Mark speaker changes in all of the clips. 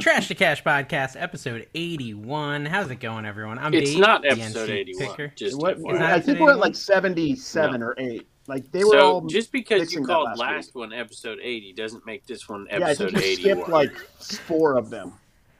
Speaker 1: Trash to Cash podcast, episode 81. How's it going, everyone? I'm
Speaker 2: It's
Speaker 1: Dave,
Speaker 2: not
Speaker 1: the
Speaker 2: episode
Speaker 1: NC
Speaker 2: 81.
Speaker 1: Picker.
Speaker 2: Just
Speaker 3: What-
Speaker 2: FYI.
Speaker 1: Is that
Speaker 3: I think we're at
Speaker 1: today?
Speaker 3: like 77 or 8. Like they were
Speaker 2: so
Speaker 3: all
Speaker 2: just because you
Speaker 3: fixing that
Speaker 2: called last,
Speaker 3: last
Speaker 2: one episode 80 doesn't make this one
Speaker 3: yeah, I think
Speaker 2: episode
Speaker 3: we
Speaker 2: 81.
Speaker 3: skipped like four of them.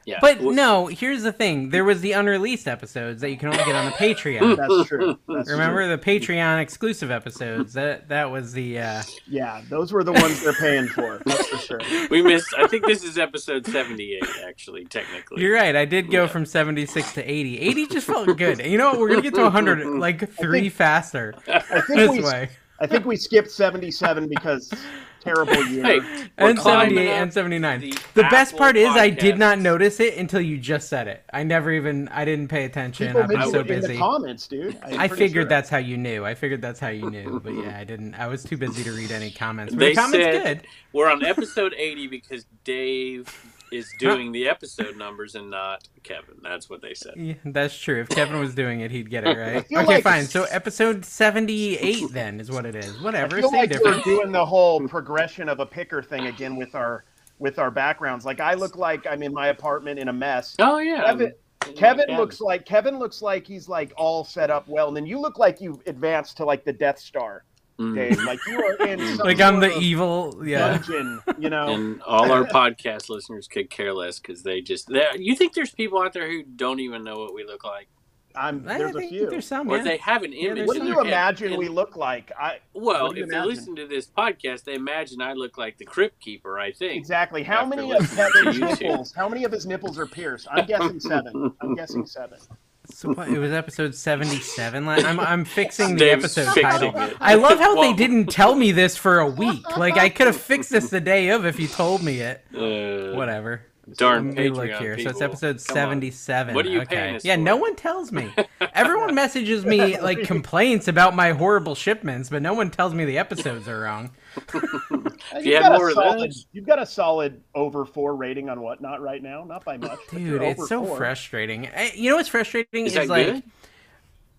Speaker 2: yeah.
Speaker 1: But
Speaker 2: Well,
Speaker 1: no, here's the thing. There was the unreleased episodes that you can only get on the Patreon.
Speaker 3: That's true. That's
Speaker 1: Remember the Patreon exclusive episodes? That that was the uh
Speaker 3: true. Yeah, those were the ones they're paying for. That's for sure.
Speaker 2: we missed I think this is episode 78 actually technically.
Speaker 1: You're right. I did go
Speaker 2: Yeah.
Speaker 1: from 76 to 80. 80 just felt good. You know what? We're going to get to 100 like 3 faster
Speaker 3: I think
Speaker 1: this
Speaker 3: we
Speaker 1: way.
Speaker 3: I think we skipped 77 because terrible year.
Speaker 2: Hey, we're
Speaker 1: And
Speaker 2: climbing
Speaker 1: 78
Speaker 2: up
Speaker 1: and 79.
Speaker 2: the
Speaker 1: The, best
Speaker 2: Apple
Speaker 1: part is I did not
Speaker 2: Podcasts.
Speaker 1: notice it until you just said it. I never even I didn't pay attention.
Speaker 3: People
Speaker 1: I've been
Speaker 3: mentioned
Speaker 1: so
Speaker 3: it in
Speaker 1: busy.
Speaker 3: the comments, dude. I'm
Speaker 1: I
Speaker 3: pretty
Speaker 1: figured
Speaker 3: sure.
Speaker 1: that's how you knew. I figured that's how you knew. But yeah, I didn't. I was too busy to read any comments. But
Speaker 2: They
Speaker 1: the comments
Speaker 2: said-
Speaker 1: good.
Speaker 2: We're on episode 80 because Dave is doing the episode numbers and not Kevin. That's what they said.
Speaker 1: Yeah, that's true. If Kevin was doing it, he'd get it right. Okay,
Speaker 3: feel like-
Speaker 1: fine. So episode seventy-eight then is what it is.
Speaker 3: I
Speaker 1: Whatever.
Speaker 3: feel
Speaker 1: Same
Speaker 3: like we're
Speaker 1: difference.
Speaker 3: doing the whole progression of a picker thing again with our with our backgrounds. Like I look like I'm in my apartment in a mess.
Speaker 2: Oh yeah.
Speaker 3: Kevin, Kevin looks like Kevin looks like he's like all set up well, and then you look like you advanced to like the Death Star,
Speaker 2: Mm.
Speaker 3: Dave. Like you are in some
Speaker 1: Like I'm
Speaker 3: sort
Speaker 1: the
Speaker 3: of
Speaker 1: evil. Yeah.
Speaker 3: dungeon, you know.
Speaker 2: And all our podcast listeners could care less because they just. they're- You think there's people out there who don't even know what we look like,
Speaker 3: I'm
Speaker 1: I
Speaker 3: there's a
Speaker 1: think
Speaker 3: few.
Speaker 1: there's some.
Speaker 2: or
Speaker 1: yeah.
Speaker 2: they have an image.
Speaker 1: there's
Speaker 3: What
Speaker 2: in
Speaker 1: some.
Speaker 3: do you
Speaker 2: their head.
Speaker 3: imagine
Speaker 2: And-
Speaker 3: we look like? I
Speaker 2: Well,
Speaker 3: what do you
Speaker 2: if they
Speaker 3: imagine?
Speaker 2: listen to this podcast, they imagine I look like the Crypt Keeper. I think.
Speaker 3: exactly how
Speaker 2: After
Speaker 3: many of
Speaker 2: listening to
Speaker 3: Kevin's
Speaker 2: you two.
Speaker 3: nipples? How many of his nipples are pierced? I'm guessing seven. I'm guessing seven.
Speaker 1: So what, it was episode seventy-seven. Like, I'm I'm fixing the
Speaker 2: Dave's
Speaker 1: episode
Speaker 2: fixing
Speaker 1: title.
Speaker 2: it.
Speaker 1: I love how
Speaker 2: Well-
Speaker 1: they didn't tell me this for a week. Like I could have fixed this the day of if you told me it.
Speaker 2: Uh,
Speaker 1: Whatever.
Speaker 2: Darn
Speaker 1: Let me
Speaker 2: Patreon
Speaker 1: look here.
Speaker 2: people.
Speaker 1: So it's episode
Speaker 2: Come on.
Speaker 1: seventy-seven.
Speaker 2: What are you
Speaker 1: okay.
Speaker 2: paying us
Speaker 1: Yeah,
Speaker 2: for?
Speaker 1: no one tells me. Everyone messages me like complaints about my horrible shipments, but no one tells me the episodes are wrong.
Speaker 3: You've
Speaker 2: you had
Speaker 3: got a
Speaker 2: more of
Speaker 3: solid,
Speaker 2: those-
Speaker 3: you've got a solid over four rating on whatnot right now. Not by much, but you're
Speaker 1: Dude, it's
Speaker 3: over
Speaker 1: so
Speaker 3: four.
Speaker 1: frustrating. I, you know what's frustrating
Speaker 2: Is
Speaker 1: is,
Speaker 2: that
Speaker 1: like
Speaker 2: good?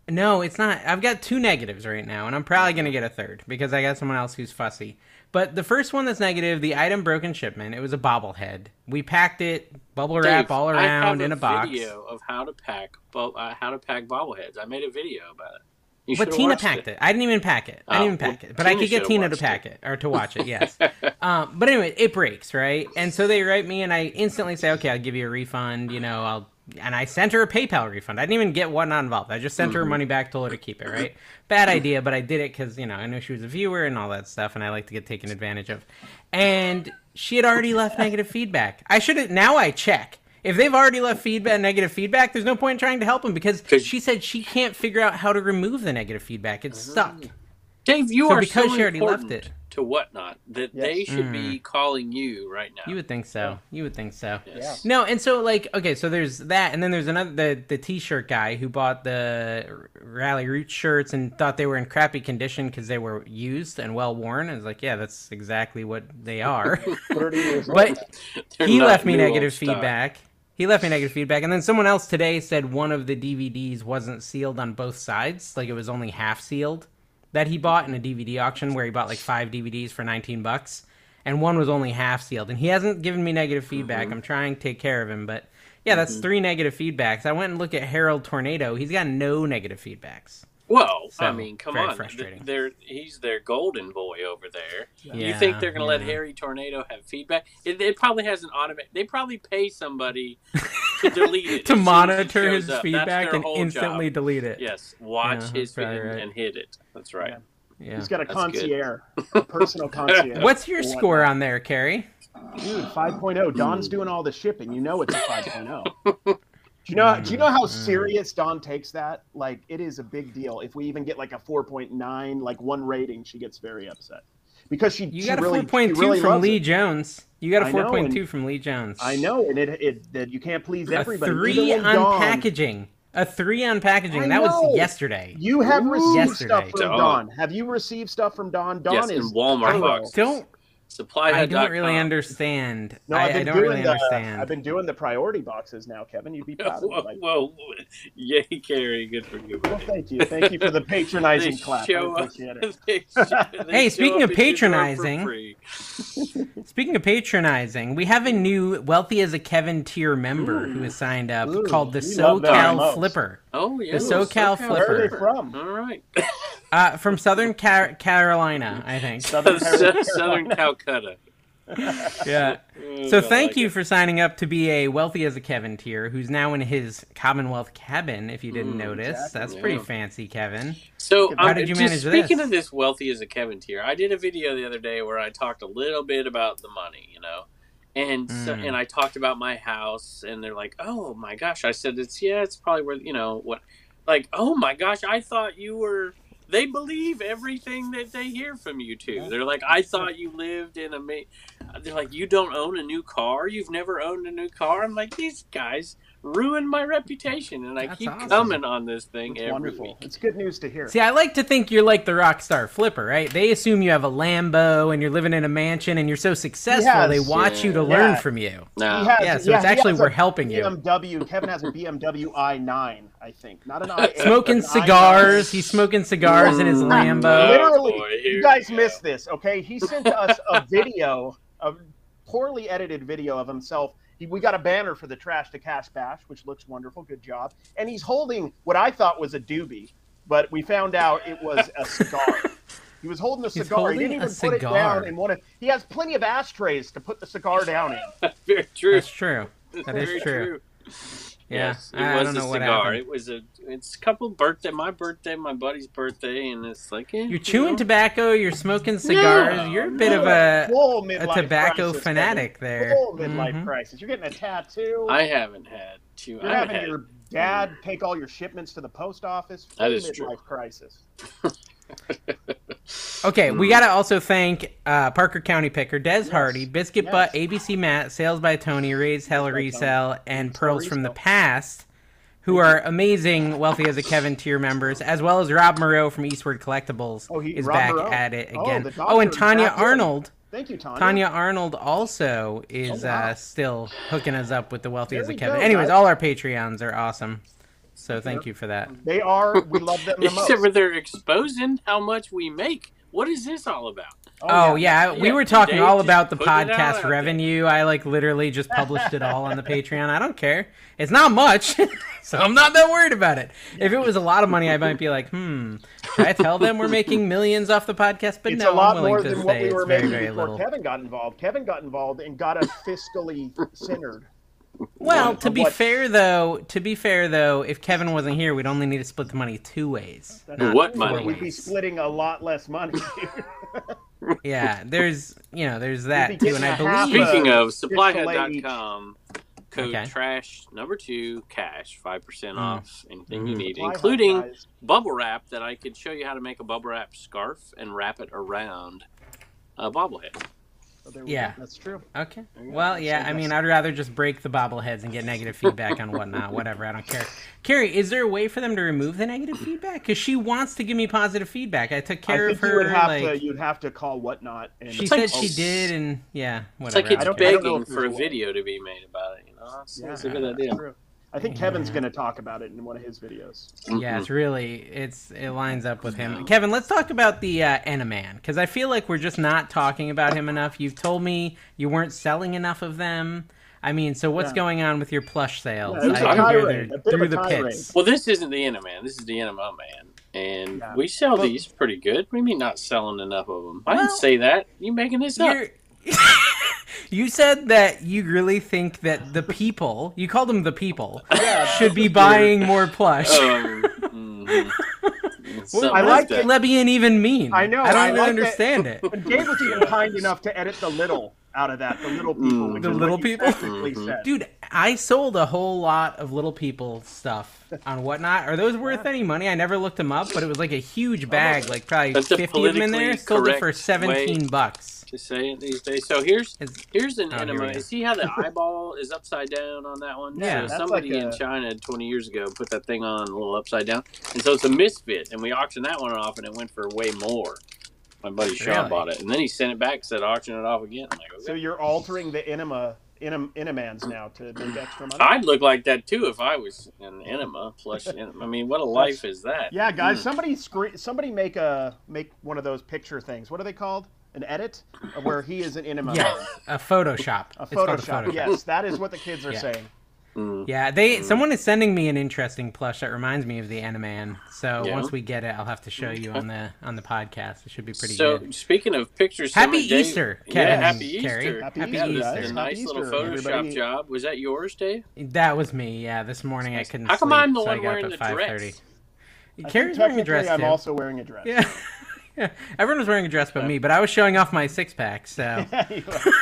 Speaker 1: no, it's not. I've got two negatives right now, and I'm probably gonna get a third because I got someone else who's fussy. But the first one that's negative, the item broken shipment. It was a bobblehead. We packed it, bubble wrap
Speaker 2: Dave,
Speaker 1: all
Speaker 2: I have
Speaker 1: around in a box.
Speaker 2: Video of how to pack, bo- uh, how to pack bobbleheads. I made a video about it. You
Speaker 1: But
Speaker 2: should've
Speaker 1: Tina
Speaker 2: watched
Speaker 1: packed it. I didn't even pack it. I
Speaker 2: Oh,
Speaker 1: didn't even
Speaker 2: well,
Speaker 1: pack it. But
Speaker 2: Tina
Speaker 1: I could get
Speaker 2: should've
Speaker 1: Tina to
Speaker 2: watched
Speaker 1: pack it. or to watch it. Yes. um, but anyway, it breaks right, and so they write me, and I instantly say, "Okay, I'll give you a refund." You know, I'll and I sent her a PayPal refund. I didn't even get whatnot involved. I just sent
Speaker 2: Mm-hmm.
Speaker 1: her money back, told her to keep it. Right? Bad idea, but I did it because you know I know she was a viewer and all that stuff, and I like to get taken advantage of. And she had already left negative feedback. I should have now. I check. If they've already left feedback, negative feedback, there's no point in trying to help them because
Speaker 2: 'Cause-
Speaker 1: she said she can't figure out how to remove the negative feedback. It's
Speaker 2: Mm-hmm.
Speaker 1: stuck.
Speaker 2: Dave, you
Speaker 1: So
Speaker 2: are
Speaker 1: because
Speaker 2: so
Speaker 1: she already left
Speaker 2: important
Speaker 1: it. Mm.
Speaker 2: to whatnot that
Speaker 3: Yes.
Speaker 2: they should be calling you right now.
Speaker 1: You would think so. You would think so.
Speaker 2: Yes.
Speaker 1: No, and so like okay, so there's that, and then there's another the the t-shirt guy who bought the R- Rally Roots shirts and thought they were in crappy condition because they were used and well worn. I was like, yeah, that's exactly what they are.
Speaker 3: 30 years old.
Speaker 1: but
Speaker 2: They're
Speaker 1: he
Speaker 2: not
Speaker 1: left me
Speaker 2: new old
Speaker 1: negative
Speaker 2: style.
Speaker 1: feedback. He left me negative feedback, and then someone else today said one of the DVDs wasn't sealed on both sides, like it was only half sealed. That he bought in a DVD auction where he bought like five DVDs for nineteen bucks, and one was only half sealed. And he hasn't given me negative feedback.
Speaker 2: Mm-hmm.
Speaker 1: I'm trying to take care of him, but yeah, that's three negative feedbacks. I went and looked at Harold Tornado. He's got no negative feedbacks.
Speaker 2: Well, I
Speaker 1: So,
Speaker 2: mean, come
Speaker 1: very
Speaker 2: on.
Speaker 1: frustrating.
Speaker 2: Th- They're, he's their golden boy over there. you
Speaker 1: Yeah,
Speaker 2: think they're going to let
Speaker 1: yeah.
Speaker 2: Harry Tornado have feedback? It, it probably has an automatic. They probably pay somebody to delete it
Speaker 1: to
Speaker 2: as soon as it
Speaker 1: monitor
Speaker 2: shows
Speaker 1: his
Speaker 2: up. That's
Speaker 1: feedback
Speaker 2: their
Speaker 1: and
Speaker 2: whole job.
Speaker 1: instantly delete it.
Speaker 2: Yes, watch
Speaker 1: Yeah,
Speaker 2: his
Speaker 1: that's probably
Speaker 2: feed
Speaker 1: right.
Speaker 2: and hit it. That's right.
Speaker 1: Yeah.
Speaker 3: He's got a
Speaker 2: That's
Speaker 3: concierge, a personal concierge.
Speaker 1: What's your
Speaker 3: Whatnot.
Speaker 1: score on there, Carrie?
Speaker 3: Dude,
Speaker 1: Hmm.
Speaker 3: 5.0. Don's doing all the shipping. You know it's a 5.0. do you know? Do you
Speaker 2: Hmm.
Speaker 3: know how serious Don takes that? Like, it is a big deal. If we even get like a 4.9, like one rating, she gets very upset because she.
Speaker 1: You
Speaker 3: she
Speaker 1: got a
Speaker 3: really,
Speaker 1: four point
Speaker 3: she
Speaker 1: two
Speaker 3: really
Speaker 1: from
Speaker 3: loves
Speaker 1: Lee
Speaker 3: it.
Speaker 1: Jones. You got a
Speaker 3: I know,
Speaker 1: four point two
Speaker 3: and-
Speaker 1: from Lee Jones.
Speaker 3: I know, and it, it that you can't please
Speaker 1: A
Speaker 3: everybody.
Speaker 1: three
Speaker 3: Even
Speaker 1: on
Speaker 3: Dawn,
Speaker 1: packaging. A three on packaging.
Speaker 3: I
Speaker 1: That was
Speaker 3: know.
Speaker 1: yesterday.
Speaker 3: You have received
Speaker 1: Yesterday.
Speaker 3: stuff from
Speaker 2: Dawn.
Speaker 3: Don. Have you received stuff from Don? Don
Speaker 2: yes,
Speaker 3: is
Speaker 2: in Walmart
Speaker 3: thorough.
Speaker 2: boxes.
Speaker 1: Don't
Speaker 2: Supply.
Speaker 1: I don't really understand.
Speaker 3: No,
Speaker 1: I,
Speaker 3: I've
Speaker 1: I
Speaker 3: been
Speaker 1: don't
Speaker 3: doing
Speaker 1: really
Speaker 3: the,
Speaker 1: understand.
Speaker 3: I've been doing the priority boxes now, Kevin. You'd be proud of me.
Speaker 2: Whoa,
Speaker 3: Like,
Speaker 2: whoa, whoa. yay, Carrie! Good for you.
Speaker 3: well,
Speaker 2: Buddy.
Speaker 3: thank you, thank you for the patronizing
Speaker 2: They
Speaker 3: clap. I
Speaker 2: show up-
Speaker 3: appreciate it.
Speaker 2: they show- they
Speaker 1: Hey,
Speaker 2: show
Speaker 1: speaking
Speaker 2: up
Speaker 1: of
Speaker 2: at your door for
Speaker 1: patronizing-
Speaker 2: free.
Speaker 1: Speaking of patronizing, we have a new wealthy as a Kevin tier member who has signed up
Speaker 3: Ooh,
Speaker 1: called the
Speaker 3: we love that
Speaker 1: SoCal
Speaker 3: most.
Speaker 1: Flipper
Speaker 2: Oh yeah,
Speaker 1: The SoCal
Speaker 3: Where are they
Speaker 1: Flipper.
Speaker 3: from?
Speaker 2: All right,
Speaker 1: uh, from Southern Car- Carolina, I think.
Speaker 3: Southern Carolina.
Speaker 2: Southern Calcutta.
Speaker 1: Yeah.
Speaker 2: Oh,
Speaker 1: So
Speaker 2: I
Speaker 1: thank
Speaker 2: like
Speaker 1: you
Speaker 2: it.
Speaker 1: for signing up to be a wealthy as a Kevin tier, who's now in his Commonwealth cabin. If you didn't
Speaker 2: Mm,
Speaker 1: notice,
Speaker 3: exactly,
Speaker 1: that's pretty
Speaker 2: yeah.
Speaker 1: fancy, Kevin.
Speaker 2: So
Speaker 3: How
Speaker 2: um,
Speaker 1: did you
Speaker 2: just
Speaker 1: manage
Speaker 2: speaking
Speaker 1: this?
Speaker 2: of this wealthy as a Kevin tier, I did a video the other day where I talked a little bit about the money, you know, and so,
Speaker 1: Mm.
Speaker 2: and I talked about my house, and they're like, "Oh my gosh!" I said, "It's yeah, it's probably worth you know what." Like, oh my gosh, I thought you were. They believe everything that they hear from you two. They're like, I thought you lived in a. Ma-. They're like, you don't own a new car. You've never owned a new car. I'm like, these guys ruin my reputation, and I
Speaker 1: That's
Speaker 2: keep
Speaker 1: awesome.
Speaker 2: coming on this thing
Speaker 3: It's
Speaker 2: every
Speaker 3: wonderful.
Speaker 2: week.
Speaker 3: It's good news to hear.
Speaker 1: See, I like to think you're like the rock star flipper, right? They assume you have a Lambo and you're living in a mansion and you're so successful,
Speaker 3: Yes.
Speaker 1: they want you to
Speaker 3: Yeah.
Speaker 1: learn
Speaker 3: Yeah.
Speaker 1: from you.
Speaker 2: No.
Speaker 3: He has-
Speaker 1: Yeah, so uh, it's
Speaker 3: he
Speaker 1: actually
Speaker 3: has
Speaker 1: we're
Speaker 3: a
Speaker 1: helping you.
Speaker 3: BMW. Kevin has a BMW i9, I think, not an i8.
Speaker 1: Smoking
Speaker 3: but an i9.
Speaker 1: cigars. He's smoking cigars in his
Speaker 2: Mm.
Speaker 1: Lambo.
Speaker 3: Literally,
Speaker 2: Oh, boy, here
Speaker 3: you guys
Speaker 2: we go.
Speaker 3: missed this, okay? He sent us a video, a poorly edited video of himself. He, we got a banner for the Trash to Cash Bash, which looks wonderful. Good job. And he's holding what I thought was a doobie, but we found out it was a cigar. he was holding a
Speaker 1: He's
Speaker 3: cigar. he didn't
Speaker 1: holding a
Speaker 3: even put it
Speaker 1: cigar.
Speaker 3: down in one of. He has plenty of ashtrays to put the cigar down in.
Speaker 2: Very true.
Speaker 1: That's true. That is
Speaker 2: Very
Speaker 1: true. Yeah,
Speaker 2: Yes, it
Speaker 1: I- I
Speaker 2: was
Speaker 1: don't
Speaker 2: a
Speaker 1: know what
Speaker 2: cigar.
Speaker 1: happened.
Speaker 2: It was a. It's a couple birthday. My birthday, my buddy's birthday, and it's like eh,
Speaker 1: You're
Speaker 2: you
Speaker 1: chewing
Speaker 2: know.
Speaker 1: tobacco. You're smoking cigars. you're a bit of a,
Speaker 3: Full
Speaker 1: a
Speaker 3: midlife
Speaker 1: tobacco
Speaker 3: crisis, Kevin.
Speaker 1: fanatic there.
Speaker 3: Full midlife
Speaker 1: Mhm.
Speaker 3: crisis. You're getting a tattoo.
Speaker 2: I haven't had two.
Speaker 3: You're
Speaker 2: I
Speaker 3: having
Speaker 2: had,
Speaker 3: your dad take all your shipments to the post office. Full
Speaker 2: That is
Speaker 3: midlife
Speaker 2: true.
Speaker 3: crisis.
Speaker 1: Okay, we
Speaker 2: Mm.
Speaker 1: gotta also thank uh, Parker County Picker, Des
Speaker 3: Yes,
Speaker 1: Hardy, Biscuit
Speaker 3: yes.
Speaker 1: Butt, ABC Matt, Sales by Tony, Raise Hell
Speaker 3: by Tony.
Speaker 1: Resell, and
Speaker 3: Hell
Speaker 1: Pearls from the
Speaker 3: Resell.
Speaker 1: Past, who are amazing Wealthy as a Kevin tier members, as well as Rob Moreau from Eastward Collectibles
Speaker 3: Oh, he-
Speaker 1: is
Speaker 3: Rob
Speaker 1: back
Speaker 3: Moreau.
Speaker 1: at it
Speaker 3: Oh,
Speaker 1: again.
Speaker 3: the
Speaker 1: Oh,
Speaker 3: doctor
Speaker 1: and
Speaker 3: is
Speaker 1: Tanya
Speaker 3: back in.
Speaker 1: Arnold,
Speaker 3: Thank you, Tanya.
Speaker 1: Tanya Arnold also is
Speaker 3: Oh, wow.
Speaker 1: uh, still hooking us up with the Wealthy
Speaker 3: There
Speaker 1: as a
Speaker 3: we
Speaker 1: Kevin.
Speaker 3: go,
Speaker 1: Anyways,
Speaker 3: guys.
Speaker 1: all our Patreons are awesome, so thank you for that.
Speaker 3: They are. We love them the most.
Speaker 2: Except for they're exposing how much we make. What is this all about?
Speaker 1: Oh yeah, we
Speaker 2: Yeah,
Speaker 1: were talking
Speaker 2: Dave
Speaker 1: all
Speaker 2: just
Speaker 1: about the
Speaker 2: put it out out
Speaker 1: podcast
Speaker 2: there.
Speaker 1: revenue. I like literally just published it all on the Patreon. I don't care. It's not much, so I'm not that worried about it. If it was a lot of money, I might be like, hmm. Should I tell them we're making millions off the podcast? But
Speaker 3: It's
Speaker 1: no,
Speaker 3: a lot
Speaker 1: I'm willing
Speaker 3: more
Speaker 1: to
Speaker 3: than
Speaker 1: say
Speaker 3: what we
Speaker 1: it's
Speaker 3: were
Speaker 1: very,
Speaker 3: making
Speaker 1: very
Speaker 3: before
Speaker 1: little.
Speaker 3: Kevin got involved. Kevin got involved and got us fiscally centered.
Speaker 1: Well,
Speaker 3: of
Speaker 1: to be
Speaker 3: what-
Speaker 1: fair though, to be fair though, if Kevin wasn't here, we'd only need to split the money two ways.
Speaker 3: That's
Speaker 1: not
Speaker 2: What
Speaker 1: four
Speaker 2: money?
Speaker 3: We'd be
Speaker 1: ways.
Speaker 3: splitting a lot less money.
Speaker 1: Yeah, there's you know, there's
Speaker 3: We'd
Speaker 1: that
Speaker 3: be
Speaker 1: too, and I
Speaker 3: getting a half
Speaker 1: believe
Speaker 2: Speaking of
Speaker 3: Digital age.
Speaker 2: supplyhead.com, code
Speaker 1: Okay.
Speaker 2: trash number two cash five percent
Speaker 1: Mm.
Speaker 2: off anything you
Speaker 1: Mhm.
Speaker 2: need, including bubble wrap that I could show you how to make a bubble wrap scarf and wrap it around a bobblehead.
Speaker 3: So there we go.
Speaker 1: Yeah.
Speaker 3: that's true.
Speaker 1: Okay.
Speaker 2: you
Speaker 1: Well,
Speaker 3: go.
Speaker 1: yeah.
Speaker 3: So
Speaker 1: I mean,
Speaker 3: that's-
Speaker 1: I'd rather just break the bobbleheads and get negative feedback on whatnot. Whatever. I don't care. Carrie, is there a way for them to remove the negative feedback? Because she wants to give me positive feedback. I took care
Speaker 3: I
Speaker 1: of her.
Speaker 3: think you would have
Speaker 1: like,
Speaker 3: to. You'd have to call whatnot. And
Speaker 1: she
Speaker 2: It's like-
Speaker 1: said
Speaker 3: oh.
Speaker 1: she did, and yeah,
Speaker 2: It's
Speaker 1: whatever.
Speaker 2: like
Speaker 1: I
Speaker 2: it's
Speaker 1: don't
Speaker 3: big.
Speaker 1: care.
Speaker 3: know
Speaker 2: begging
Speaker 3: if
Speaker 2: for a
Speaker 3: there's a way.
Speaker 2: video to be made about it. You know, it's, it's a
Speaker 3: Yeah.
Speaker 2: good idea.
Speaker 3: True. I think Kevin's going to talk about it in one of his videos.
Speaker 1: Yeah, it's really it's it lines up with him. Kevin, let's talk about the uh, Enaman because I feel like we're just not talking about him enough. You've told me you weren't selling enough of them. I mean, so what's
Speaker 3: Yeah.
Speaker 1: going on with your plush sales?
Speaker 3: Yeah, it was
Speaker 1: I
Speaker 2: a
Speaker 1: hear they're
Speaker 3: tirade, a bit of
Speaker 1: through
Speaker 3: a
Speaker 1: the
Speaker 3: tirade.
Speaker 1: pits.
Speaker 2: Well, this isn't the enema man. This is the enema man, and
Speaker 3: Yeah.
Speaker 2: we sell
Speaker 1: But-
Speaker 2: these pretty good. We mean not selling enough of them. I didn't
Speaker 1: Well-
Speaker 2: say that. You making this up?
Speaker 1: You're- you said that you really think that the people, you called them the people, should be buying more plush.
Speaker 2: Um, mhm. Something
Speaker 3: Oh, I like
Speaker 2: that.
Speaker 1: Lebian even mean?
Speaker 3: I know,
Speaker 1: I don't
Speaker 3: I
Speaker 1: really
Speaker 3: like that-
Speaker 1: understand it.
Speaker 3: And Dave was even kind enough to edit the little out of that. The little people.
Speaker 2: Mm.
Speaker 3: which
Speaker 1: The
Speaker 3: is
Speaker 1: little
Speaker 3: what you
Speaker 1: people?
Speaker 3: technically
Speaker 2: Mhm.
Speaker 3: said.
Speaker 1: Dude, I sold a whole lot of little people stuff on whatnot. Are those worth any money? I never looked them up, but it was like a
Speaker 3: Oh,
Speaker 1: huge bag, like probably
Speaker 2: That's the
Speaker 1: 50 of them in there.
Speaker 2: politically
Speaker 1: Sold it for
Speaker 2: correct
Speaker 1: 17
Speaker 2: way.
Speaker 1: bucks.
Speaker 2: to say it these days. So here's
Speaker 1: It's-
Speaker 2: here's an
Speaker 1: Oh, here
Speaker 2: enema.
Speaker 1: we go.
Speaker 2: See how the eyeball is upside down on that one?
Speaker 1: Yeah,
Speaker 2: So
Speaker 3: that's
Speaker 2: somebody
Speaker 3: like a-
Speaker 2: in China 20 years ago put that thing on a little upside down, and so it's a misfit. And we auctioned that one off, and it went for way more. My buddy Sean
Speaker 1: Really?
Speaker 2: bought it, and then he sent it back, and said auction it off again. I'm like,
Speaker 3: So
Speaker 2: okay.
Speaker 3: you're altering the enema enem, enemans now to make extra money.
Speaker 2: I'd look like that too if I was an enema plush. Enema. I mean, what a life is that?
Speaker 3: yeah, guys,
Speaker 2: Mm.
Speaker 3: somebody scre- somebody make a make one of those picture things. What are they called? An edit Of where he is an enema.
Speaker 1: Yeah, a Photoshop.
Speaker 3: A
Speaker 1: It's called a
Speaker 3: Photoshop. Yes, that is what the kids are
Speaker 1: Yeah.
Speaker 3: saying.
Speaker 2: Mm.
Speaker 1: Yeah, they someone is sending me an interesting plush that reminds me of the Animan. So
Speaker 2: Yeah.
Speaker 1: once we get it, I'll have to show you on the on the podcast. It should be pretty
Speaker 2: so
Speaker 1: good.
Speaker 2: speaking of pictures,
Speaker 1: Happy
Speaker 2: somebody gave-
Speaker 1: Easter,
Speaker 2: yeah,
Speaker 1: Kevin
Speaker 2: happy
Speaker 1: and Carrie.
Speaker 2: Easter.
Speaker 1: Happy
Speaker 3: Happy
Speaker 2: yeah,
Speaker 3: Easter,
Speaker 2: the-
Speaker 3: guys.
Speaker 2: the
Speaker 3: Happy
Speaker 2: nice little
Speaker 3: Easter,
Speaker 2: Photoshop
Speaker 3: everybody.
Speaker 2: job. Was that yours, Dave?
Speaker 1: That was me. Yeah, this morning I couldn't.
Speaker 2: How come
Speaker 1: sleep,
Speaker 2: I'm the
Speaker 1: so I
Speaker 2: one
Speaker 1: got
Speaker 2: wearing
Speaker 1: up
Speaker 2: the
Speaker 1: at 5:30.
Speaker 2: dress?
Speaker 3: I think
Speaker 1: Carrie's wearing a
Speaker 3: technically
Speaker 1: dress
Speaker 3: I'm
Speaker 1: too.
Speaker 3: also wearing a dress.
Speaker 1: Yeah. yeah, everyone was wearing a dress but me, but I was showing off my six pack. So
Speaker 3: You are.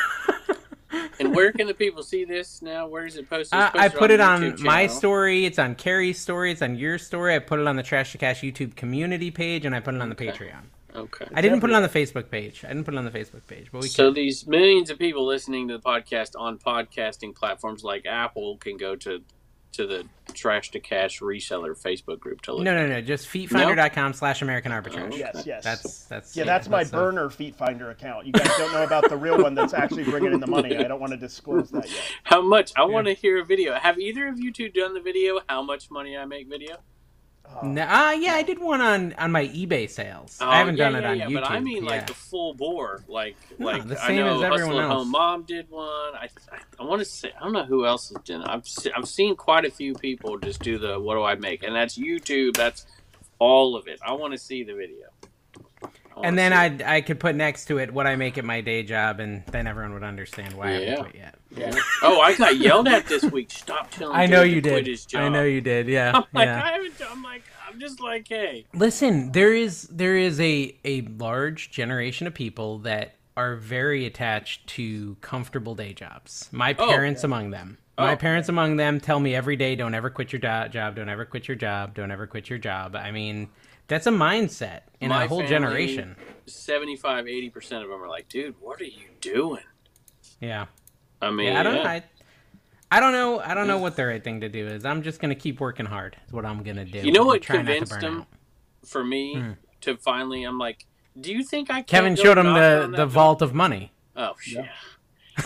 Speaker 2: And where can the people see this now? Where is it posted?
Speaker 1: I,
Speaker 2: It's
Speaker 1: Uh, I
Speaker 2: posted
Speaker 1: put it
Speaker 2: the
Speaker 1: on
Speaker 2: YouTube
Speaker 1: my
Speaker 2: channel.
Speaker 1: story. It's on Carrie's story. It's on your story. I put it on the Trash to Cash YouTube community page, and I put it on the Patreon.
Speaker 2: Okay.
Speaker 1: I didn't put it on the Facebook page. I didn't put it on the Facebook page, but we
Speaker 2: So
Speaker 1: could.
Speaker 2: these millions of people listening to the podcast on podcasting platforms like Apple can go to to the Trash to Cash reseller Facebook group to look.
Speaker 1: No, no, no. Just feetfinder.com slash American Arbitrage.
Speaker 2: Oh,
Speaker 3: yes, yes.
Speaker 1: That's that's
Speaker 3: yeah, that's my
Speaker 1: uh,
Speaker 3: burner feet finder account. You guys don't know about the real one that's actually bringing in the money. I don't want to disclose that yet.
Speaker 2: How much? I want to hear a video. Have either of you two done the video? How much money I make video?
Speaker 3: Oh,
Speaker 1: No, uh, yeah, I did one on on my eBay sales. I haven't
Speaker 2: Oh, Um,
Speaker 1: done it
Speaker 2: yeah, yeah,
Speaker 1: on
Speaker 2: yeah,
Speaker 1: YouTube.
Speaker 2: But I mean, like
Speaker 1: yeah.
Speaker 2: the full bore, like
Speaker 1: No,
Speaker 2: like
Speaker 1: the
Speaker 2: I
Speaker 1: same
Speaker 2: know
Speaker 1: as everyone
Speaker 2: Hustle at
Speaker 1: else.
Speaker 2: Home Mom did one. I I, I want to say I don't know who else has done. it. I've se- I've seen quite a few people just do the what do I make, and that's YouTube. That's all of it. I want to see the video. I wanna
Speaker 1: and then
Speaker 2: see it.
Speaker 1: I I could put next to it what I make at my day job, and then everyone would understand why I
Speaker 2: Yeah.
Speaker 1: haven't quit yet.
Speaker 3: Yeah.
Speaker 2: oh, I got yelled at this week. Stop telling.
Speaker 1: I know
Speaker 2: Dave to
Speaker 1: you
Speaker 2: quit
Speaker 1: did.
Speaker 2: His job. Oh
Speaker 1: I know you did. Yeah,
Speaker 2: I'm like
Speaker 1: yeah.
Speaker 2: I haven't. I'm like I'm just like hey.
Speaker 1: Listen, there is there is a a large generation of people that are very attached to comfortable day jobs. My
Speaker 2: Oh.
Speaker 1: parents among them. My
Speaker 2: Oh.
Speaker 1: parents among them tell me every day, "Don't ever quit your do- job. Don't ever quit your job. Don't ever quit your job." I mean, that's a mindset in
Speaker 2: My
Speaker 1: a whole
Speaker 2: family-
Speaker 1: generation.
Speaker 2: 75 80 percent of them are like, dude, what are you doing?
Speaker 1: Yeah.
Speaker 2: I mean,
Speaker 1: yeah. I don't.
Speaker 2: Oh, yeah.
Speaker 1: I, I don't know. I don't know what the right thing to do is. I'm just gonna keep working hard. Is what I'm gonna do.
Speaker 2: You know
Speaker 1: and
Speaker 2: what
Speaker 1: try not to
Speaker 2: convinced
Speaker 1: burn
Speaker 2: him
Speaker 1: out.
Speaker 2: for me to finally? I'm like, do you think I? Can't
Speaker 1: Hmm. Kevin
Speaker 2: go
Speaker 1: showed him
Speaker 2: knock
Speaker 1: the
Speaker 2: on
Speaker 1: the
Speaker 2: that
Speaker 1: vault of money.
Speaker 2: door? Oh shit!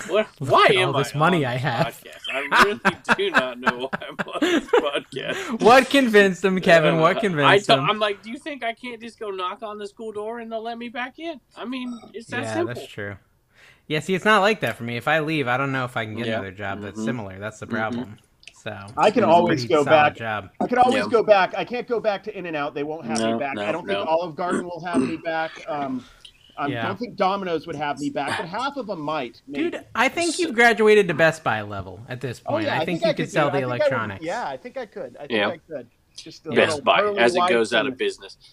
Speaker 2: What? why
Speaker 1: at
Speaker 2: am
Speaker 1: all this
Speaker 2: I
Speaker 1: money
Speaker 2: on
Speaker 1: I
Speaker 2: this
Speaker 1: have.
Speaker 2: Podcast? I really do not know why I'm on this podcast.
Speaker 1: What convinced him, Kevin? What
Speaker 2: Uh,
Speaker 1: convinced
Speaker 2: I
Speaker 1: him?
Speaker 2: am like, do you think I can't just go knock on the school door and they'll let me back in? I mean, it's that
Speaker 1: yeah,
Speaker 2: simple.
Speaker 1: that's true. Yeah, see, it's not like that for me. If I leave, I don't know if I can get
Speaker 2: Yeah.
Speaker 1: another job that's
Speaker 2: Mhm.
Speaker 1: similar. That's the problem. So
Speaker 3: Mm-hmm. I can
Speaker 1: it's a
Speaker 3: always
Speaker 1: pretty
Speaker 3: go
Speaker 1: solid
Speaker 3: back.
Speaker 1: Job.
Speaker 3: I can always
Speaker 2: Yeah.
Speaker 3: go back. I can't go back to In and Out. They won't have
Speaker 2: No,
Speaker 3: me back.
Speaker 2: no,
Speaker 3: I don't
Speaker 2: no.
Speaker 3: think Olive Garden will have me back. Um, I
Speaker 1: Yeah.
Speaker 3: don't think Domino's would have me back, but half of them might. maybe.
Speaker 1: Dude, I think you've graduated to Best Buy level at this
Speaker 3: oh
Speaker 1: point.
Speaker 3: yeah,
Speaker 1: I, think you could,
Speaker 3: do
Speaker 1: sell
Speaker 3: it.
Speaker 1: the
Speaker 3: I think I would-
Speaker 1: electronics.
Speaker 3: yeah, I think I could. I think
Speaker 2: Yeah.
Speaker 3: I could. Just the little
Speaker 2: Best Buy
Speaker 3: pearly
Speaker 2: as it
Speaker 3: whites
Speaker 2: goes out
Speaker 3: and-
Speaker 2: of business.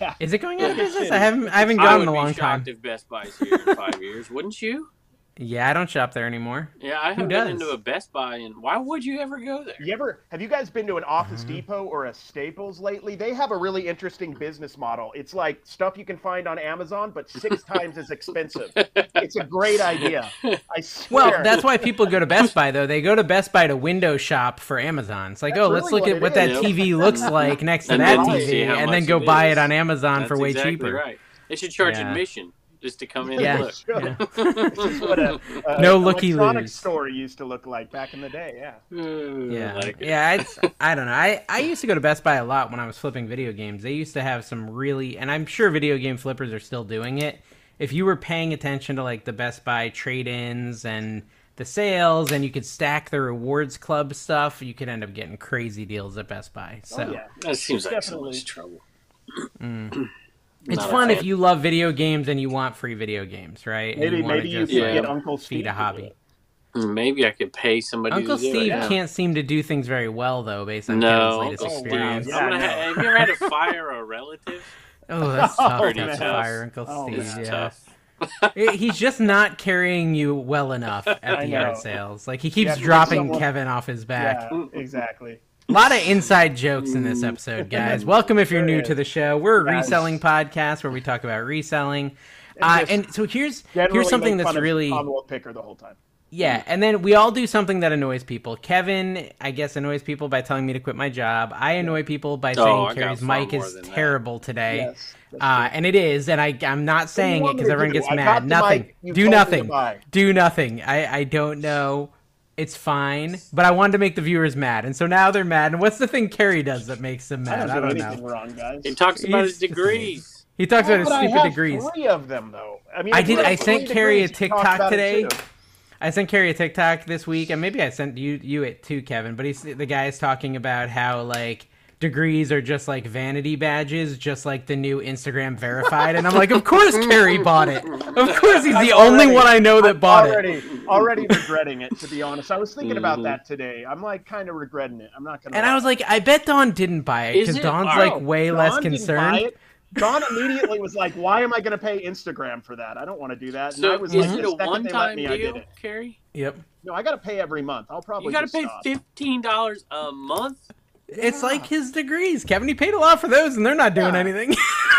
Speaker 3: Yeah,
Speaker 1: Is it going out of
Speaker 2: Yeah.
Speaker 1: business? I haven't I haven't
Speaker 2: I
Speaker 1: gone
Speaker 2: would
Speaker 1: in a
Speaker 2: be
Speaker 1: long time.
Speaker 2: shocked if Best Buy's here in five years, wouldn't you?
Speaker 1: Yeah, I don't shop there anymore.
Speaker 2: Yeah, I haven't
Speaker 1: does?
Speaker 2: been into a Best Buy, and why would you ever go there?
Speaker 3: You ever have you guys been to an Office Depot or a Staples lately? They have a really interesting business model. It's like stuff you can find on Amazon, but six times as expensive. It's a great idea. I swear.
Speaker 1: Well, that's why people go to Best Buy though. They go to Best Buy to window shop for Amazon. It's like,
Speaker 3: That's
Speaker 1: oh, let's
Speaker 3: really
Speaker 1: look
Speaker 3: what
Speaker 1: at
Speaker 3: it
Speaker 1: what
Speaker 3: is.
Speaker 1: that
Speaker 2: Yeah.
Speaker 1: TV looks like next to
Speaker 2: And
Speaker 1: that
Speaker 3: then you
Speaker 1: TV,
Speaker 2: see how
Speaker 1: and then
Speaker 2: much
Speaker 1: go
Speaker 2: it
Speaker 1: buy
Speaker 2: is.
Speaker 1: it on Amazon for
Speaker 2: That's
Speaker 1: way
Speaker 2: exactly
Speaker 1: cheaper.
Speaker 2: Right. They should charge
Speaker 1: Yeah.
Speaker 2: admission just to come in
Speaker 1: Yeah.
Speaker 2: and look.
Speaker 3: Sure.
Speaker 1: Yeah.
Speaker 3: This is what a, a
Speaker 1: No
Speaker 3: an
Speaker 1: looky
Speaker 3: electronics
Speaker 1: loos.
Speaker 3: store used to look like back in the day. Yeah.
Speaker 1: Yeah,
Speaker 2: Like,
Speaker 1: yeah. It's, I don't know. I I used to go to Best Buy a lot when I was flipping video games. They used to have some really, and I'm sure video game flippers are still doing it. If you were paying attention to like the Best Buy trade-ins and the sales, and you could stack the rewards club stuff, you could end up getting crazy deals at Best Buy. So
Speaker 3: Oh yeah.
Speaker 2: That seems like so
Speaker 3: Definitely.
Speaker 2: much trouble.
Speaker 1: it's
Speaker 2: Not a
Speaker 1: fun if
Speaker 2: fan.
Speaker 1: you love video games and you want free video games, right? And
Speaker 3: Maybe
Speaker 1: wanna
Speaker 3: maybe you
Speaker 1: just, uh,
Speaker 3: could
Speaker 2: like,
Speaker 3: get Uncle Steve
Speaker 1: feed
Speaker 3: to
Speaker 1: a
Speaker 3: do
Speaker 1: hobby.
Speaker 3: it.
Speaker 2: Maybe I could pay somebody.
Speaker 1: Uncle
Speaker 2: to do it.
Speaker 1: Steve
Speaker 2: Yeah.
Speaker 1: can't seem to do things very well though, based on
Speaker 2: No,
Speaker 1: Kevin's latest
Speaker 2: Uncle Steve.
Speaker 3: wow.
Speaker 1: experience.
Speaker 2: I'm gonna
Speaker 3: Yeah, I
Speaker 2: ha- have you ever had to fire a relative?
Speaker 1: Oh, that's tough.
Speaker 3: Oh,
Speaker 1: that's
Speaker 2: man.
Speaker 1: fire, Uncle
Speaker 3: Oh,
Speaker 1: Steve.
Speaker 2: It's
Speaker 1: yeah.
Speaker 2: tough.
Speaker 1: It- he's just not carrying you well enough at
Speaker 3: I
Speaker 1: the
Speaker 3: know.
Speaker 1: yard sales. Like he
Speaker 3: have
Speaker 1: keeps
Speaker 3: to give
Speaker 1: dropping
Speaker 3: someone-
Speaker 1: Kevin off his back.
Speaker 3: Yeah, Mm. exactly.
Speaker 1: A lot of inside jokes in this episode, guys. Welcome if you're new to the show. We're a
Speaker 3: Yes.
Speaker 1: reselling podcast where we talk about reselling.
Speaker 3: And
Speaker 1: Uh,
Speaker 3: just
Speaker 1: and so here's
Speaker 3: Generally
Speaker 1: here's something
Speaker 3: make
Speaker 1: that's
Speaker 3: fun of
Speaker 1: really
Speaker 3: Commonwealth picker the whole time.
Speaker 1: Yeah, and then we all do something that annoys people. Kevin, I guess, annoys people by telling me to quit my job. I annoy people by saying
Speaker 2: Oh, I got
Speaker 1: Carrie's
Speaker 2: far
Speaker 1: mic
Speaker 2: more
Speaker 1: is
Speaker 2: than that.
Speaker 1: terrible today.
Speaker 3: Yes, that's
Speaker 1: uh,
Speaker 3: true.
Speaker 1: and it is, and I, I'm not saying
Speaker 3: you
Speaker 1: it
Speaker 3: want me
Speaker 1: because
Speaker 3: to
Speaker 1: everyone
Speaker 3: do?
Speaker 1: gets
Speaker 3: I got
Speaker 1: mad.
Speaker 3: the
Speaker 1: Nothing.
Speaker 3: mic. You
Speaker 1: Do
Speaker 3: told me to
Speaker 1: nothing.
Speaker 3: buy.
Speaker 1: Do nothing. I, I don't know. It's fine, but I wanted to make the viewers mad, and so now they're mad. And what's the thing Carrie does that makes them
Speaker 3: I
Speaker 1: mad?
Speaker 3: don't,
Speaker 1: I
Speaker 3: do
Speaker 1: don't
Speaker 3: anything
Speaker 1: know.
Speaker 3: wrong, guys.
Speaker 2: He talks about
Speaker 1: He's
Speaker 2: his degrees.
Speaker 1: He talks about his
Speaker 3: But I
Speaker 1: stupid
Speaker 3: have
Speaker 1: degrees.
Speaker 3: Three of them, though. I mean,
Speaker 1: I
Speaker 3: if
Speaker 1: did-
Speaker 3: we have
Speaker 1: I sent
Speaker 3: three
Speaker 1: Carrie a
Speaker 3: degrees, we talked
Speaker 1: TikTok
Speaker 3: about it,
Speaker 1: today.
Speaker 3: too.
Speaker 1: I sent Carrie a TikTok this week, and maybe I sent you you it too, Kevin. But he's the guy is talking about how like degrees are just like vanity badges, just like the new Instagram verified. And I'm like, of course Carrie bought it. Of course he's the only
Speaker 3: already-
Speaker 1: one I know that bought it. Mm-hmm.
Speaker 3: already, already regretting it. To be honest, I was thinking about that today. I'm like kind of regretting it. I'm not gonna.
Speaker 1: And I
Speaker 3: lie.
Speaker 1: was like, I bet Dawn didn't buy it
Speaker 2: Is
Speaker 1: because
Speaker 2: it?
Speaker 1: Dawn's
Speaker 2: Oh,
Speaker 1: like way
Speaker 3: Don
Speaker 1: less
Speaker 3: didn't buy
Speaker 1: concerned.
Speaker 3: it. Don immediately was like, "Why am I going to pay Instagram for that? I don't want to do that." And I
Speaker 2: So
Speaker 3: was
Speaker 2: is
Speaker 3: like,
Speaker 2: it
Speaker 3: the
Speaker 2: a
Speaker 3: second they let
Speaker 2: one-time
Speaker 3: me, I did
Speaker 2: deal,
Speaker 3: it.
Speaker 2: Carrie?
Speaker 1: Yep.
Speaker 3: No, I got to pay every month. I'll probably
Speaker 2: You got to
Speaker 3: just
Speaker 2: pay
Speaker 3: stop.
Speaker 2: fifteen dollars a month.
Speaker 1: It's like his degrees, Kevin. He paid a lot for those, and they're not doing
Speaker 3: Yeah.
Speaker 1: anything.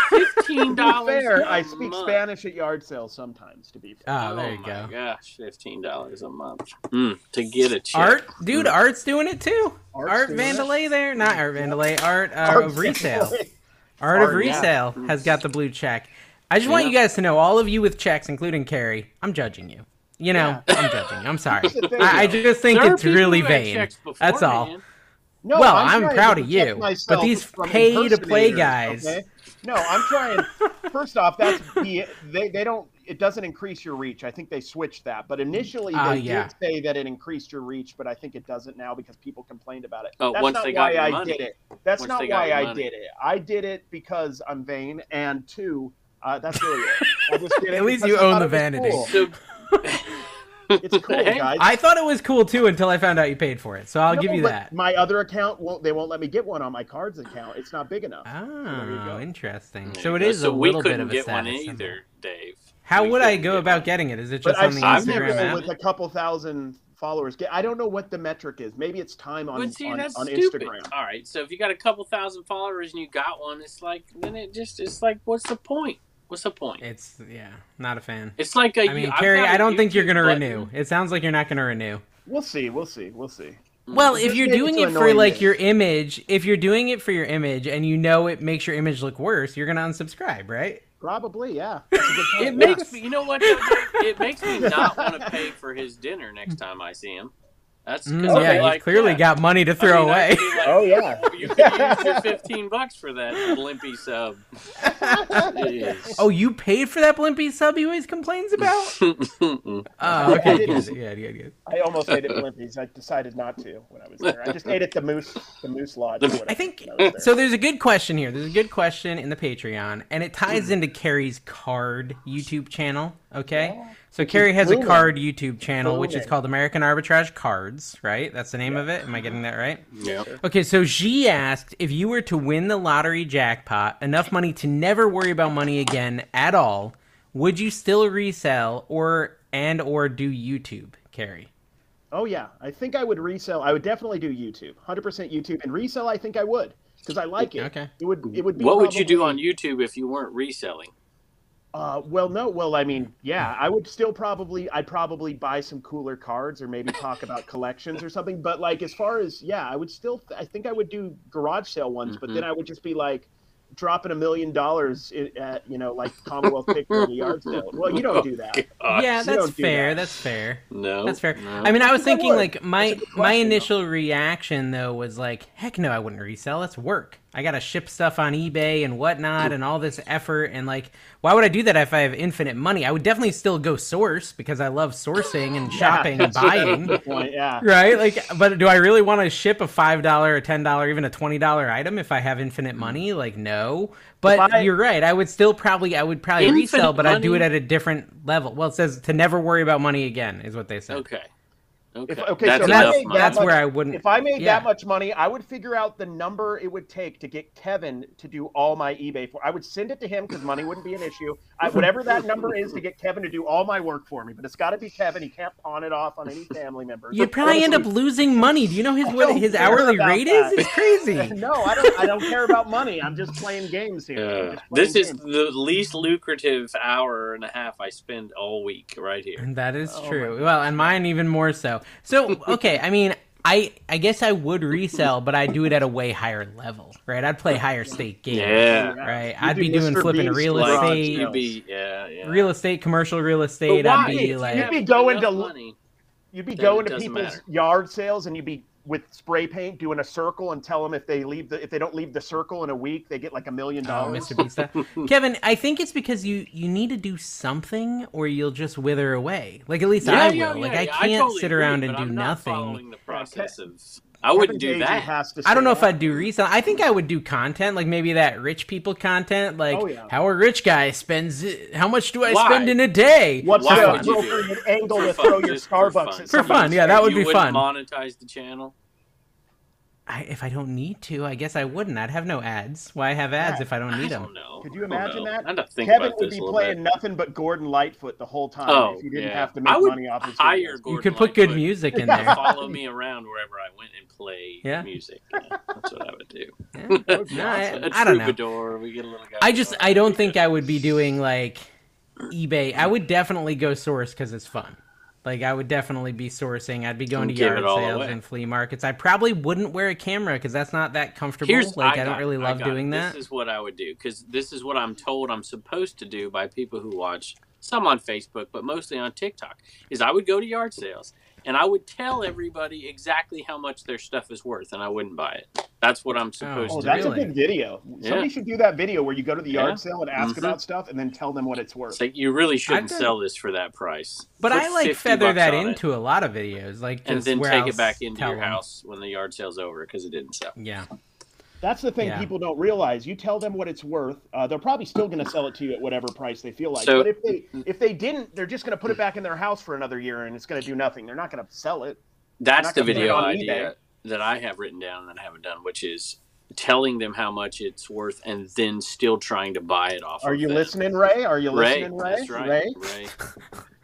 Speaker 2: Fifteen
Speaker 3: To be
Speaker 2: dollars.
Speaker 3: fair, I speak Spanish at yard sales sometimes. To be fair,
Speaker 1: Ah, there you
Speaker 2: Oh my
Speaker 1: go.
Speaker 2: Gosh, fifteen dollars a month Mm, to get a check.
Speaker 1: Art, dude, Art's doing it too.
Speaker 3: Art's
Speaker 1: Art
Speaker 3: doing it.
Speaker 1: Vandalay there, not Art Vandalay. Art, uh, of resale. Art, of
Speaker 3: Art, yeah.
Speaker 1: resale has got the blue check. I just want
Speaker 2: Yeah.
Speaker 1: you guys to know, all of you with checks, including Carrie, I'm judging you. You know, I'm judging you. I'm sorry.
Speaker 3: the thing,
Speaker 1: I, I
Speaker 3: though.
Speaker 1: just think
Speaker 2: There are
Speaker 1: it's
Speaker 2: people
Speaker 1: really
Speaker 2: who had
Speaker 1: vain.
Speaker 2: checks before,
Speaker 1: That's all.
Speaker 2: man.
Speaker 3: No,
Speaker 1: Well, I'm
Speaker 3: trying
Speaker 1: proud
Speaker 3: to
Speaker 1: of you,
Speaker 3: protect
Speaker 1: but
Speaker 3: myself
Speaker 1: these
Speaker 3: from
Speaker 1: pay-to-play
Speaker 3: impersonators,
Speaker 1: guys-
Speaker 3: okay? No, I'm trying. First off, that's the, they they don't. It doesn't increase your reach. I think they switched that, but initially they
Speaker 1: Ah, yeah.
Speaker 3: did say that it increased your reach, but I think it doesn't now because people complained about it.
Speaker 2: Oh,
Speaker 3: that's
Speaker 2: once
Speaker 3: not
Speaker 2: they got
Speaker 3: why
Speaker 2: your
Speaker 3: I
Speaker 2: money.
Speaker 3: did it. That's
Speaker 2: Once
Speaker 3: not
Speaker 2: they got
Speaker 3: why
Speaker 2: your
Speaker 3: I
Speaker 2: money.
Speaker 3: did it. I did it because I'm vain, and two, uh, that's really it. I just did it
Speaker 1: At least
Speaker 3: because
Speaker 1: you
Speaker 3: I
Speaker 1: own
Speaker 3: thought
Speaker 1: the
Speaker 3: it was
Speaker 1: vanity.
Speaker 3: cool.
Speaker 2: So
Speaker 3: It's cool,
Speaker 2: Hey,
Speaker 3: guys.
Speaker 1: I thought it was cool too until I found out you paid for it. So I'll
Speaker 3: No,
Speaker 1: give you
Speaker 3: but
Speaker 1: that.
Speaker 3: My other account won't. They won't let me get one on my cards account. It's not big enough. you
Speaker 1: Oh,
Speaker 3: go.
Speaker 1: interesting.
Speaker 2: There
Speaker 1: So
Speaker 2: you
Speaker 1: it
Speaker 2: go.
Speaker 1: is
Speaker 2: so
Speaker 1: a
Speaker 2: we
Speaker 1: little bit
Speaker 2: couldn't
Speaker 1: of a
Speaker 2: get one
Speaker 1: status symbol.
Speaker 2: either, Dave.
Speaker 1: How
Speaker 2: We
Speaker 1: would I
Speaker 2: couldn't
Speaker 1: go
Speaker 2: get
Speaker 1: about
Speaker 2: one.
Speaker 1: getting it? Is it
Speaker 3: But
Speaker 1: just
Speaker 3: I've
Speaker 1: on the
Speaker 3: seen
Speaker 2: I've never
Speaker 1: Instagram
Speaker 3: people
Speaker 1: app?
Speaker 3: with a couple thousand followers get. I don't know what the metric is. Maybe it's time on
Speaker 2: But see,
Speaker 3: on,
Speaker 2: that's
Speaker 3: on
Speaker 2: stupid.
Speaker 3: Instagram.
Speaker 2: All right, so if you got a couple thousand followers and you got one, it's like then it just it's like what's the point? What's the point?
Speaker 1: It's yeah, not a fan.
Speaker 2: It's like a.
Speaker 1: I mean,
Speaker 2: I've
Speaker 1: Carrie,
Speaker 2: got a
Speaker 1: I don't think you're
Speaker 2: YouTube
Speaker 1: gonna
Speaker 2: button.
Speaker 1: renew. It sounds like you're not gonna renew.
Speaker 3: We'll see. We'll see. We'll see.
Speaker 1: Well, if
Speaker 3: Just
Speaker 1: you're
Speaker 3: make it
Speaker 1: doing
Speaker 3: to
Speaker 1: it for
Speaker 3: annoy
Speaker 1: like
Speaker 3: me.
Speaker 1: your image, if you're doing it for your image and you know it makes your image look worse, you're gonna unsubscribe, right?
Speaker 3: Probably, yeah. That's a good point,
Speaker 2: It
Speaker 3: yeah.
Speaker 2: makes me, you know what? though, Dave? It makes me not want to pay for his dinner next time I see him. That's
Speaker 1: Mm,
Speaker 2: 'cause I'll be
Speaker 1: yeah, you
Speaker 2: like,
Speaker 1: clearly
Speaker 2: yeah,
Speaker 1: got money to
Speaker 2: I mean,
Speaker 1: throw
Speaker 2: I'd
Speaker 1: away.
Speaker 2: be like,
Speaker 3: Oh yeah.
Speaker 2: You could use your fifteen bucks for that blimpy sub. Jeez.
Speaker 1: Oh, you paid for that blimpy sub he always complains about? Oh,
Speaker 3: Yeah, I
Speaker 1: okay,
Speaker 3: didn't.
Speaker 1: good, good, good, good.
Speaker 3: I almost ate at Blimpies. I decided not to when I was there. I just ate at the Moose, the Moose Lodge. or whatever
Speaker 1: I think
Speaker 3: when I was there.
Speaker 1: so. There's a good question here. There's a good question in the Patreon, and it ties into Carrie's card YouTube channel. Okay, so Carrie has a
Speaker 3: booming.
Speaker 1: card YouTube channel, which is
Speaker 3: Booming.
Speaker 1: called American Arbitrage Cards. Right, that's the name of it. Am I getting that right?
Speaker 2: yeah.
Speaker 1: Okay, so she asked if you were to win the lottery jackpot, enough money to never worry about money again at all, would you still resell or and or do YouTube, Carrie?
Speaker 3: Oh yeah, I think I would resell. I would definitely do YouTube, hundred percent YouTube, and resell. I think I would because I like it.
Speaker 1: Okay.
Speaker 3: It would. It would be.
Speaker 2: What would you do
Speaker 3: probably-
Speaker 2: on YouTube if you weren't reselling?
Speaker 3: Uh, well, no. Well, I mean, yeah, I would still probably, I'd probably buy some cooler cards or maybe talk about collections or something. But like, as far as yeah, I would still, I think I would do garage sale ones, but then I would just be like dropping a million dollars i- at you know like Commonwealth Picker at a yard sale. Well, you don't do that.
Speaker 2: Uh,
Speaker 1: yeah,
Speaker 3: you
Speaker 1: that's
Speaker 3: don't do
Speaker 1: fair.
Speaker 3: that.
Speaker 1: That's fair.
Speaker 2: No,
Speaker 1: That's fair.
Speaker 2: Oh, no.
Speaker 1: I mean, I was thinking
Speaker 3: would.
Speaker 1: like my
Speaker 3: That's a good
Speaker 1: my
Speaker 3: question, though.
Speaker 1: initial reaction though was like, heck no, I wouldn't resell. That's work. I gotta ship stuff on eBay and whatnot, and all this effort. And like, why would I do that if I have infinite money? I would definitely still go source because I love sourcing and shopping and buying.
Speaker 3: Point, yeah.
Speaker 1: Right, like, but do I really want to ship a five dollar, a ten dollar, even a twenty dollar item if I have infinite
Speaker 2: Mm.
Speaker 1: money? Like, no. But
Speaker 3: If I-
Speaker 1: you're right. I would still probably, I would probably
Speaker 2: Infinite
Speaker 1: resell, but I'd do it
Speaker 2: money-
Speaker 1: at a different level. Well, it says to never worry about money again, is what they said.
Speaker 2: okay. Okay.
Speaker 3: If- okay,
Speaker 2: that's
Speaker 3: so
Speaker 1: And
Speaker 2: enough.
Speaker 3: that-
Speaker 1: that's,
Speaker 2: money.
Speaker 1: that's
Speaker 3: much-
Speaker 1: where I wouldn't.
Speaker 3: If I made
Speaker 1: Yeah.
Speaker 3: that much money, I would figure out the number it would take to get Kevin to do all my eBay for. I would send it to him because money wouldn't be an issue. I, whatever that number is to get Kevin to do all my work for me, but it's got to be Kevin. He can't pawn it off on any family members.
Speaker 1: You'd probably end up losing money. Do you know his
Speaker 3: I
Speaker 1: what
Speaker 3: don't
Speaker 1: his
Speaker 3: care
Speaker 1: hourly
Speaker 3: about
Speaker 1: rate is?
Speaker 3: that.
Speaker 1: It's crazy.
Speaker 3: no, I don't. I don't care about money. I'm just playing games here. I'm
Speaker 2: Uh,
Speaker 3: just playing
Speaker 2: this is
Speaker 3: games.
Speaker 2: the least lucrative hour and a half I spend all week right here.
Speaker 1: That is
Speaker 3: Oh my
Speaker 1: true. Well, and mine even more so. So okay, I mean, I I guess I would resell, but I do it at a way higher level, right? I'd play higher stake games.
Speaker 2: Yeah.
Speaker 1: Right,
Speaker 3: You
Speaker 1: I'd
Speaker 3: do
Speaker 1: be doing
Speaker 3: Mr.
Speaker 1: flipping
Speaker 3: Beast
Speaker 1: real
Speaker 3: garage
Speaker 2: Like,
Speaker 1: estate.
Speaker 2: you'd
Speaker 3: sales.
Speaker 2: be, yeah, yeah.
Speaker 1: Real estate, commercial real estate.
Speaker 2: But
Speaker 1: I'd
Speaker 2: why?
Speaker 1: be
Speaker 2: You'd
Speaker 1: like,
Speaker 3: You'd
Speaker 2: have
Speaker 3: be going
Speaker 2: enough
Speaker 3: to l-
Speaker 2: money.
Speaker 3: You'd be
Speaker 2: Then
Speaker 3: going
Speaker 2: it
Speaker 3: to
Speaker 2: doesn't
Speaker 3: people's
Speaker 2: matter.
Speaker 3: yard sales and you'd be with spray paint doing a circle and tell them if they leave the if they don't leave the circle in a week they get like a million
Speaker 1: oh,
Speaker 3: dollars.
Speaker 1: Mr. Beast. Kevin, I think it's because you you need to do something, or you'll just wither away. Like at least I will. like I can't
Speaker 2: totally
Speaker 1: sit
Speaker 2: agree,
Speaker 1: around and
Speaker 2: but
Speaker 1: do
Speaker 2: I'm not
Speaker 1: nothing.
Speaker 2: following the process of, I wouldn't do
Speaker 3: Kevin Bacon
Speaker 2: that.
Speaker 3: has to
Speaker 1: I don't
Speaker 3: say
Speaker 1: know if
Speaker 3: that.
Speaker 1: I'd do resell. I think I would do content, like maybe that rich people content, like
Speaker 3: Oh, yeah.
Speaker 1: how a rich guy spends. How much do I
Speaker 2: Why?
Speaker 1: spend in a day?
Speaker 3: What's
Speaker 2: Why
Speaker 3: the
Speaker 2: would you do
Speaker 3: appropriate angle
Speaker 2: For
Speaker 3: to
Speaker 2: fun,
Speaker 3: throw your
Speaker 2: just for
Speaker 3: Starbucks
Speaker 2: fun.
Speaker 3: at
Speaker 1: For
Speaker 3: somebody?
Speaker 1: fun, yeah, that would
Speaker 2: you
Speaker 1: be
Speaker 2: wouldn't
Speaker 1: fun.
Speaker 2: Monetize the channel.
Speaker 1: I, if I don't need to, I guess I wouldn't. I'd have no ads. Why have ads
Speaker 3: Right.
Speaker 1: if I don't
Speaker 2: I
Speaker 1: need
Speaker 2: don't
Speaker 1: them?
Speaker 2: know.
Speaker 3: Could you
Speaker 2: I don't
Speaker 3: imagine
Speaker 2: know.
Speaker 3: that?
Speaker 2: I'd have to think
Speaker 3: Kevin
Speaker 2: about
Speaker 3: would
Speaker 2: this
Speaker 3: be
Speaker 2: a little
Speaker 3: playing
Speaker 2: bit.
Speaker 3: nothing but Gordon Lightfoot the whole time
Speaker 2: Oh,
Speaker 3: if you didn't
Speaker 2: yeah.
Speaker 3: have to
Speaker 2: I
Speaker 3: make
Speaker 2: would
Speaker 3: money off his
Speaker 2: hire
Speaker 3: videos.
Speaker 2: Gordon
Speaker 1: You could put good
Speaker 2: Lightfoot
Speaker 1: music in
Speaker 2: to
Speaker 1: there.
Speaker 2: follow me around wherever I went and play
Speaker 1: Yeah.
Speaker 2: music. Yeah, that's what I would do.
Speaker 1: Yeah.
Speaker 3: That would be
Speaker 1: No,
Speaker 3: awesome.
Speaker 1: I-
Speaker 2: A
Speaker 1: I don't know.
Speaker 2: troubadour. We get a little guy.
Speaker 1: I just I don't think I would be doing like eBay. I would definitely go source because it's fun. Like I would definitely be sourcing. I'd be going to
Speaker 2: Give it
Speaker 1: yard
Speaker 2: all
Speaker 1: sales
Speaker 2: away.
Speaker 1: and flea markets. I probably wouldn't wear a camera because that's not that comfortable. like I,
Speaker 2: got
Speaker 1: don't
Speaker 2: it,
Speaker 1: really love
Speaker 2: got it.
Speaker 1: doing that.
Speaker 2: This is what I would do because this is what I'm told I'm supposed to do by people who watch some on Facebook, but mostly on TikTok. Is I would go to yard sales and I would tell everybody exactly how much their stuff is worth, and I wouldn't buy it. That's what I'm supposed
Speaker 3: Oh,
Speaker 2: to
Speaker 3: that's
Speaker 2: do.
Speaker 1: Really?
Speaker 3: a good video.
Speaker 2: Yeah.
Speaker 3: Somebody should do that video where you go to the yard
Speaker 2: Yeah.
Speaker 3: sale and ask
Speaker 2: Mhm.
Speaker 3: about stuff and then tell them what it's worth.
Speaker 2: It's like you really shouldn't
Speaker 1: done-
Speaker 2: sell this for that price.
Speaker 1: but
Speaker 2: Put
Speaker 1: I like
Speaker 2: 50
Speaker 1: feather
Speaker 2: bucks
Speaker 1: that
Speaker 2: on it
Speaker 1: into a lot of videos, like just
Speaker 2: and then
Speaker 1: where
Speaker 2: take
Speaker 1: I'll
Speaker 2: it back into
Speaker 1: tell
Speaker 2: your
Speaker 1: 'em.
Speaker 2: house when the yard sale's over because it didn't sell.
Speaker 1: Yeah,
Speaker 3: That's the thing
Speaker 1: Yeah.
Speaker 3: people don't realize. You tell them what it's worth. Uh, they're probably still going to sell it to you at whatever price they feel like.
Speaker 2: So-
Speaker 3: but if they if they didn't, they're just going to put it back in their house for another year and it's going to do nothing. They're not going to sell it.
Speaker 2: That's
Speaker 3: not
Speaker 2: the
Speaker 3: gonna put it
Speaker 2: video
Speaker 3: on
Speaker 2: idea that I have written down that I haven't done, which is telling them how much it's worth and then still trying to buy it off.
Speaker 3: Are
Speaker 2: of
Speaker 3: you
Speaker 2: them.
Speaker 3: listening, Ray? Are you
Speaker 2: Ray,
Speaker 3: listening, Ray?
Speaker 2: that's right.
Speaker 3: Ray?
Speaker 2: Ray.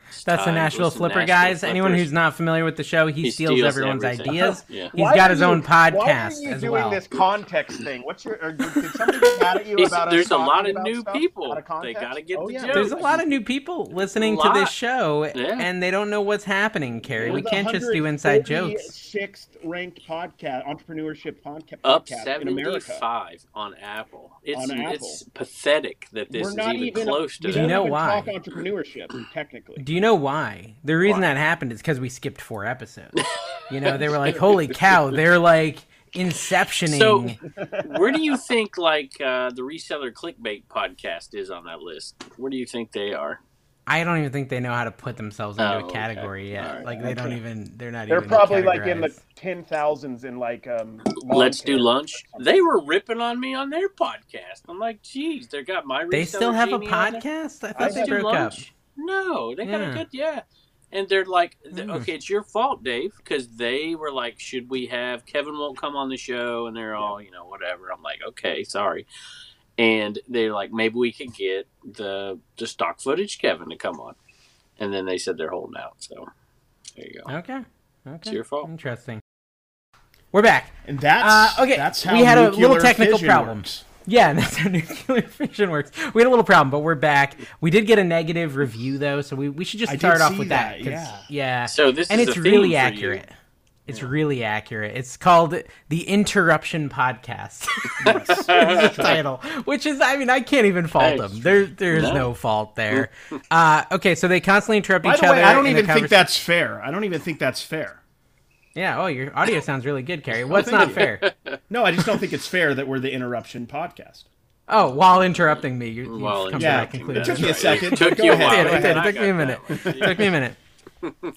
Speaker 2: It's
Speaker 1: that's the
Speaker 2: time.
Speaker 1: Nashville
Speaker 2: Listen,
Speaker 1: Flipper,
Speaker 2: Nashville
Speaker 1: guys. Anyone
Speaker 2: Flippers.
Speaker 1: who's not familiar with the show, he,
Speaker 2: He
Speaker 1: steals,
Speaker 2: steals
Speaker 1: everyone's
Speaker 2: everything.
Speaker 1: ideas.
Speaker 2: Yeah.
Speaker 1: He's
Speaker 3: Why
Speaker 1: got
Speaker 3: are
Speaker 1: his own
Speaker 3: you- why are
Speaker 1: podcast
Speaker 3: you
Speaker 1: as
Speaker 3: doing
Speaker 1: well.
Speaker 3: this context thing? What's your? Or did somebody get mad at you
Speaker 2: He's-
Speaker 3: about? us
Speaker 2: there's a
Speaker 3: talking
Speaker 2: lot of
Speaker 3: about
Speaker 2: new
Speaker 3: stuff
Speaker 2: people.
Speaker 3: out of
Speaker 2: They gotta
Speaker 3: context?
Speaker 2: get
Speaker 3: oh,
Speaker 2: the
Speaker 3: yeah.
Speaker 2: joke.
Speaker 1: There's a lot of new people listening to
Speaker 2: lot.
Speaker 1: this show,
Speaker 2: Yeah.
Speaker 1: and they don't know what's happening, Carrie.
Speaker 3: We're
Speaker 1: We
Speaker 3: the
Speaker 1: can't just do inside jokes.
Speaker 3: 146th ranked podcast, entrepreneurship podca-
Speaker 2: Up
Speaker 3: podcast in America.
Speaker 2: 75 on Apple. It's,
Speaker 3: On Apple.
Speaker 2: it's pathetic that this
Speaker 3: We're
Speaker 2: is
Speaker 3: not
Speaker 2: even, close to
Speaker 3: we
Speaker 1: Do
Speaker 2: that.
Speaker 1: you
Speaker 3: don't
Speaker 1: know
Speaker 3: even
Speaker 1: why?
Speaker 3: Talk entrepreneurship, technically.
Speaker 1: Do you know why? The reason
Speaker 2: Why?
Speaker 1: that happened is because we skipped four episodes. you know, they were like, "Holy cow!" They're like inceptioning.
Speaker 2: So- Where do you think like uh, the reseller clickbait podcast is on that list? Where do you think they are?
Speaker 1: I don't even think they know how to put themselves
Speaker 2: Oh,
Speaker 1: into a
Speaker 2: okay.
Speaker 1: category yet.
Speaker 2: All right.
Speaker 1: Like they don't
Speaker 3: Okay.
Speaker 1: even. They're not.
Speaker 3: They're
Speaker 1: even
Speaker 3: probably like in the
Speaker 1: categorized.
Speaker 3: ten thousands in like um. lawn
Speaker 2: Let's do
Speaker 3: care.
Speaker 2: lunch. They were ripping on me on their podcast. I'm like, geez, they got my.
Speaker 1: They
Speaker 2: reseller
Speaker 1: still have a
Speaker 2: genie on there.
Speaker 1: podcast. I thought
Speaker 3: Let's
Speaker 1: they
Speaker 2: Let's do
Speaker 1: broke up.
Speaker 2: lunch. No, they got
Speaker 1: Yeah.
Speaker 2: a good yeah. And they're like, th-
Speaker 1: Mm.
Speaker 2: okay, it's your fault, Dave, because they were like, should we have Kevin won't come on the show, and they're all you know whatever. I'm like, okay, sorry. And they're like, maybe we could get the the stock footage Kevin to come on, and then they said they're holding out. So there you go.
Speaker 1: Okay. Okay. It's
Speaker 2: your fault.
Speaker 1: Interesting. We're back.
Speaker 4: And that's
Speaker 1: Uh, okay,
Speaker 4: That's
Speaker 1: we
Speaker 4: how
Speaker 1: had a
Speaker 4: nuclear
Speaker 1: little technical
Speaker 4: fission
Speaker 1: problem.
Speaker 4: works.
Speaker 1: Yeah, and that's how nuclear fission works. We had a little problem, but we're back. We did get a negative review though, so we, we should just
Speaker 4: I did
Speaker 1: start off
Speaker 4: see
Speaker 1: with that.
Speaker 4: that,
Speaker 1: 'cause- yeah.
Speaker 2: So this
Speaker 1: and
Speaker 2: is
Speaker 1: it's
Speaker 2: a theme
Speaker 1: really
Speaker 2: for you.
Speaker 1: accurate. It's really accurate. It's called the Interruption Podcast. Is the title, which is, I mean, I can't even fault
Speaker 2: Thanks.
Speaker 1: them. There, there is no.
Speaker 2: No.
Speaker 1: fault there. uh, okay, so they constantly interrupt
Speaker 4: By
Speaker 1: each
Speaker 4: the
Speaker 1: other.
Speaker 4: way, I don't
Speaker 1: in the
Speaker 4: even think
Speaker 1: conversa-
Speaker 4: that's fair. I don't even think that's fair.
Speaker 1: Yeah. Oh, your audio sounds really good, Carrie. What's
Speaker 4: thank
Speaker 1: not
Speaker 4: you.
Speaker 1: fair?
Speaker 4: No, I just don't think it's fair that we're the interruption podcast.
Speaker 1: Oh, while interrupting me, you, you've
Speaker 2: Well,
Speaker 1: come
Speaker 4: yeah,
Speaker 1: to that conclusion.
Speaker 4: it took me a
Speaker 2: That's right.
Speaker 4: second.
Speaker 2: It took
Speaker 4: Go
Speaker 2: you a
Speaker 4: ahead,
Speaker 2: while.
Speaker 1: It did,
Speaker 4: go
Speaker 1: it did.
Speaker 4: ahead.
Speaker 1: It
Speaker 2: I
Speaker 1: took me a
Speaker 2: got
Speaker 1: minute.
Speaker 2: that one.
Speaker 1: took me a minute.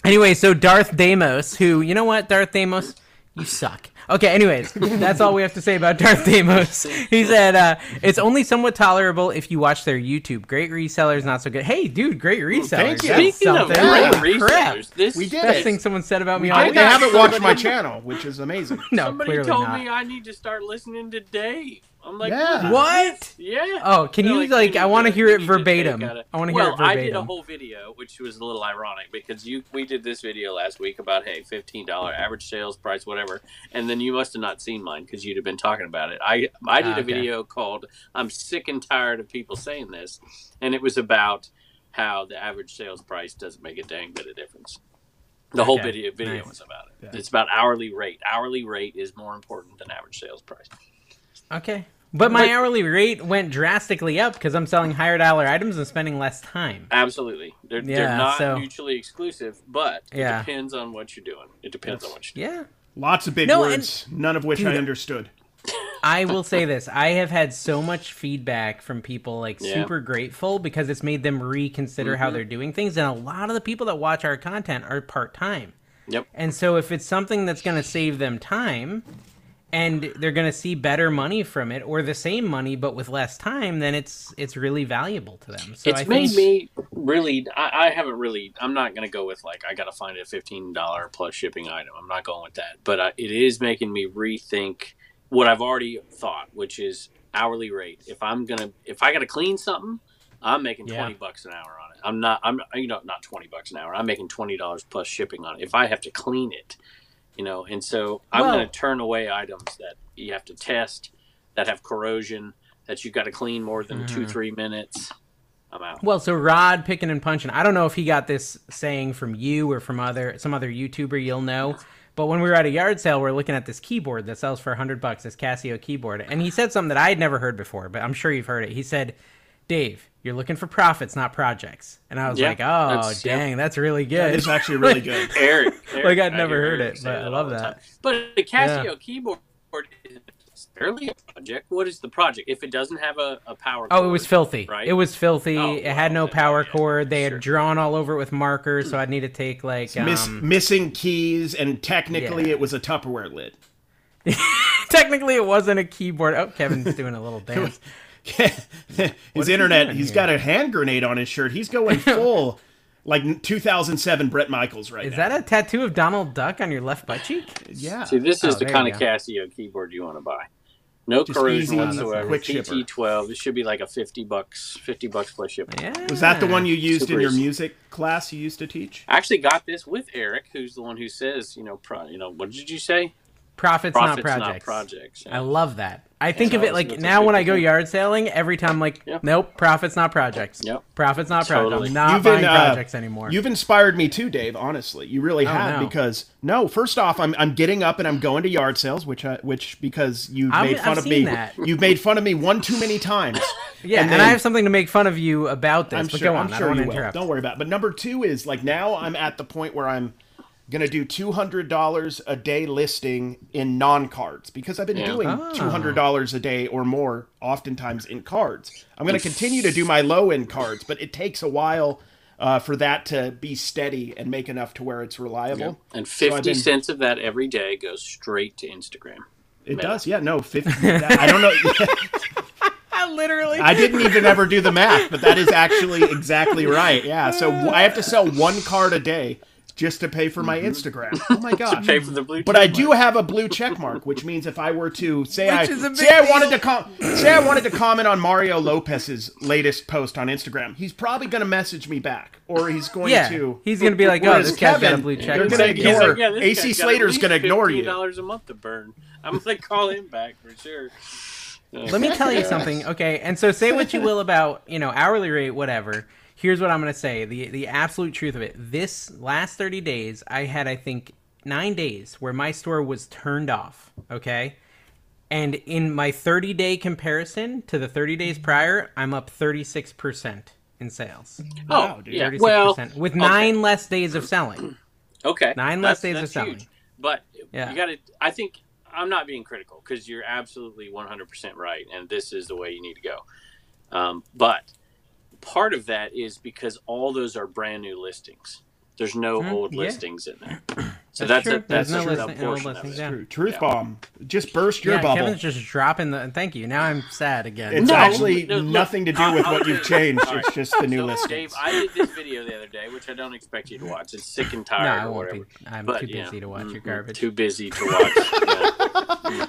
Speaker 1: Anyway, so Darth Damos, who you know what, Darth Damos, You suck. Okay, anyways, that's all we have to say about Darth Damos. He said, uh, it's only somewhat tolerable if you watch their YouTube. Great resellers, not so good. Hey, dude, great resellers.
Speaker 3: thank you.
Speaker 1: That's
Speaker 2: Speaking of
Speaker 1: something.
Speaker 3: Yeah.
Speaker 2: great
Speaker 1: Holy crap.
Speaker 2: resellers, this
Speaker 3: We did
Speaker 1: Best
Speaker 3: it.
Speaker 1: thing someone said about me all
Speaker 3: I,
Speaker 2: I
Speaker 1: week.
Speaker 3: they
Speaker 2: got
Speaker 3: haven't
Speaker 2: so
Speaker 3: watched my
Speaker 5: many-
Speaker 3: channel, which is amazing.
Speaker 1: No,
Speaker 2: somebody
Speaker 1: clearly
Speaker 2: told
Speaker 1: not.
Speaker 2: me I need to start listening today. I'm like,
Speaker 3: Yeah.
Speaker 1: What?
Speaker 2: Yeah.
Speaker 1: Oh, can
Speaker 2: They're
Speaker 1: you,
Speaker 2: like,
Speaker 1: like,
Speaker 2: you
Speaker 1: I wanna
Speaker 2: need
Speaker 1: hear
Speaker 2: you
Speaker 1: it
Speaker 2: need take
Speaker 1: verbatim.
Speaker 2: out a-
Speaker 1: I wanna hear
Speaker 2: well,
Speaker 1: it
Speaker 2: I did a
Speaker 1: verbatim.
Speaker 2: whole video, which was a little ironic because you we did this video last week about hey, fifteen dollar average sales price, whatever, and then you must have not seen mine because you'd have been talking about it. I I did
Speaker 1: Ah, okay.
Speaker 2: a video called "I'm sick and tired of people saying this," and it was about how the average sales price doesn't make a dang bit of difference. The whole
Speaker 1: Okay,
Speaker 2: video video
Speaker 1: nice.
Speaker 2: was about it.
Speaker 3: Yeah.
Speaker 2: It's about hourly rate. Hourly rate is more important than average sales price.
Speaker 1: Okay. But my
Speaker 2: But-
Speaker 1: hourly rate went drastically up because I'm selling higher dollar items and spending less time.
Speaker 2: Absolutely. They're,
Speaker 1: Yeah,
Speaker 2: they're not
Speaker 1: so-
Speaker 2: mutually exclusive, but
Speaker 1: Yeah.
Speaker 2: it depends on what you're doing. It depends on what you're
Speaker 1: Yeah.
Speaker 3: Lots of big
Speaker 1: No,
Speaker 3: words, none of which
Speaker 1: Dude,
Speaker 3: I understood.
Speaker 1: I will say this. I have had so much feedback from people like
Speaker 2: Yeah. Mm-hmm.
Speaker 1: super grateful because it's made them reconsider how they're doing things and a lot of the people that watch our content are part-time.
Speaker 2: Yep.
Speaker 1: And so if it's something that's going to save them time and they're going to see better money from it or the same money but with less time, then it's it's really valuable to them. So
Speaker 2: it's
Speaker 1: I
Speaker 2: made
Speaker 1: think
Speaker 2: me really. I, I haven't really. I'm not going to go with like I got to find a fifteen dollar plus shipping item. I'm not going with that. But I, it is making me rethink what I've already thought, which is hourly rate. If I'm gonna, if I got to clean something, I'm making
Speaker 1: Yeah.
Speaker 2: twenty bucks an hour on it. I'm not. I'm you know not twenty bucks an hour. I'm making twenty dollars plus shipping on it. If I have to clean it, you know. And so I'm
Speaker 1: Well-
Speaker 2: going to turn away items that you have to test, that have corrosion, that you got to clean more than two
Speaker 1: Mhm.
Speaker 2: three minutes. I'm out.
Speaker 1: Well, so Rod picking and punching. I don't know if he got this saying from you or from other some other YouTuber you'll know. But when we were at a yard sale, we are looking at this keyboard that sells for hundred bucks, this Casio keyboard, and he said something that I had never heard before, but I'm sure you've heard it. He said, "Dave, you're looking for profits, not projects." And I was
Speaker 2: Yeah,
Speaker 1: like, "Oh,
Speaker 2: that's- yeah.
Speaker 1: dang, that's really good."
Speaker 3: It's actually really good.
Speaker 2: Eric. Eric
Speaker 1: Like, I'd
Speaker 2: I
Speaker 1: never
Speaker 2: hear
Speaker 1: heard
Speaker 2: Eric
Speaker 1: it,
Speaker 2: say
Speaker 1: but I
Speaker 2: all
Speaker 1: love
Speaker 2: the
Speaker 1: that.
Speaker 2: time. But the Casio keyboard is barely a project. What is the project? If it doesn't have a, a power
Speaker 1: Oh, it was
Speaker 2: cord,
Speaker 1: filthy.
Speaker 2: right?
Speaker 1: It was filthy.
Speaker 2: Oh,
Speaker 1: it had no
Speaker 2: well, then,
Speaker 1: power
Speaker 2: yeah,
Speaker 1: cord. They
Speaker 2: sure.
Speaker 1: had drawn all over it with markers, so I'd need to take like um,
Speaker 3: Miss, missing keys, and technically
Speaker 1: Yeah.
Speaker 3: it was a Tupperware lid.
Speaker 1: technically it wasn't a keyboard. Oh, Kevin's doing a little dance.
Speaker 3: his internet, he's got a hand grenade on his shirt. He's going full, like 2007 Brett Michaels right
Speaker 1: Is
Speaker 3: now.
Speaker 1: that a tattoo of Donald Duck on your left butt cheek?
Speaker 3: yeah.
Speaker 2: See, this is
Speaker 1: Oh,
Speaker 2: the
Speaker 1: there
Speaker 2: kind
Speaker 1: you
Speaker 2: of
Speaker 1: go.
Speaker 2: Casio keyboard you want to buy. No
Speaker 3: Just
Speaker 2: corrosion
Speaker 3: easy,
Speaker 2: whatsoever.
Speaker 3: quick shipper.
Speaker 2: PT twelve. It should be like a fifty bucks. Fifty bucks plus shipping.
Speaker 1: Yeah.
Speaker 3: Was that the one you used in
Speaker 2: Super
Speaker 3: your
Speaker 2: easy.
Speaker 3: music class you used to teach?
Speaker 2: I actually got this with Eric, who's the one who says, you know, pro, you know, what did you say?
Speaker 1: Profits,
Speaker 2: Profits,
Speaker 1: not projects.
Speaker 2: not projects.
Speaker 1: I love that. I think
Speaker 2: so
Speaker 1: of it
Speaker 2: it's-
Speaker 1: like
Speaker 2: it's a
Speaker 1: now when I go
Speaker 2: fifty-fifty.
Speaker 1: yard selling, every time like,
Speaker 2: Yeah.
Speaker 1: nope, profits, not projects.
Speaker 2: Yep.
Speaker 1: Profits, not projects.
Speaker 2: Totally.
Speaker 1: I'm not
Speaker 3: You've
Speaker 1: buying
Speaker 3: been, uh,
Speaker 1: projects anymore. Oh,
Speaker 3: You've inspired me too, Dave. Honestly, you really have
Speaker 1: no.
Speaker 3: because no. First off, I'm I'm getting up and I'm going to yard sales, which I which because you
Speaker 1: I've-
Speaker 3: made fun
Speaker 1: I've
Speaker 3: of me.
Speaker 1: seen that.
Speaker 3: You've made fun of me one too many times.
Speaker 1: yeah, and,
Speaker 3: and then-
Speaker 1: I have something to make fun of you about this,
Speaker 3: I'm
Speaker 1: but
Speaker 3: sure.
Speaker 1: go on.
Speaker 3: I'm
Speaker 1: I
Speaker 3: sure
Speaker 1: don't
Speaker 3: you
Speaker 1: want to
Speaker 3: will.
Speaker 1: interrupt.
Speaker 3: Don't worry about. it. But number two is like now I'm at the point where I'm gonna do two hundred dollars a day listing in non cards because I've been
Speaker 2: Yeah.
Speaker 3: doing
Speaker 1: Oh.
Speaker 3: two hundred dollars a day or more, oftentimes in cards. I'm gonna continue to do my low end cards, but it takes a while. Uh, for that to be steady and make enough to where it's reliable,
Speaker 2: And
Speaker 3: So I've
Speaker 2: fifty
Speaker 3: been-
Speaker 2: cents of that every day goes straight to Instagram.
Speaker 3: It does, yeah. No, 50, that- I don't know.
Speaker 1: I literally
Speaker 3: I didn't even ever do the math, but that is actually exactly right. Yeah, so I have to sell one card a day just to pay for my Instagram. Oh my
Speaker 1: Mm.
Speaker 3: gosh.
Speaker 2: Mm-hmm. Pay for the blue.
Speaker 3: But I do have a blue check mark, which means if I were to say I
Speaker 1: Which is a big
Speaker 3: say I
Speaker 1: deal.
Speaker 3: wanted to com- say I wanted to comment on Mario Lopez's latest post on Instagram, he's probably going to message me back, or he's going
Speaker 1: Yeah.
Speaker 3: to.
Speaker 1: He's gonna be like, Oh,
Speaker 3: Whereas
Speaker 1: this guy's got a
Speaker 3: Kevin,
Speaker 1: blue check.
Speaker 3: they're
Speaker 1: mark.
Speaker 3: gonna
Speaker 2: He's like,
Speaker 3: ignore-
Speaker 2: yeah, this
Speaker 3: AC
Speaker 2: guy's got
Speaker 3: Slater's
Speaker 2: at least
Speaker 3: gonna ignore you.
Speaker 2: $15 a month to burn. I'm gonna call him back for sure.
Speaker 1: Let me tell you something, okay? And so say what you will about, you know, hourly rate, whatever. Here's what I'm going to say. The the absolute truth of it. This last 30 days, I had I think 9 days where my store was turned off, okay? And in my 30-day comparison to the 30 days
Speaker 2: Mm-hmm.
Speaker 1: prior, I'm up 36% in sales.
Speaker 2: Oh,
Speaker 3: dude.
Speaker 2: yeah.
Speaker 1: 36%
Speaker 2: Well,
Speaker 1: with
Speaker 2: okay.
Speaker 1: 9 less days of selling.
Speaker 2: okay,
Speaker 1: Nine less
Speaker 2: That's-
Speaker 1: days of
Speaker 2: that's
Speaker 1: selling.
Speaker 2: huge. But
Speaker 1: Yeah.
Speaker 2: you got to. I think I'm not being critical because you're absolutely 100 percent right, and this is the way you need to go. Um, but part of that is because all those are brand new listings. There's no old
Speaker 1: Mm-hmm. yeah.
Speaker 2: listings in there, So
Speaker 1: That's
Speaker 2: that's,
Speaker 1: true.
Speaker 2: a that's
Speaker 1: There's no
Speaker 2: a true
Speaker 1: listening- no
Speaker 2: portion of
Speaker 1: listening,
Speaker 2: it.
Speaker 1: yeah.
Speaker 3: True. Truth bomb. Just burst your
Speaker 1: yeah,
Speaker 3: bubble.
Speaker 1: Kevin's just dropping the. Thank you. Now I'm sad again.
Speaker 3: It's
Speaker 2: No,
Speaker 3: actually
Speaker 2: no, look,
Speaker 3: nothing to do with
Speaker 2: I'll-
Speaker 3: what you've changed.
Speaker 2: All right.
Speaker 3: It's just the new
Speaker 2: So,
Speaker 3: list.
Speaker 2: Dave, I did this video the other day, which I don't expect you to watch. It's sick and
Speaker 1: no,
Speaker 2: tired
Speaker 1: I
Speaker 2: or
Speaker 1: won't
Speaker 2: whatever.
Speaker 1: be. I'm
Speaker 2: But,
Speaker 1: too
Speaker 2: yeah.
Speaker 1: busy to watch your
Speaker 2: Mhm.
Speaker 1: garbage.
Speaker 2: Too busy to watch. Yeah.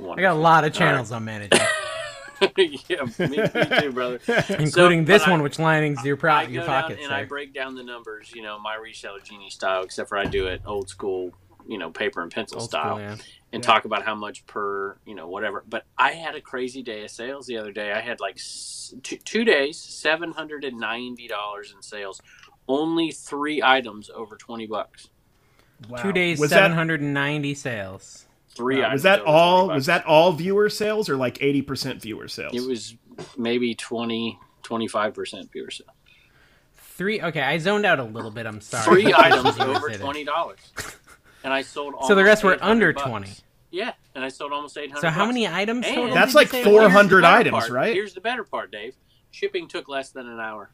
Speaker 2: Mm.
Speaker 1: I got a lot of channels I'm managing,
Speaker 2: yeah, me, me too, brother.
Speaker 1: including
Speaker 2: but
Speaker 1: this
Speaker 2: I-
Speaker 1: one, which linings your pro-
Speaker 2: I go
Speaker 1: your
Speaker 2: down
Speaker 1: pockets.
Speaker 2: and I
Speaker 1: sir.
Speaker 2: break down the numbers, you know, my reseller genie style, except for I do it old school, you know, paper and pencil
Speaker 1: Old school,
Speaker 2: style,
Speaker 1: yeah.
Speaker 2: and talk about how much per, you know, whatever. But I had a crazy day of sales the other day. I had like s- two, two days, seven hundred and ninety dollars in sales, only three items over twenty bucks.
Speaker 1: Two days,
Speaker 3: Was
Speaker 1: seven
Speaker 3: that
Speaker 1: hundred and ninety sales.
Speaker 2: Three.
Speaker 3: was
Speaker 2: items
Speaker 3: that
Speaker 2: over
Speaker 3: all?
Speaker 2: 20 bucks.
Speaker 3: Was that all viewer sales or like eighty percent viewer sales?
Speaker 2: It was maybe 20 25 percent viewer sale.
Speaker 1: Three. Okay, I zoned out a little bit. I'm sorry.
Speaker 2: Three
Speaker 1: I
Speaker 2: items
Speaker 1: didn't
Speaker 2: over
Speaker 1: see that.
Speaker 2: twenty dollars, and I sold.
Speaker 1: So the rest
Speaker 2: almost
Speaker 1: were under
Speaker 2: 800 bucks.
Speaker 1: 20.
Speaker 2: Yeah, and I sold almost eight hundred.
Speaker 1: So how many items?
Speaker 2: And-
Speaker 1: total
Speaker 3: That's
Speaker 1: did you
Speaker 3: like
Speaker 1: say it was?
Speaker 3: four hundred items,
Speaker 2: part,
Speaker 3: right?
Speaker 2: Here's the better part, Dave. Shipping took less than an hour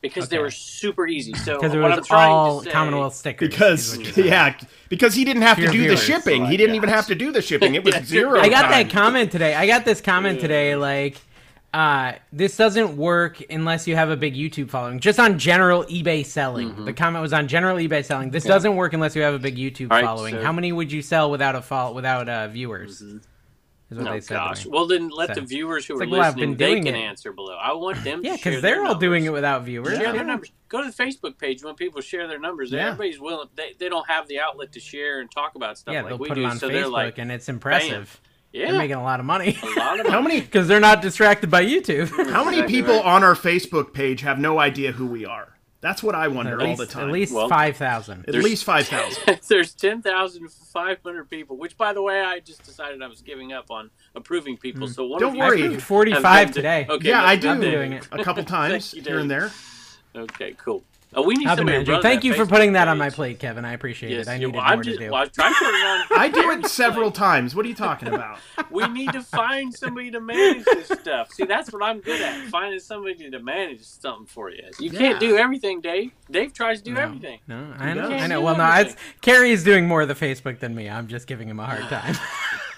Speaker 2: because they
Speaker 1: Okay.
Speaker 2: were super easy. So
Speaker 1: Because it
Speaker 2: what I'm
Speaker 1: was
Speaker 2: trying
Speaker 1: all
Speaker 2: to say,
Speaker 1: Commonwealth stickers. is
Speaker 3: because
Speaker 1: what you're saying.
Speaker 3: yeah, because he didn't have to
Speaker 1: Fewer
Speaker 3: do
Speaker 1: viewers,
Speaker 3: the
Speaker 1: so
Speaker 3: shipping.
Speaker 2: I
Speaker 3: he didn't even
Speaker 2: guess.
Speaker 3: have to do the shipping. It was
Speaker 2: Yeah,
Speaker 3: zero.
Speaker 1: I got that
Speaker 3: time.
Speaker 1: comment today. I got this comment today, like, uh, this doesn't work unless you have a big YouTube following. Just on general eBay selling.
Speaker 2: Mm-hmm.
Speaker 1: The comment was on general eBay selling. This doesn't work unless you have a big YouTube
Speaker 2: All right,
Speaker 1: following.
Speaker 2: so-
Speaker 1: How many would you sell without a fall without uh, viewers? Is what
Speaker 2: Oh
Speaker 1: they said. to
Speaker 2: gosh!
Speaker 1: me.
Speaker 2: Well, then let
Speaker 1: So-
Speaker 2: the viewers who
Speaker 1: It's
Speaker 2: are
Speaker 1: like, well, I've
Speaker 2: listening
Speaker 1: been
Speaker 2: they
Speaker 1: doing
Speaker 2: can
Speaker 1: it.
Speaker 2: answer below. I want them.
Speaker 1: Yeah,
Speaker 2: to share
Speaker 1: because
Speaker 2: their
Speaker 1: they're all doing
Speaker 2: numbers.
Speaker 1: it without viewers.
Speaker 2: Share
Speaker 1: Yeah.
Speaker 2: their numbers. Go to the Facebook page when people share their numbers.
Speaker 3: Yeah.
Speaker 2: Everybody's willing. They, they don't have the outlet to share and talk about stuff
Speaker 1: Yeah,
Speaker 2: like
Speaker 1: they'll
Speaker 2: we
Speaker 1: put
Speaker 2: do.
Speaker 1: it on
Speaker 2: so they're
Speaker 1: Facebook,
Speaker 2: like,
Speaker 1: and it's impressive. They're
Speaker 2: yeah,
Speaker 1: making a lot of money
Speaker 2: a lot of
Speaker 3: How many?
Speaker 1: because they're not distracted by YouTube.
Speaker 3: How many
Speaker 2: Exactly
Speaker 3: people
Speaker 2: right.
Speaker 3: on our Facebook page have no idea who we are? That's what I wonder
Speaker 1: at
Speaker 3: all
Speaker 1: least,
Speaker 3: the time.
Speaker 1: At least
Speaker 2: Well-
Speaker 1: five thousand.
Speaker 3: at
Speaker 2: There's-
Speaker 3: least five thousand.
Speaker 2: There's 10,500 people, which, by the way, I just decided I was giving up on approving people. So one
Speaker 3: Hmm. Don't
Speaker 2: of
Speaker 3: worry.
Speaker 2: You
Speaker 3: I've
Speaker 1: Forty-five today.
Speaker 2: Okay,
Speaker 3: yeah, I
Speaker 2: that's
Speaker 3: do.
Speaker 2: not bad.
Speaker 1: doing it.
Speaker 3: a couple times
Speaker 2: you,
Speaker 3: here and there.
Speaker 2: Okay, cool. Oh, we need
Speaker 1: I've been
Speaker 2: somebody to
Speaker 1: managing.
Speaker 2: run
Speaker 1: Thank
Speaker 2: that
Speaker 1: you for
Speaker 2: Facebook
Speaker 1: putting that on my
Speaker 2: page.
Speaker 1: plate, Kevin. I appreciate
Speaker 2: Yes,
Speaker 1: it. I
Speaker 2: you-
Speaker 1: needed
Speaker 2: I'm
Speaker 1: more
Speaker 2: just,
Speaker 1: to do.
Speaker 2: well, I've tried putting it on.
Speaker 3: I do it several times. What are you talking about?
Speaker 2: we need to find somebody to manage this stuff. See, that's what I'm good at. Finding somebody to manage something for you. You can't
Speaker 3: Yeah.
Speaker 2: do everything, Dave. Dave tries to do
Speaker 1: No.
Speaker 2: everything.
Speaker 1: No, I
Speaker 3: You
Speaker 1: know.
Speaker 3: can't
Speaker 1: I know.
Speaker 2: do
Speaker 1: Well, no, it's,
Speaker 2: everything.
Speaker 1: Carrie is doing more of the Facebook than me. I'm just giving him a hard time.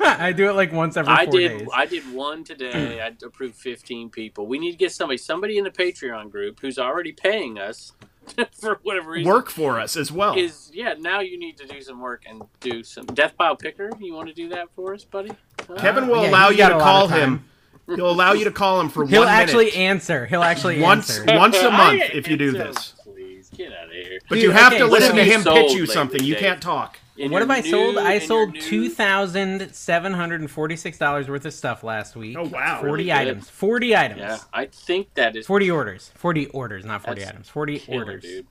Speaker 1: I do it like once every four
Speaker 2: I did.
Speaker 1: days.
Speaker 2: I did one today. I approved 15 people. We need to get somebody, somebody in the Patreon group who's already paying us for whatever reason.
Speaker 3: Work for us as well.
Speaker 2: is yeah. Now you need to do some work and do some death pile picker. You want to do that for us, buddy? Huh?
Speaker 3: Kevin will
Speaker 1: Yeah,
Speaker 3: allow
Speaker 1: he's
Speaker 3: you
Speaker 1: got
Speaker 3: to
Speaker 1: a lot
Speaker 3: call
Speaker 1: of
Speaker 3: him. He'll allow you to call him for
Speaker 1: He'll
Speaker 3: one
Speaker 1: actually
Speaker 3: minute
Speaker 1: answer. He'll actually
Speaker 3: once
Speaker 2: Uh,
Speaker 1: answer.
Speaker 3: once a month
Speaker 2: I-
Speaker 3: if you do
Speaker 2: so
Speaker 3: this.
Speaker 2: Please get out of here.
Speaker 3: But
Speaker 1: Dude,
Speaker 3: you have
Speaker 1: okay,
Speaker 3: to
Speaker 1: what
Speaker 3: listen to
Speaker 1: have
Speaker 2: you
Speaker 3: him
Speaker 2: sold
Speaker 3: pitch you
Speaker 2: lately,
Speaker 3: something. You
Speaker 2: Dave?
Speaker 3: can't talk.
Speaker 2: In
Speaker 1: What
Speaker 2: your
Speaker 1: have I sold?
Speaker 2: new-
Speaker 1: I
Speaker 2: in your
Speaker 1: sold
Speaker 2: new-
Speaker 1: two thousand seven hundred and forty-six dollars worth of stuff last week.
Speaker 3: Oh, wow.
Speaker 1: Forty
Speaker 2: Really good.
Speaker 1: items. Forty items.
Speaker 2: Yeah, I think that is
Speaker 1: Forty orders. Forty orders, not forty
Speaker 2: That's
Speaker 1: items. Forty
Speaker 2: killer,
Speaker 1: orders.
Speaker 2: dude.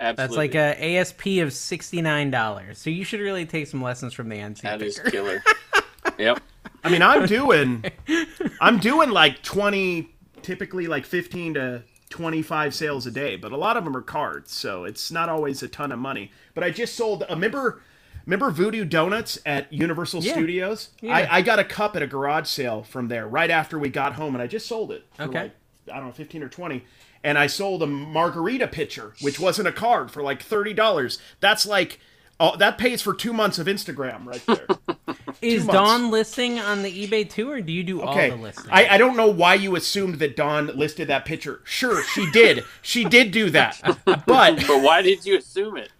Speaker 1: That's
Speaker 2: Absolutely.
Speaker 1: like a ASP of sixty nine dollars. So you should really take some lessons from the NC.
Speaker 2: that is
Speaker 1: picker.
Speaker 2: killer. yep.
Speaker 3: I mean, I'm doing, I'm doing like 20, typically like 15 to 25 sales a day, but a lot of them are cards, so it's not always a ton of money. But I just sold. uh, Remember, remember Voodoo Donuts at Universal
Speaker 1: Yeah.
Speaker 3: Studios?
Speaker 1: Yeah.
Speaker 3: I, I got a cup at a garage sale from there right after we got home, and I just sold it. For
Speaker 1: Okay.
Speaker 3: Like, I don't know, 15 or 20. And I sold a margarita pitcher, which wasn't a card, for like $30. That's like, oh, that pays for two months of Instagram right there.
Speaker 1: Is
Speaker 3: months.
Speaker 1: Dawn listing on the eBay too, or do you do
Speaker 3: Okay.
Speaker 1: all the listing?
Speaker 3: I, I don't know why you assumed that Dawn listed that picture. Sure, she did. she did do that. But
Speaker 2: But why did you assume it?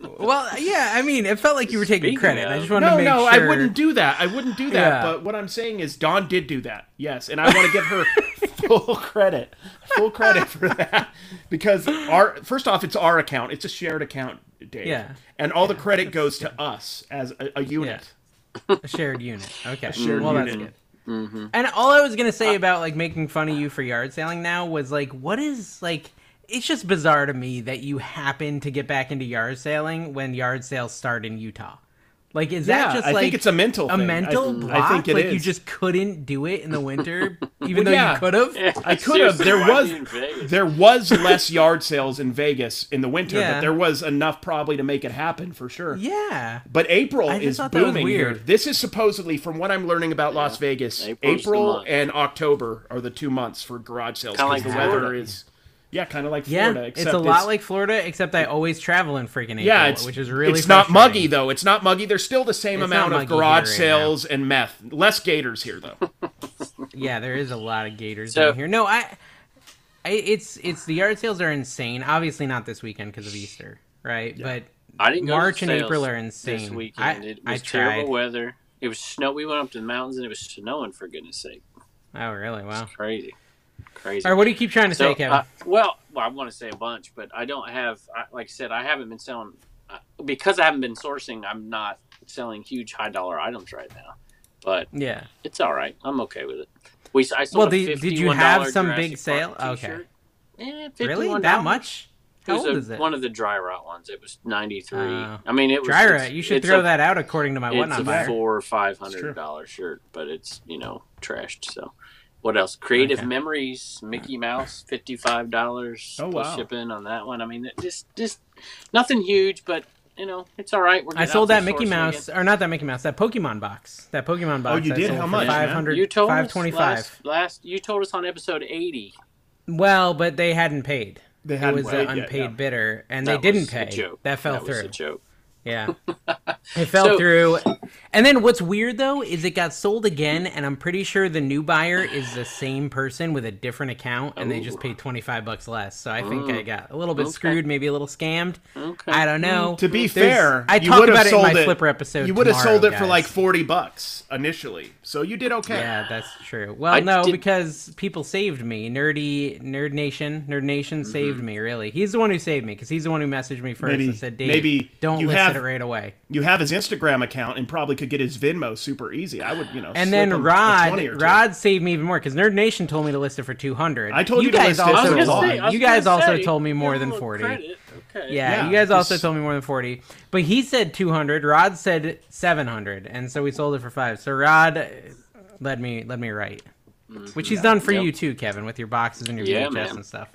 Speaker 1: well, yeah. I mean, it felt like you were taking
Speaker 2: Speaking
Speaker 1: credit.
Speaker 2: of-
Speaker 1: I just wanted to
Speaker 3: no,
Speaker 1: make
Speaker 3: no,
Speaker 1: sure.
Speaker 3: I wouldn't do that. I wouldn't do that.
Speaker 1: Yeah.
Speaker 3: But what I'm saying is Dawn did do that. Yes, and I want to give her full credit. Full credit for that because our first off, it's our account. It's a shared account, Dave.
Speaker 1: Yeah.
Speaker 3: And all the credit goes to us as a, a unit.
Speaker 1: a shared unit. Okay.
Speaker 3: shared
Speaker 1: well, that's
Speaker 3: unit.
Speaker 1: good. And all I was gonna say about like making fun of you for yard selling now was like, what is like? It's just bizarre to me that you happen to get back into yard selling when yard sales start in Utah. Like, is that
Speaker 3: Yeah,
Speaker 1: just
Speaker 3: I
Speaker 1: like
Speaker 3: think it's a mental
Speaker 1: a
Speaker 3: thing. I-
Speaker 1: mental block?
Speaker 3: I think it
Speaker 1: like you
Speaker 3: is.
Speaker 1: just couldn't do it in the winter, even
Speaker 3: Well,
Speaker 1: though
Speaker 3: yeah.
Speaker 1: you could have.
Speaker 3: I could have.
Speaker 2: Seriously,
Speaker 3: There
Speaker 2: why
Speaker 3: was
Speaker 2: do you in Vegas?
Speaker 3: there was less yard sales in Vegas in the winter,
Speaker 1: Yeah.
Speaker 3: but there was enough probably to make it happen for sure.
Speaker 1: Yeah.
Speaker 3: But April
Speaker 1: I just
Speaker 3: is
Speaker 1: thought that was
Speaker 3: booming here.
Speaker 1: weird.
Speaker 3: This is supposedly, from what I'm learning about Las Vegas,
Speaker 2: April's the
Speaker 3: April
Speaker 2: month.
Speaker 3: and October are the two months for garage sales
Speaker 2: Kinda
Speaker 3: because
Speaker 2: like
Speaker 3: the weather
Speaker 2: Florida.
Speaker 3: is Yeah, kind of like
Speaker 1: Yeah,
Speaker 3: Florida.
Speaker 1: it's
Speaker 3: except
Speaker 1: a lot like Florida, except I always travel in freaking April,
Speaker 3: yeah, it's
Speaker 1: which is really
Speaker 3: it's not muggy
Speaker 1: frustrating.
Speaker 3: though. It's not muggy. There's still the same
Speaker 1: It's
Speaker 3: amount
Speaker 1: not
Speaker 3: of
Speaker 1: muggy
Speaker 3: garage
Speaker 1: here right now.
Speaker 3: sales and meth. Less gators here though.
Speaker 1: Yeah, there is a lot of gators
Speaker 2: So-
Speaker 1: down here. No, I, I, it's it's the yard sales are insane. Obviously not this weekend because of Easter, right? But
Speaker 2: I didn't go to
Speaker 1: March and
Speaker 2: sales
Speaker 1: April are insane.
Speaker 2: This
Speaker 1: I-
Speaker 2: weekend it
Speaker 1: I
Speaker 2: was
Speaker 1: tried.
Speaker 2: terrible weather. It was snow. We went up to the mountains and it was snowing for goodness sake.
Speaker 1: oh really? Wow.
Speaker 2: Crazy, crazy.
Speaker 1: All right, what do you keep trying to say,
Speaker 2: so,
Speaker 1: Kevin?
Speaker 2: uh, well, well, I want to say a bunch, but I don't have. I, like I said, I haven't been selling uh, because I haven't been sourcing. I'm not selling huge high dollar items right now, but
Speaker 1: yeah.
Speaker 2: it's all right. I'm okay with it. We I sold
Speaker 1: Well,
Speaker 2: a
Speaker 1: did- did you have
Speaker 2: $51
Speaker 1: some
Speaker 2: Jurassic
Speaker 1: big sale?
Speaker 2: Park
Speaker 1: Okay.
Speaker 2: t-shirt. Eh,
Speaker 1: Really?
Speaker 2: $51?
Speaker 1: That much?
Speaker 2: It
Speaker 1: How
Speaker 2: was
Speaker 1: old
Speaker 2: a-
Speaker 1: is it?
Speaker 2: One of the dry rot ones. It was ninety three.
Speaker 1: Oh.
Speaker 2: I mean, it was
Speaker 1: Dry
Speaker 2: it's-
Speaker 1: rot. You should
Speaker 2: it's
Speaker 1: throw
Speaker 2: a-
Speaker 1: that out according to my
Speaker 2: it's
Speaker 1: whatnot
Speaker 2: a
Speaker 1: buyer.
Speaker 2: four or five
Speaker 3: true.
Speaker 2: hundred dollar shirt, but it's you know trashed. So, what else? Creative
Speaker 1: Okay.
Speaker 2: Memories, Mickey Mouse, fifty five dollars
Speaker 3: Oh,
Speaker 2: plus
Speaker 3: wow.
Speaker 2: shipping on that one. I mean, it just just nothing huge, but you know it's all right. We're
Speaker 1: I
Speaker 2: getting
Speaker 1: sold
Speaker 2: out
Speaker 1: that
Speaker 2: there
Speaker 1: Mickey
Speaker 2: sourcing
Speaker 1: Mouse,
Speaker 2: again.
Speaker 1: or not that Mickey Mouse, that Pokemon box. That Pokemon box.
Speaker 3: Oh, you
Speaker 1: I
Speaker 3: did?
Speaker 1: sold
Speaker 3: How
Speaker 1: for
Speaker 3: much, man?
Speaker 1: 500
Speaker 2: You told us
Speaker 1: 525.
Speaker 2: last, last. You told us on episode eighty.
Speaker 1: Well, but they hadn't paid.
Speaker 3: They
Speaker 1: It
Speaker 3: hadn't
Speaker 1: was
Speaker 3: paid
Speaker 1: an
Speaker 3: yet,
Speaker 1: unpaid
Speaker 3: yeah.
Speaker 1: bidder, and
Speaker 2: That
Speaker 1: they didn't
Speaker 2: was a
Speaker 1: pay.
Speaker 2: joke.
Speaker 1: That fell
Speaker 2: That was
Speaker 1: through.
Speaker 2: a joke.
Speaker 1: Yeah. it fell
Speaker 2: So-
Speaker 1: through. And then what's weird though is it got sold again and I'm pretty sure the new buyer is the same person with a different account and they just
Speaker 2: Ooh. Mm.
Speaker 1: paid 25 bucks less. So I think I got a little bit
Speaker 2: Okay.
Speaker 1: screwed, maybe a little scammed.
Speaker 2: Okay.
Speaker 1: I don't know.
Speaker 3: To be
Speaker 1: There's-
Speaker 3: fair,
Speaker 1: I
Speaker 3: you
Speaker 1: talked
Speaker 3: would have
Speaker 1: about it in
Speaker 3: sold
Speaker 1: my flipper episode.
Speaker 3: You would have
Speaker 1: tomorrow,
Speaker 3: sold it for
Speaker 1: guys.
Speaker 3: like forty bucks initially, so you did okay.
Speaker 1: Yeah, that's true. Well,
Speaker 2: I
Speaker 1: no,
Speaker 2: did-
Speaker 1: because people saved me. Nerdy Nerd Nation, Nerd Nation saved me. Really, he's the one who saved me because he's the one who messaged me first
Speaker 3: Mm-hmm. Maybe-
Speaker 1: and said, "Dave,
Speaker 3: maybe
Speaker 1: don't
Speaker 3: you
Speaker 1: list
Speaker 3: have-
Speaker 1: it right away."
Speaker 3: You have his Instagram account and probably could get his Venmo super easy. I would, you know. slip
Speaker 1: And then
Speaker 3: him a 20 or
Speaker 1: Rod,
Speaker 3: two.
Speaker 1: Rod saved me even more because Nerd Nation told me to list it for two hundred.
Speaker 3: I told you to
Speaker 1: guys
Speaker 3: list it
Speaker 2: I was
Speaker 1: also
Speaker 3: for
Speaker 2: gonna
Speaker 3: a lot.
Speaker 2: say, I was
Speaker 1: you guys
Speaker 2: gonna
Speaker 1: also
Speaker 2: say,
Speaker 1: told me
Speaker 2: give
Speaker 1: more
Speaker 2: him a
Speaker 1: than
Speaker 2: little
Speaker 1: forty.
Speaker 2: credit. Okay.
Speaker 1: Yeah,
Speaker 3: Yeah,
Speaker 1: you guys also
Speaker 3: it's-
Speaker 1: told me more than 40. But he said 200, Rod said 700, and so we sold it for 5. So Rod uh, led me led me right.
Speaker 2: Mm.
Speaker 1: Which he's done for
Speaker 2: Yep.
Speaker 1: you too, Kevin, with your boxes and your
Speaker 2: Yeah,
Speaker 1: VHS
Speaker 2: man.
Speaker 1: and stuff.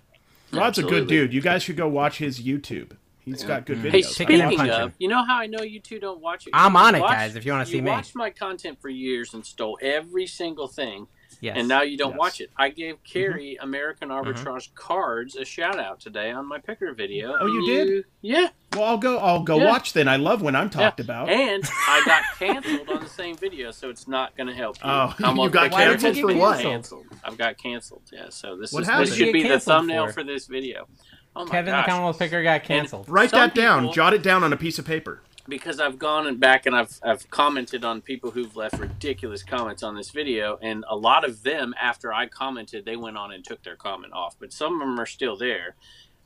Speaker 3: Rod's a good
Speaker 2: Absolutely. Mm-hmm.
Speaker 3: dude. You guys should go watch his YouTube. He's got good videos.
Speaker 2: Hey,
Speaker 3: I
Speaker 1: Picking and
Speaker 3: watch
Speaker 2: speaking
Speaker 3: him.
Speaker 1: punching.
Speaker 2: of, you know how I know you two don't watch it?
Speaker 1: I'm
Speaker 2: You
Speaker 1: on it,
Speaker 2: watched-
Speaker 1: guys, if you wanna see me.
Speaker 2: You watched my content for years and stole every single thing,
Speaker 1: Yes. Mm-hmm.
Speaker 2: and now you don't
Speaker 3: Yes.
Speaker 2: watch it. I gave Carrie American Arbitrage cards a shout out today on my picker video.
Speaker 3: Oh, you
Speaker 2: and
Speaker 3: did?
Speaker 2: Yeah.
Speaker 3: Well, I'll go. I'll go
Speaker 2: Yeah.
Speaker 3: watch then. I love when I'm talked
Speaker 2: yeah.
Speaker 3: about.
Speaker 2: And I got canceled on the same video, so it's not going to help you.
Speaker 3: Oh,
Speaker 2: I'm
Speaker 3: you
Speaker 2: on
Speaker 3: got
Speaker 2: Picker
Speaker 1: Why did you get
Speaker 2: Picker video.
Speaker 1: canceled?
Speaker 2: Canceled. I've got canceled. Yeah. So this
Speaker 3: What
Speaker 2: is
Speaker 3: happened?
Speaker 2: this
Speaker 3: What did
Speaker 1: you
Speaker 2: should be
Speaker 1: get
Speaker 2: the
Speaker 1: canceled
Speaker 2: thumbnail
Speaker 1: for?
Speaker 2: for? this video. Oh my
Speaker 1: Kevin
Speaker 2: gosh.
Speaker 1: the Commonwealth Picker got canceled.
Speaker 3: Write
Speaker 2: Some
Speaker 3: that down.
Speaker 2: people-
Speaker 3: Jot it down on a piece of paper.
Speaker 2: because I've gone and back and I've I've commented on people who've left ridiculous comments on this video, and a lot of them after I commented, they went on and took their comment off, but some of them are still there.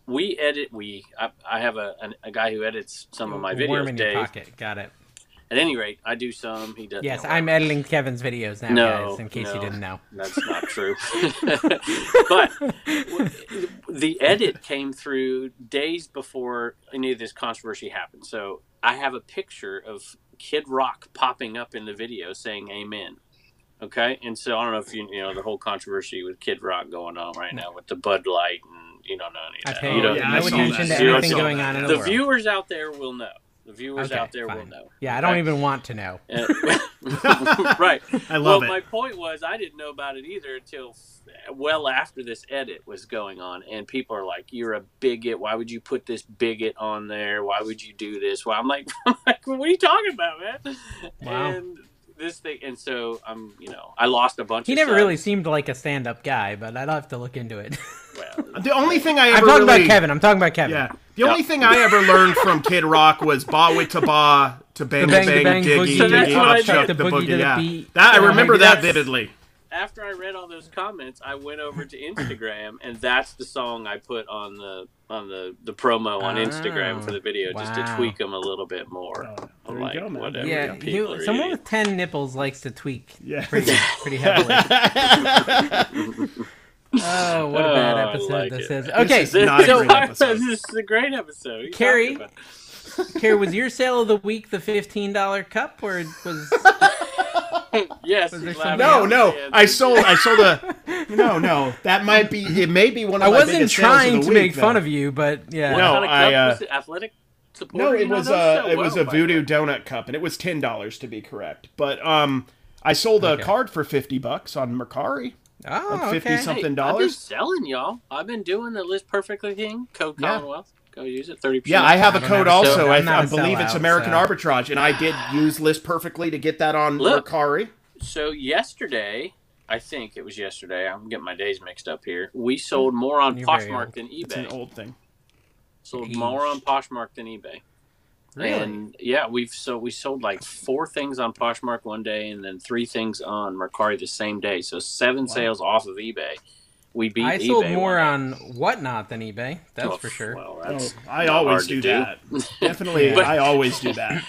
Speaker 2: We edit. We I, I have a, an- a guy who edits some of my
Speaker 1: Worm
Speaker 2: videos.
Speaker 1: in your
Speaker 2: Dave.
Speaker 1: pocket. Got it.
Speaker 2: At any rate, I do some. He does.
Speaker 1: Yes,
Speaker 2: no,
Speaker 1: I'm editing Kevin's videos now,
Speaker 2: No,
Speaker 1: guys, in case you
Speaker 2: no.
Speaker 1: didn't know.
Speaker 2: That's not true. but w- the edit came through days before any of this controversy happened. So I have a picture of Kid Rock popping up in the video saying "Amen." Okay, and so I don't know if you you know the whole controversy with Kid Rock going on right now with the Bud Light and you don't know any
Speaker 1: I
Speaker 2: of that.
Speaker 1: pay
Speaker 2: you don't,
Speaker 3: yeah, I
Speaker 1: no
Speaker 3: saw
Speaker 1: attention
Speaker 3: that.
Speaker 1: to
Speaker 3: Yeah, I
Speaker 1: anything
Speaker 3: saw
Speaker 1: going
Speaker 3: that.
Speaker 1: on in the,
Speaker 2: The
Speaker 1: world.
Speaker 2: viewers out there will know. The viewers
Speaker 1: Okay,
Speaker 2: out there will
Speaker 1: fine.
Speaker 2: know.
Speaker 1: Yeah, I don't
Speaker 2: Okay?
Speaker 1: even want to know.
Speaker 2: Uh, right
Speaker 3: I
Speaker 2: well,
Speaker 3: love
Speaker 2: my
Speaker 3: it.
Speaker 2: point was I didn't know about it either until f- well after this edit was going on, and people are like, "You're a bigot. Why would you put this bigot on there? Why would you do this?" Why I'm like, I'm like, "What are you talking about, man?"
Speaker 1: Wow.
Speaker 2: And this thing, and so I'm, you know, I lost a bunch.
Speaker 1: He
Speaker 2: of
Speaker 1: never
Speaker 2: subs.
Speaker 1: really seemed like a stand up guy, but I'd have to look into it.
Speaker 2: Well,
Speaker 3: The only thing I ever
Speaker 1: I'm talking
Speaker 3: really,
Speaker 1: about Kevin. I'm talking about Kevin.
Speaker 3: Yeah. The only thing I ever learned from Kid Rock was "Ba with to ba to
Speaker 1: The
Speaker 3: bang
Speaker 1: bang, the
Speaker 3: bang, bang,
Speaker 1: bang,
Speaker 3: diggy
Speaker 1: boogie,
Speaker 2: So that's
Speaker 3: diggy
Speaker 2: what I
Speaker 3: up
Speaker 2: did.
Speaker 3: chuck
Speaker 1: The
Speaker 3: the
Speaker 1: boogie to
Speaker 3: boogie."
Speaker 1: the
Speaker 3: Yeah,
Speaker 1: beat.
Speaker 3: that I
Speaker 1: Yeah,
Speaker 3: remember
Speaker 1: maybe
Speaker 3: that
Speaker 1: that's-
Speaker 3: vividly.
Speaker 2: after I read all those comments, I went over to Instagram, and that's the song I put on the on the the promo on
Speaker 1: Oh,
Speaker 2: Instagram for the video, just
Speaker 1: wow.
Speaker 2: to tweak them a little bit more.
Speaker 3: Ah. Oh,
Speaker 2: I'm
Speaker 3: there you
Speaker 2: like,
Speaker 3: go, man.
Speaker 2: whatever.
Speaker 1: Yeah,
Speaker 2: people
Speaker 1: you-
Speaker 2: are
Speaker 1: someone
Speaker 2: eating.
Speaker 1: with ten nipples likes to tweak
Speaker 3: Yeah.
Speaker 1: pretty, pretty heavily. oh, what a bad
Speaker 2: Oh, I
Speaker 1: episode
Speaker 2: like
Speaker 1: this
Speaker 2: it.
Speaker 1: is.
Speaker 3: This
Speaker 1: Okay,
Speaker 3: is not a
Speaker 1: so
Speaker 3: great episode.
Speaker 2: this is a great episode. What are you
Speaker 1: Carrie?
Speaker 2: talking about?
Speaker 1: Kara, was your sale of the week the fifteen dollar cup, or was
Speaker 2: yes,
Speaker 1: there something
Speaker 2: he's laughing.
Speaker 3: No,
Speaker 1: else?
Speaker 3: no.
Speaker 2: Yeah,
Speaker 3: I sold. I sold a. No, no. That might be. It may be one of
Speaker 1: I
Speaker 3: my
Speaker 1: wasn't
Speaker 3: biggest sales of
Speaker 1: trying
Speaker 3: the
Speaker 1: to
Speaker 3: week,
Speaker 1: make fun
Speaker 3: though.
Speaker 1: of you, but yeah,
Speaker 2: what
Speaker 3: No,
Speaker 2: kind of
Speaker 3: I,
Speaker 2: cup
Speaker 3: uh,
Speaker 2: was it? athletic support.
Speaker 3: No,
Speaker 2: You
Speaker 3: it
Speaker 2: know
Speaker 3: was
Speaker 2: those Oh
Speaker 3: a
Speaker 2: so
Speaker 3: it was
Speaker 2: well,
Speaker 3: a
Speaker 2: but-
Speaker 3: voodoo donut cup, and it was ten dollars to be correct. But um, I sold a
Speaker 1: Okay.
Speaker 3: card for fifty bucks on Mercari.
Speaker 1: Oh,
Speaker 3: like fifty
Speaker 1: okay.
Speaker 3: something
Speaker 2: I've been
Speaker 3: dollars.
Speaker 2: selling y'all. I've been doing the list perfectly thing. Code
Speaker 3: Yeah.
Speaker 2: Commonwealth. Go use it. Thirty percent.
Speaker 3: Yeah, I have a
Speaker 1: I don't
Speaker 3: code
Speaker 1: know.
Speaker 3: also.
Speaker 2: So,
Speaker 1: I'm
Speaker 3: I,
Speaker 1: not
Speaker 3: I
Speaker 1: a
Speaker 3: believe it's
Speaker 1: sellout,
Speaker 3: American
Speaker 1: so-
Speaker 3: Arbitrage, and I did use List Perfectly to get that on
Speaker 2: Look.
Speaker 3: Mercari.
Speaker 2: So yesterday, I think it was yesterday. I'm getting my days mixed up here. We sold more on
Speaker 1: You're very
Speaker 2: Poshmark
Speaker 1: old.
Speaker 2: than eBay.
Speaker 3: It's an old thing.
Speaker 2: sold
Speaker 1: Jeez.
Speaker 2: more on Poshmark than eBay.
Speaker 1: Really?
Speaker 2: And yeah, we've so we sold like four things on Poshmark one day, and then three things on Mercari the same day. So seven sales off of eBay. We beat.
Speaker 1: I sold
Speaker 2: eBay
Speaker 1: more
Speaker 2: one day.
Speaker 1: on Whatnot than eBay. That's
Speaker 2: Oh,
Speaker 1: for sure.
Speaker 2: Well,
Speaker 3: Oh,
Speaker 2: that's
Speaker 3: I
Speaker 2: not
Speaker 3: always
Speaker 2: hard to
Speaker 3: do,
Speaker 2: do.
Speaker 3: that. Definitely,
Speaker 2: But-
Speaker 3: I always do that.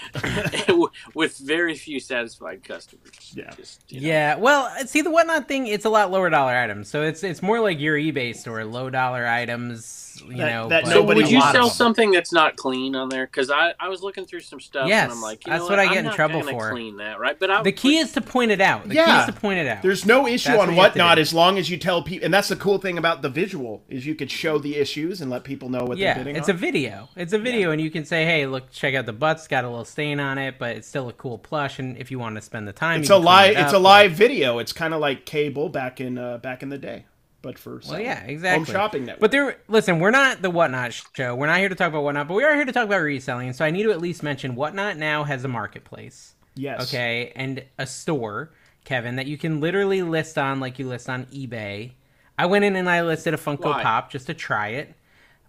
Speaker 2: with very few satisfied customers.
Speaker 3: Yeah.
Speaker 2: Just, you know.
Speaker 1: Yeah, well, uh, see the whatnot thing, it's a lot lower dollar items, so it's it's more like your eBay store, low dollar items, you
Speaker 3: That-
Speaker 1: know.
Speaker 3: that
Speaker 1: but-
Speaker 2: So
Speaker 3: Nobody
Speaker 2: would you
Speaker 3: wants
Speaker 2: sell
Speaker 3: them.
Speaker 2: something that's not clean on there? Because I, I was looking through some stuff
Speaker 1: Yes,
Speaker 2: and I'm like, you
Speaker 1: that's
Speaker 2: know
Speaker 1: what I get
Speaker 2: I'm
Speaker 1: in
Speaker 2: not
Speaker 1: trouble
Speaker 2: gonna
Speaker 1: for.
Speaker 2: Clean that, right? But I,
Speaker 1: the key is to point it out. The key
Speaker 3: Yeah.
Speaker 1: is to point it out.
Speaker 3: There's no issue
Speaker 1: That's what
Speaker 3: on
Speaker 1: you have to
Speaker 3: whatnot
Speaker 1: do.
Speaker 3: as long as you tell people, and that's the cool thing about the visual is you could show the issues and let people know what
Speaker 1: yeah,
Speaker 3: they're bidding
Speaker 1: it's
Speaker 3: on.
Speaker 1: a video. It's a video, and you can say, "Hey, look, check out the butt. It's got a little stain on it, but it's still a cool plush." And if you want to spend the time,
Speaker 3: it's
Speaker 1: you
Speaker 3: a
Speaker 1: can clean
Speaker 3: live,
Speaker 1: it
Speaker 3: it's
Speaker 1: up,
Speaker 3: a
Speaker 1: like-
Speaker 3: live video. It's kind of like cable back in uh, back in the day, but for
Speaker 1: Well,
Speaker 3: selling.
Speaker 1: yeah, exactly.
Speaker 3: Home shopping network.
Speaker 1: But there, listen, we're not the Whatnot show. We're not here to talk about Whatnot, but we are here to talk about reselling. So I need to at least mention Whatnot now has a marketplace,
Speaker 3: yes.
Speaker 1: okay, and a store, Kevin, that you can literally list on like you list on eBay. I went in and I listed a Funko
Speaker 2: Why?
Speaker 1: Pop just to try it.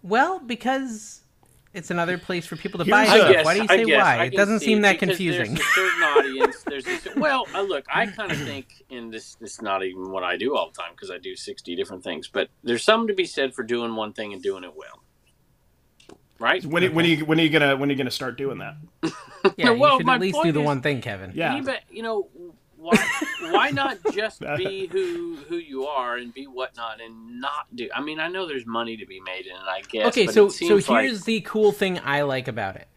Speaker 1: Well, because it's another place for people to
Speaker 3: Here's
Speaker 1: buy
Speaker 3: a-
Speaker 1: stuff.
Speaker 3: I guess-
Speaker 1: why do you
Speaker 2: I
Speaker 1: say
Speaker 2: guess,
Speaker 1: why?
Speaker 2: I
Speaker 1: It
Speaker 2: can
Speaker 1: doesn't
Speaker 2: see,
Speaker 1: seem that
Speaker 2: because
Speaker 1: confusing. Hmm.
Speaker 2: There's a certain audience. There's a, cer- well, uh, look, I kind of think, and this this is not even what I do all the time because I do sixty different things. But there's something to be said for doing one thing and doing it well, right?
Speaker 3: When, it- when are you when are you gonna when are you gonna start doing that?
Speaker 1: yeah,
Speaker 2: well,
Speaker 1: you should
Speaker 2: my
Speaker 1: at least
Speaker 2: point
Speaker 1: do the
Speaker 2: is-
Speaker 1: one thing, Kevin.
Speaker 3: Yeah.
Speaker 2: eBay, you know, why why not just be who who you are and be whatnot and not do? I mean, I know there's money to be made in it. I guess.
Speaker 1: Okay,
Speaker 2: but
Speaker 1: so
Speaker 2: it
Speaker 1: so
Speaker 2: seems like-
Speaker 1: here's the cool thing I like about it.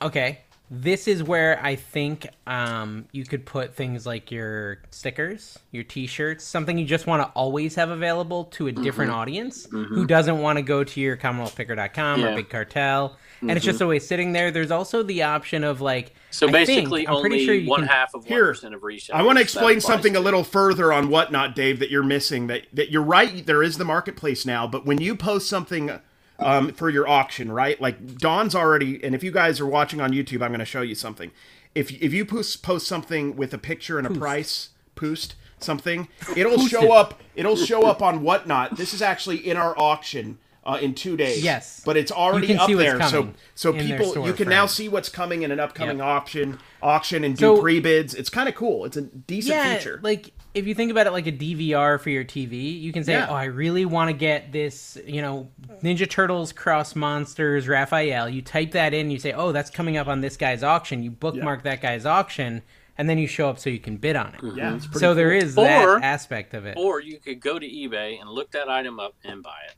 Speaker 1: Okay, this is where I think um, you could put things like your stickers, your T-shirts, something you just want to always have available to a different
Speaker 2: Mm-hmm.
Speaker 1: audience who doesn't want to go to your CommonwealthPicker.com
Speaker 2: Yeah. Mm-hmm.
Speaker 1: or Big Cartel, and it's just always sitting there. There's also the option of like,
Speaker 2: so
Speaker 1: I think-
Speaker 2: basically
Speaker 1: I'm
Speaker 2: only
Speaker 1: pretty sure you
Speaker 2: one
Speaker 1: can,
Speaker 2: half of one
Speaker 3: Here,
Speaker 2: percent of resellers.
Speaker 3: I want
Speaker 2: that
Speaker 3: to explain
Speaker 2: applies
Speaker 3: something
Speaker 2: to.
Speaker 3: a little further on whatnot, Dave, that you're missing. That that you're right. There is the marketplace now, but when you post something um, for your auction, right? Like Don's already, and if you guys are watching on YouTube, I'm going to show you something. If if you post post something with a picture and a price, post something, it'll show up. It'll show up on whatnot. This is actually in our auction. Uh, in two days,
Speaker 1: Yes.
Speaker 3: but it's already
Speaker 1: can
Speaker 3: up
Speaker 1: see what's
Speaker 3: there. So,
Speaker 1: coming
Speaker 3: so
Speaker 1: in their
Speaker 3: people, you
Speaker 1: storefront.
Speaker 3: can now see what's coming in an upcoming
Speaker 1: Yep.
Speaker 3: auction, auction, and do
Speaker 1: So-
Speaker 3: pre bids. It's kind of cool. It's a decent
Speaker 1: yeah,
Speaker 3: feature.
Speaker 1: like if you think about it like a DVR for your TV, you can say,
Speaker 3: Yeah.
Speaker 1: "Oh, I really want to get this, you know, Ninja Turtles Cross Monsters Raphael." You type that in, you say, "Oh, that's coming up on this guy's auction." You bookmark that guy's auction, and then you show up so you can bid on it.
Speaker 3: yeah, it's pretty
Speaker 1: So there is that
Speaker 2: Or-
Speaker 1: aspect of it.
Speaker 2: Or you could go to eBay and look that item up and buy it.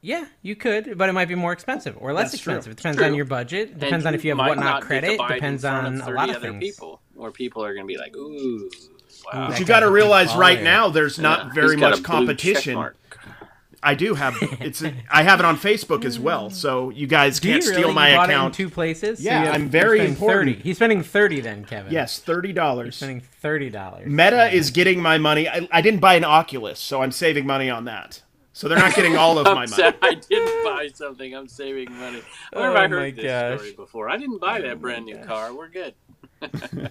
Speaker 1: yeah, you could, but it might be more expensive or less
Speaker 3: That's true.
Speaker 1: expensive. It depends
Speaker 2: True.
Speaker 1: on your budget. Depends
Speaker 2: And
Speaker 1: on if you have
Speaker 2: might
Speaker 1: whatnot
Speaker 2: not get to
Speaker 1: credit.
Speaker 2: buy it in
Speaker 1: Depends
Speaker 2: front
Speaker 1: on a
Speaker 2: 30
Speaker 1: lot of
Speaker 2: other
Speaker 1: things.
Speaker 2: people, or people are going to be like, "Ooh, wow."
Speaker 3: But
Speaker 1: that
Speaker 3: you
Speaker 1: guy's
Speaker 3: got
Speaker 1: a
Speaker 3: to
Speaker 1: big
Speaker 3: realize right
Speaker 1: baller.
Speaker 3: now there's not
Speaker 2: Yeah,
Speaker 3: very
Speaker 2: he's got
Speaker 3: much
Speaker 2: a blue check
Speaker 3: competition.
Speaker 2: mark.
Speaker 3: I do have it's. A, I have it on Facebook as well, so you guys
Speaker 1: Do you
Speaker 3: can't steal
Speaker 1: really?
Speaker 3: my
Speaker 1: You bought it in
Speaker 3: account.
Speaker 1: two places. So
Speaker 3: Yeah,
Speaker 1: you have-
Speaker 3: I'm
Speaker 1: you're
Speaker 3: very
Speaker 1: spending
Speaker 3: important.
Speaker 1: Thirty. He's spending thirty then, Kevin.
Speaker 3: yes, thirty dollars.
Speaker 1: spending thirty dollars.
Speaker 3: Meta is getting my money. I, I didn't buy an Oculus, so I'm saving money on that. So they're not getting all of my money.
Speaker 2: upset I didn't buy something. I'm saving money. Where have
Speaker 1: Oh
Speaker 2: I
Speaker 1: my
Speaker 2: heard this
Speaker 1: gosh. Oh
Speaker 2: story before? I didn't buy that brand new car. We're good.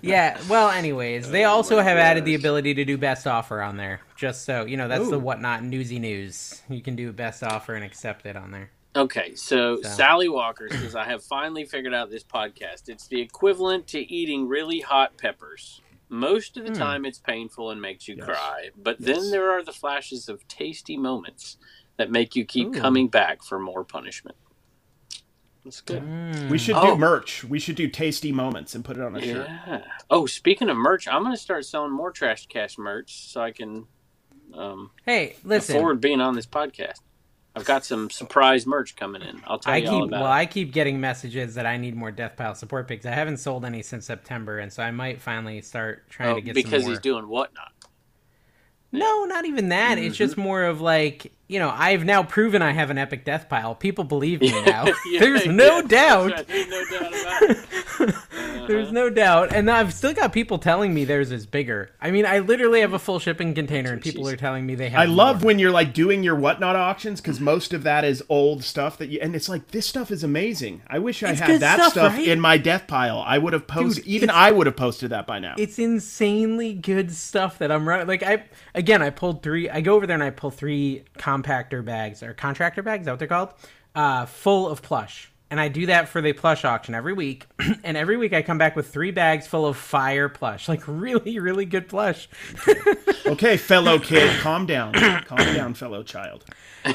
Speaker 1: yeah. Well, anyways, they
Speaker 2: Oh
Speaker 1: also
Speaker 2: my
Speaker 1: have added the
Speaker 2: gosh.
Speaker 1: ability to do best offer on there. Just so you know, that's the
Speaker 3: Ooh.
Speaker 1: whatnot newsy news. You can do best offer and accept it on there.
Speaker 2: Okay, so,
Speaker 1: So.
Speaker 2: Sally Walker says I have finally figured out this podcast. It's the equivalent to eating really hot peppers. Most of the
Speaker 1: Hmm.
Speaker 2: time, it's painful and makes you
Speaker 3: Yes.
Speaker 2: cry, but
Speaker 3: Yes.
Speaker 2: then there are the flashes of tasty moments that make you keep
Speaker 1: Ooh.
Speaker 2: coming back for more punishment. That's good.
Speaker 1: Mm,
Speaker 3: We should
Speaker 2: Oh.
Speaker 3: do merch. We should do tasty moments and put it on a shirt.
Speaker 2: Yeah. Oh, speaking of merch, I'm going to start selling more Trash Cash merch so I can um,
Speaker 1: Hey, listen.
Speaker 2: forward being on this podcast. I've got some surprise merch coming in. I'll tell
Speaker 1: I
Speaker 2: you all
Speaker 1: keep
Speaker 2: about
Speaker 1: well.
Speaker 2: it.
Speaker 1: I keep getting messages that I need more Death Pile support picks. I haven't sold any since September, and so I might finally start trying
Speaker 2: Oh,
Speaker 1: to get some
Speaker 2: because
Speaker 1: more.
Speaker 2: he's doing whatnot.
Speaker 1: No, not even that.
Speaker 2: Mm-hmm.
Speaker 1: It's just more of like, you know, I've now proven I have an epic death pile. People believe me now.
Speaker 2: Yeah,
Speaker 1: There's
Speaker 2: yeah,
Speaker 1: no
Speaker 2: that's
Speaker 1: doubt.
Speaker 2: right. There's no doubt about it.
Speaker 3: Uh-huh.
Speaker 1: There's no doubt. And I've still got people telling me theirs is bigger. I mean, I literally have a full shipping container and people are telling me they have
Speaker 3: I love
Speaker 1: more.
Speaker 3: when you're like doing your whatnot auctions because most of that is old stuff that you and it's like this stuff is amazing. I wish I
Speaker 1: It's
Speaker 3: had
Speaker 1: good
Speaker 3: that stuff,
Speaker 1: stuff, right?
Speaker 3: in my death pile. I would have posted
Speaker 1: Dude,
Speaker 3: even
Speaker 1: it's-
Speaker 3: I would have posted that by now.
Speaker 1: it's insanely good stuff that I'm running. Like I again, I pulled three. I go over there and I pull three compactor bags or contractor bags. Is that what they're called? Uh, full of plush, and I do that for the plush auction every week. and every week I come back with three bags full of fire plush, like really, really good plush.
Speaker 3: Okay, fellow kid, calm down. calm down, fellow child.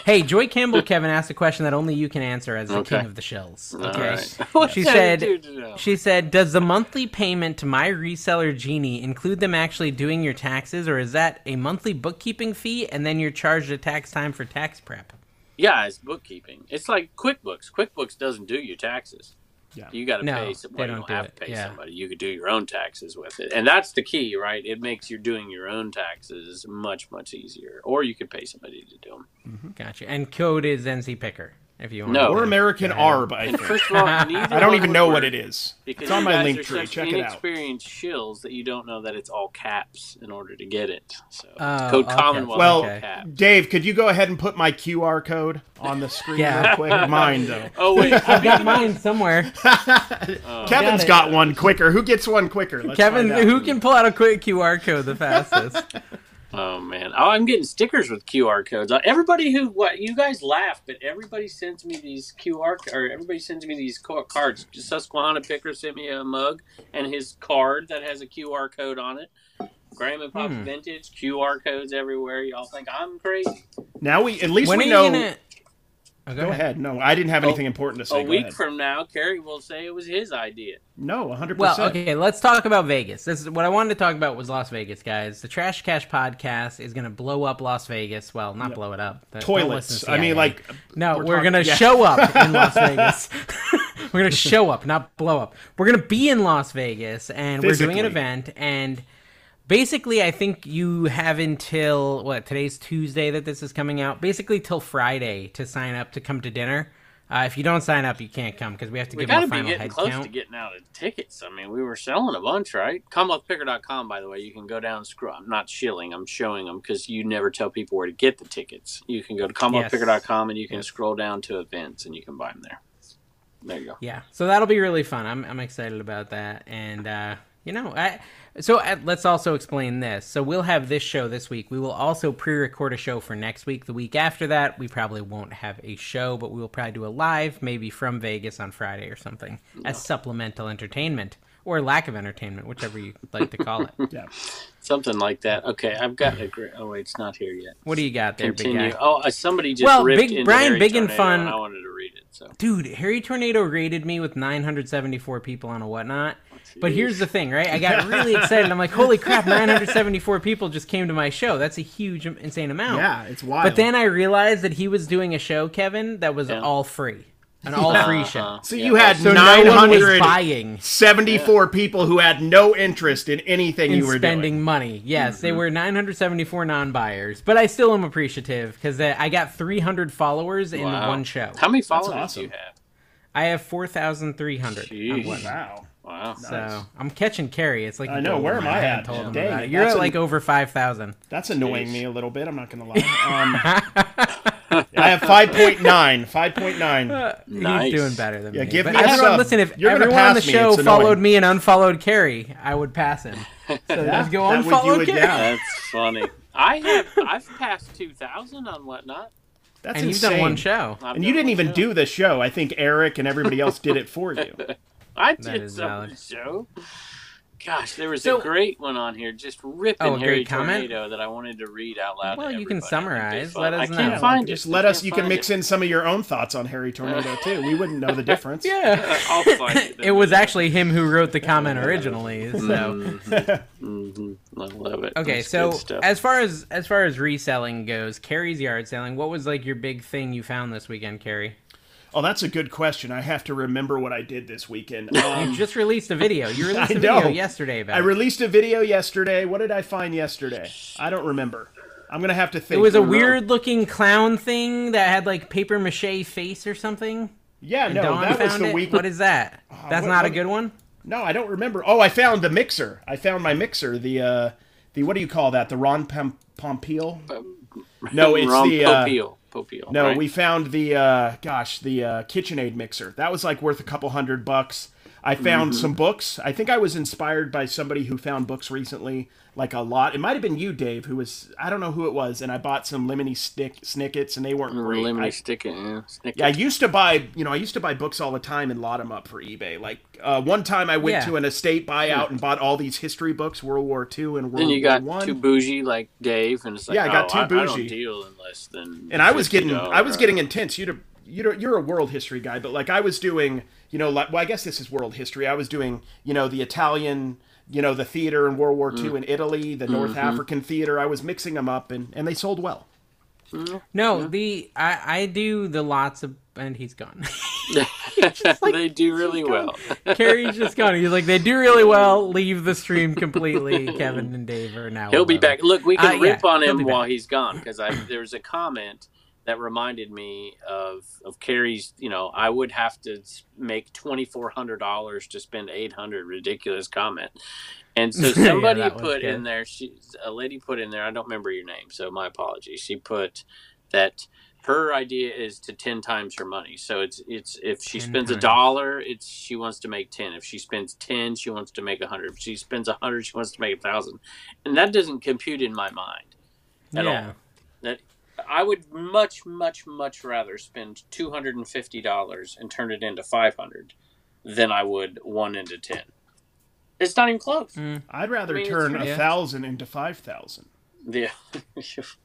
Speaker 1: hey, Joy Campbell, Kevin asked a question that only you can answer as the
Speaker 2: Okay.
Speaker 1: king of the shills. Okay,
Speaker 2: right.
Speaker 1: she
Speaker 2: What
Speaker 1: said.
Speaker 2: did you do?
Speaker 1: She said, "Does the monthly payment to my reseller Genie include them actually doing your taxes, or is that a monthly bookkeeping fee and then you're charged a tax time for tax prep?"
Speaker 2: Yeah, it's bookkeeping. It's like QuickBooks. QuickBooks doesn't do your taxes.
Speaker 3: Yeah.
Speaker 2: You got to
Speaker 1: No,
Speaker 2: pay
Speaker 1: they
Speaker 2: somebody. You
Speaker 1: don't
Speaker 2: don't
Speaker 1: do
Speaker 2: have
Speaker 1: it.
Speaker 2: to pay
Speaker 1: Yeah.
Speaker 2: somebody. You could do your own taxes with it. And that's the key, right? It makes you doing your own taxes much, much easier. Or you could pay somebody to do them.
Speaker 1: Gotcha. And code is NC Picker if you want.
Speaker 2: No.
Speaker 3: Or American Arb, I
Speaker 2: And
Speaker 3: think.
Speaker 2: first of all, neither
Speaker 3: I don't
Speaker 2: one
Speaker 3: even
Speaker 2: would
Speaker 3: know
Speaker 2: work
Speaker 3: what it is.
Speaker 2: Because
Speaker 3: It's on
Speaker 2: you
Speaker 3: my
Speaker 2: guys
Speaker 3: link
Speaker 2: are
Speaker 3: tree.
Speaker 2: such
Speaker 3: Check it out.
Speaker 2: inexperienced shills that you don't know that it's all caps in order to get it. So
Speaker 1: Oh,
Speaker 2: code
Speaker 1: all caps.
Speaker 2: Commonwealth.
Speaker 3: Well,
Speaker 1: Okay.
Speaker 2: cap.
Speaker 3: Dave, could you go ahead and put my QR code on the screen
Speaker 1: Yeah.
Speaker 3: real quick? Mine though.
Speaker 2: Oh wait, Oh.
Speaker 1: I've got mine somewhere.
Speaker 3: Kevin's
Speaker 1: it.
Speaker 3: got one quicker. Who gets one quicker? Let's
Speaker 1: Kevin,
Speaker 3: find out.
Speaker 1: who can pull out a quick QR code the fastest?
Speaker 2: Oh man, oh, I'm getting stickers with QR codes. Uh, Everybody who what you guys laugh, but everybody sends me these QR c- or everybody sends me these co- cards. Susquehanna Picker sent me a mug and his card that has a QR code on it. Graham and Pop
Speaker 1: Hmm.
Speaker 2: Vintage QR codes everywhere. Y'all think I'm crazy?
Speaker 3: Now we at least
Speaker 1: when are
Speaker 3: we
Speaker 1: you
Speaker 3: know.
Speaker 1: gonna? Oh, go,
Speaker 3: Go
Speaker 1: ahead. Oh,
Speaker 3: ahead. No, I didn't have anything important to say.
Speaker 2: a
Speaker 3: Go
Speaker 2: week
Speaker 3: ahead.
Speaker 2: from now, Kerry will say it was his idea.
Speaker 3: No, 100%.
Speaker 1: Well, okay, let's talk about Vegas. This is what I wanted to talk about was Las Vegas, guys. The Trash Cash podcast is going to blow up Las Vegas. Well, not blow it up. Don't listen
Speaker 3: Toilets.
Speaker 1: to
Speaker 3: I mean,
Speaker 1: CIA.
Speaker 3: like,
Speaker 1: No, we're,
Speaker 3: We're talking-
Speaker 1: gonna
Speaker 3: yeah.
Speaker 1: show up in Las Vegas. we're gonna show up, not blow up. We're gonna be in Las Vegas, and we're doing an
Speaker 3: Physically.
Speaker 1: event. And basically, I think you have until what today's Tuesday that this is coming out. Basically, till Friday to sign up to come to dinner. Uh, if you don't sign up, you can't come because we have to
Speaker 2: We
Speaker 1: give them
Speaker 2: gotta
Speaker 1: a
Speaker 2: be
Speaker 1: final
Speaker 2: getting
Speaker 1: head
Speaker 2: close
Speaker 1: count.
Speaker 2: to getting out of tickets. I mean, we were selling a bunch, right? CommonwealthPicker.com, by the way, you can go down. and Scroll. I'm not shilling. I'm showing them because you never tell people where to get the tickets. You can go to CommonwealthPicker.com and you can scroll down to events and you can buy them there. There you go.
Speaker 1: Yeah, so that'll be really fun. I'm I'm excited about that, and uh, you know, I so uh, let's also explain this. So we'll have this show this week. We will also pre-record a show for next week. The week after that, we probably won't have a show, but we will probably do a live, maybe from Vegas on Friday or something, as supplemental entertainment or lack of entertainment, whichever you like to call it.
Speaker 3: yeah.
Speaker 2: Something like that. Okay, I've got a great. Oh wait, it's not here yet.
Speaker 1: What do you got there, big
Speaker 2: Continue.
Speaker 1: guy?
Speaker 2: Oh, uh, somebody just
Speaker 1: Well,
Speaker 2: ripped
Speaker 1: Big-
Speaker 2: into
Speaker 1: Brian
Speaker 2: Harry
Speaker 1: Big and
Speaker 2: Tornado,
Speaker 1: Fun-
Speaker 2: I wanted to read it. So
Speaker 1: Dude, Harry Tornado rated me with 974 people on a whatnot. But here's the thing, right? I got really excited. I'm like, holy crap, 974 people just came to my show. That's a huge, im- insane amount.
Speaker 3: Yeah, it's wild.
Speaker 1: But then I realized that he was doing a show, Kevin, that was
Speaker 2: Yeah. Uh-huh.
Speaker 1: all free. An all free show.
Speaker 3: so you had
Speaker 1: So no one was
Speaker 3: 974
Speaker 1: buying
Speaker 3: people who had no interest in anything
Speaker 1: and
Speaker 3: you were
Speaker 1: spending
Speaker 3: doing. Mm-hmm.
Speaker 1: money. Yes, they were 974 non buyers. But I still am appreciative because I got 300 followers in
Speaker 2: Wow.
Speaker 1: one show.
Speaker 2: How many followers
Speaker 3: awesome.
Speaker 2: do you have?
Speaker 1: I have 4,300. on
Speaker 2: Jeez.
Speaker 1: Whatnot.
Speaker 3: Wow.
Speaker 2: Wow.
Speaker 1: So I'm catching Carrie. It's like
Speaker 3: I
Speaker 1: you
Speaker 3: know,
Speaker 1: told
Speaker 3: where
Speaker 1: him.
Speaker 3: am I
Speaker 1: haven't
Speaker 3: at?
Speaker 1: told him
Speaker 3: Dang,
Speaker 1: about it. You're
Speaker 3: that's
Speaker 1: at
Speaker 3: a-
Speaker 1: like over five thousand.
Speaker 3: That's annoying me a little bit. I'm not going to lie. Um, I have 5.9. 5.9.
Speaker 2: Nice.
Speaker 1: He's doing better than
Speaker 3: Yeah,
Speaker 1: me.
Speaker 3: give
Speaker 1: but
Speaker 3: me a
Speaker 1: everyone,
Speaker 3: sub.
Speaker 1: listen, if
Speaker 3: You're gonna
Speaker 1: everyone on the
Speaker 3: pass me,
Speaker 1: show
Speaker 3: it's annoying.
Speaker 1: followed me and unfollowed Carrie, I would pass him. So just go
Speaker 3: that would
Speaker 1: unfollow
Speaker 3: do it,
Speaker 1: Carrie.
Speaker 3: yeah.
Speaker 2: That's funny. I have I've passed two thousand on whatnot.
Speaker 3: That's
Speaker 1: And you've
Speaker 3: insane.
Speaker 1: done one show.
Speaker 2: I've
Speaker 3: And you
Speaker 2: done
Speaker 3: didn't
Speaker 2: one
Speaker 3: even
Speaker 2: show.
Speaker 3: do the show. I think Eric and everybody else did it for you.
Speaker 2: I
Speaker 1: That
Speaker 2: did
Speaker 1: is
Speaker 2: some
Speaker 1: valid.
Speaker 2: show. Gosh, there was
Speaker 1: So-
Speaker 2: a great one on here, just ripping
Speaker 1: Oh, a
Speaker 2: Harry
Speaker 1: great comment?
Speaker 2: Tornado that I wanted to read out loud. to
Speaker 1: Well, you
Speaker 2: everybody.
Speaker 1: can
Speaker 2: It'd be
Speaker 1: summarize.
Speaker 2: fun.
Speaker 1: Let us
Speaker 2: I can't
Speaker 1: know.
Speaker 2: find
Speaker 3: Just
Speaker 2: it.
Speaker 3: let
Speaker 2: I
Speaker 3: us.
Speaker 2: can't
Speaker 3: You can
Speaker 2: find
Speaker 3: mix
Speaker 2: it.
Speaker 3: in some of your own thoughts on Harry Tornado too. We wouldn't know the difference.
Speaker 1: Yeah.
Speaker 2: I'll find it.
Speaker 1: It was actually him who wrote the comment originally. So
Speaker 2: Mhm. I love it.
Speaker 1: okay,
Speaker 2: That's
Speaker 1: so
Speaker 2: Mm. good stuff.
Speaker 1: as far as as far as reselling goes, Carrie's yard selling. What was like your big thing you found this weekend, Carrie?
Speaker 3: Oh, that's a good question. I have to remember what I did this weekend. Um,
Speaker 1: You just released a video. You released a
Speaker 3: know.
Speaker 1: video yesterday about.
Speaker 3: I
Speaker 1: it.
Speaker 3: released a video yesterday. What did I find yesterday? I don't remember. I'm gonna have to think.
Speaker 1: It was a weird looking clown thing that had like paper mache face or something.
Speaker 3: Yeah,
Speaker 1: And
Speaker 3: no,
Speaker 1: Dawn
Speaker 3: that was
Speaker 1: found
Speaker 3: the
Speaker 1: it.
Speaker 3: week. Uh,
Speaker 1: What is that? That's
Speaker 3: what-
Speaker 1: not a
Speaker 3: what-
Speaker 1: good one.
Speaker 3: No, I don't remember. Oh, I found the mixer. I found my mixer. The uh, the what do you call that? The Ron Pom- Pompeo. No, it's
Speaker 2: Ron
Speaker 3: the, uh,
Speaker 2: Popeil. Popeil,
Speaker 3: No,
Speaker 2: right?
Speaker 3: we found the uh, gosh, the uh, KitchenAid mixer. That was like worth a couple hundred bucks. I found
Speaker 2: Mm-hmm.
Speaker 3: some books. I think I was inspired by somebody who found books recently, like a lot. It might have been you, Dave, who was I don't know who it was, and I bought some lemony stick snickets, and they weren't great.
Speaker 2: Mm, lemony
Speaker 3: I-
Speaker 2: stick it. Yeah, Snick
Speaker 3: yeah, I
Speaker 2: it.
Speaker 3: used to buy, you know, I used to buy books all the time and lot them up for eBay. Like uh, one time, I went
Speaker 1: Yeah.
Speaker 3: to an estate buyout and bought all these history books, World War II and World
Speaker 2: Hmm. Then you
Speaker 3: War
Speaker 2: got
Speaker 3: One.
Speaker 2: too bougie like Dave, and it's like,
Speaker 3: Yeah, I got
Speaker 2: oh,
Speaker 3: too
Speaker 2: I don't
Speaker 3: bougie.
Speaker 2: deal in less than.
Speaker 3: and I was getting
Speaker 2: $50.
Speaker 3: I was getting intense. You'd you're you're a world history guy, but like I was doing, you know, like well, I guess this is world history. I was doing, you know, the Italian, you know, the theater in World War II in Italy, the North African theater. I was mixing them up, and and they sold well.
Speaker 1: No, the I, I do the lots of and he's gone.
Speaker 2: they do really well.
Speaker 1: Carrie's just gone. He's like they do really well. Leave the stream completely. Kevin and Dave are now.
Speaker 2: He'll be
Speaker 1: alone.
Speaker 2: back. Look, we
Speaker 1: Uh,
Speaker 2: can
Speaker 1: yeah,
Speaker 2: rip on
Speaker 1: he'll
Speaker 2: him
Speaker 1: be
Speaker 2: while
Speaker 1: back.
Speaker 2: he's gone because I there was a comment that reminded me of of Carrie's. You know, I would have to s- make twenty four hundred dollars to spend eight hundred. Ridiculous comment. And so
Speaker 1: Yeah,
Speaker 2: somebody
Speaker 1: that was
Speaker 2: put
Speaker 1: good.
Speaker 2: in there. She a lady put in there. I don't remember your name, so my apologies. She put that her idea is to 10 times her money so it's it's if she
Speaker 1: 10
Speaker 2: spends a
Speaker 1: times.
Speaker 2: dollar it's she wants to make 10 if she spends 10 she wants to make 100 if she spends 100 she wants to make a 1000 and that doesn't compute in my mind at
Speaker 1: Yeah.
Speaker 2: all that i would much much much rather spend $250 and turn it into 500 than i would 1 into 10 it's not even close
Speaker 1: Mm.
Speaker 3: I'd rather
Speaker 2: I mean, it's
Speaker 3: turn
Speaker 2: true.
Speaker 3: a
Speaker 1: Yeah.
Speaker 3: thousand into five thousand.
Speaker 2: yeah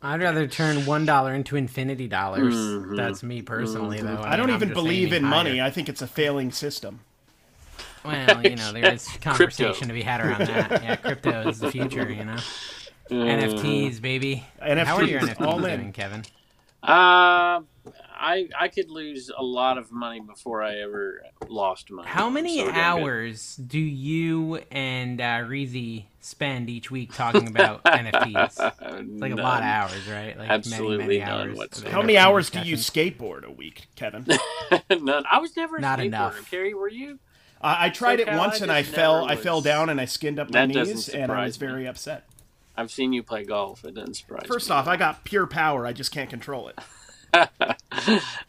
Speaker 1: I'd rather turn one dollar into infinity dollars.
Speaker 2: Mm-hmm.
Speaker 1: That's me personally, though.
Speaker 3: Mm-hmm. I don't
Speaker 1: mean, I'm
Speaker 3: even
Speaker 1: just
Speaker 3: believe in
Speaker 1: aiming
Speaker 3: money.
Speaker 1: higher.
Speaker 3: I think it's a failing system.
Speaker 1: Well, you know, there is conversation to be had around that. Yeah, crypto is the future. You know, Mm-hmm.
Speaker 2: Mm.
Speaker 1: NFTs, baby. How are your
Speaker 3: NFTs,
Speaker 1: NFTs
Speaker 3: all in.
Speaker 1: doing, Kevin?
Speaker 2: Uh, I I could lose a lot of money before I ever lost money.
Speaker 1: How many
Speaker 2: So we're doing good.
Speaker 1: hours do you and uh, Reezy spend each week talking about NFTs? It's like a lot of
Speaker 2: Uh, None.
Speaker 1: hours, right? Like
Speaker 2: Absolutely
Speaker 1: many, many
Speaker 2: none
Speaker 1: hours. of
Speaker 2: whatsoever.
Speaker 3: How many hours do you
Speaker 1: discussion.
Speaker 3: skateboard a week, Kevin?
Speaker 2: None. I was never a
Speaker 1: Not
Speaker 2: skateboarder.
Speaker 1: enough.
Speaker 2: Carrie, were you?
Speaker 3: I, I tried
Speaker 2: Okay,
Speaker 3: it once
Speaker 2: I
Speaker 3: and I
Speaker 2: just
Speaker 3: fell.
Speaker 2: never
Speaker 3: I fell
Speaker 2: was-
Speaker 3: down and I skinned up my
Speaker 2: That doesn't
Speaker 3: knees and I was
Speaker 2: surprise me.
Speaker 3: very upset.
Speaker 2: I've seen you play golf. It doesn't surprise
Speaker 3: First
Speaker 2: me.
Speaker 3: off, I got pure power. I just can't control it.
Speaker 2: I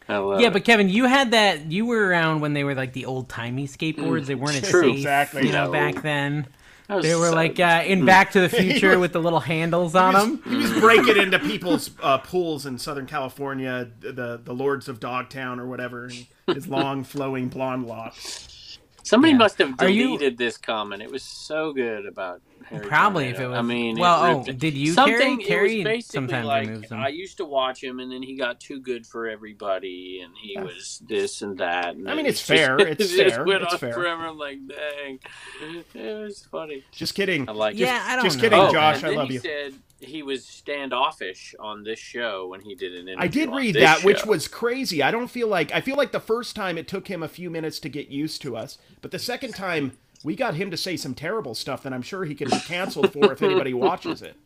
Speaker 2: love
Speaker 1: Yeah,
Speaker 2: it.
Speaker 1: but Kevin, you had that. You were around when they were like the old timey skateboards. They weren't as
Speaker 2: True.
Speaker 1: safe,
Speaker 3: Exactly.
Speaker 1: you know,
Speaker 2: No.
Speaker 1: back then.
Speaker 2: I was
Speaker 1: They were
Speaker 2: so-
Speaker 1: like uh, in Back to the Future
Speaker 3: was-
Speaker 1: with the little handles on
Speaker 3: He
Speaker 1: them.
Speaker 3: was- He was breaking into people's uh, pools in Southern California, the the Lords of Dogtown or whatever, and his long flowing blonde locks.
Speaker 2: somebody
Speaker 1: yeah.
Speaker 2: must have
Speaker 1: Are you-
Speaker 2: deleted this comment. It was so good about Harry
Speaker 1: Probably if
Speaker 2: Tornado.
Speaker 1: it was-
Speaker 2: I mean, it
Speaker 1: well,
Speaker 2: ripped
Speaker 1: oh,
Speaker 2: it.
Speaker 1: did you, Carrie?
Speaker 2: something?
Speaker 1: Carrie
Speaker 2: it was basically
Speaker 1: sometimes
Speaker 2: like
Speaker 1: removes them.
Speaker 2: I used to watch him, and then he got too good for everybody, and he was this and that. And
Speaker 3: I mean,
Speaker 2: it
Speaker 3: it's
Speaker 2: just-
Speaker 3: fair,
Speaker 2: it
Speaker 3: it's
Speaker 2: just
Speaker 3: fair,
Speaker 2: Went
Speaker 3: it's
Speaker 2: on
Speaker 3: fair.
Speaker 2: forever. I'm like, dang, it was funny.
Speaker 3: Just kidding.
Speaker 2: I like.
Speaker 1: yeah, I don't
Speaker 3: just
Speaker 1: know.
Speaker 3: kidding,
Speaker 2: Oh,
Speaker 3: Josh,
Speaker 2: and
Speaker 3: I
Speaker 2: then
Speaker 3: love
Speaker 2: he
Speaker 3: you.
Speaker 2: said he was standoffish on this show when he did an interview.
Speaker 3: I did
Speaker 2: on
Speaker 3: read
Speaker 2: this
Speaker 3: that, which
Speaker 2: show.
Speaker 3: was crazy. I don't feel like I feel like the first time it took him a few minutes to get used to us, but the second time we got him to say some terrible stuff that I'm sure he could be canceled for if anybody watches it.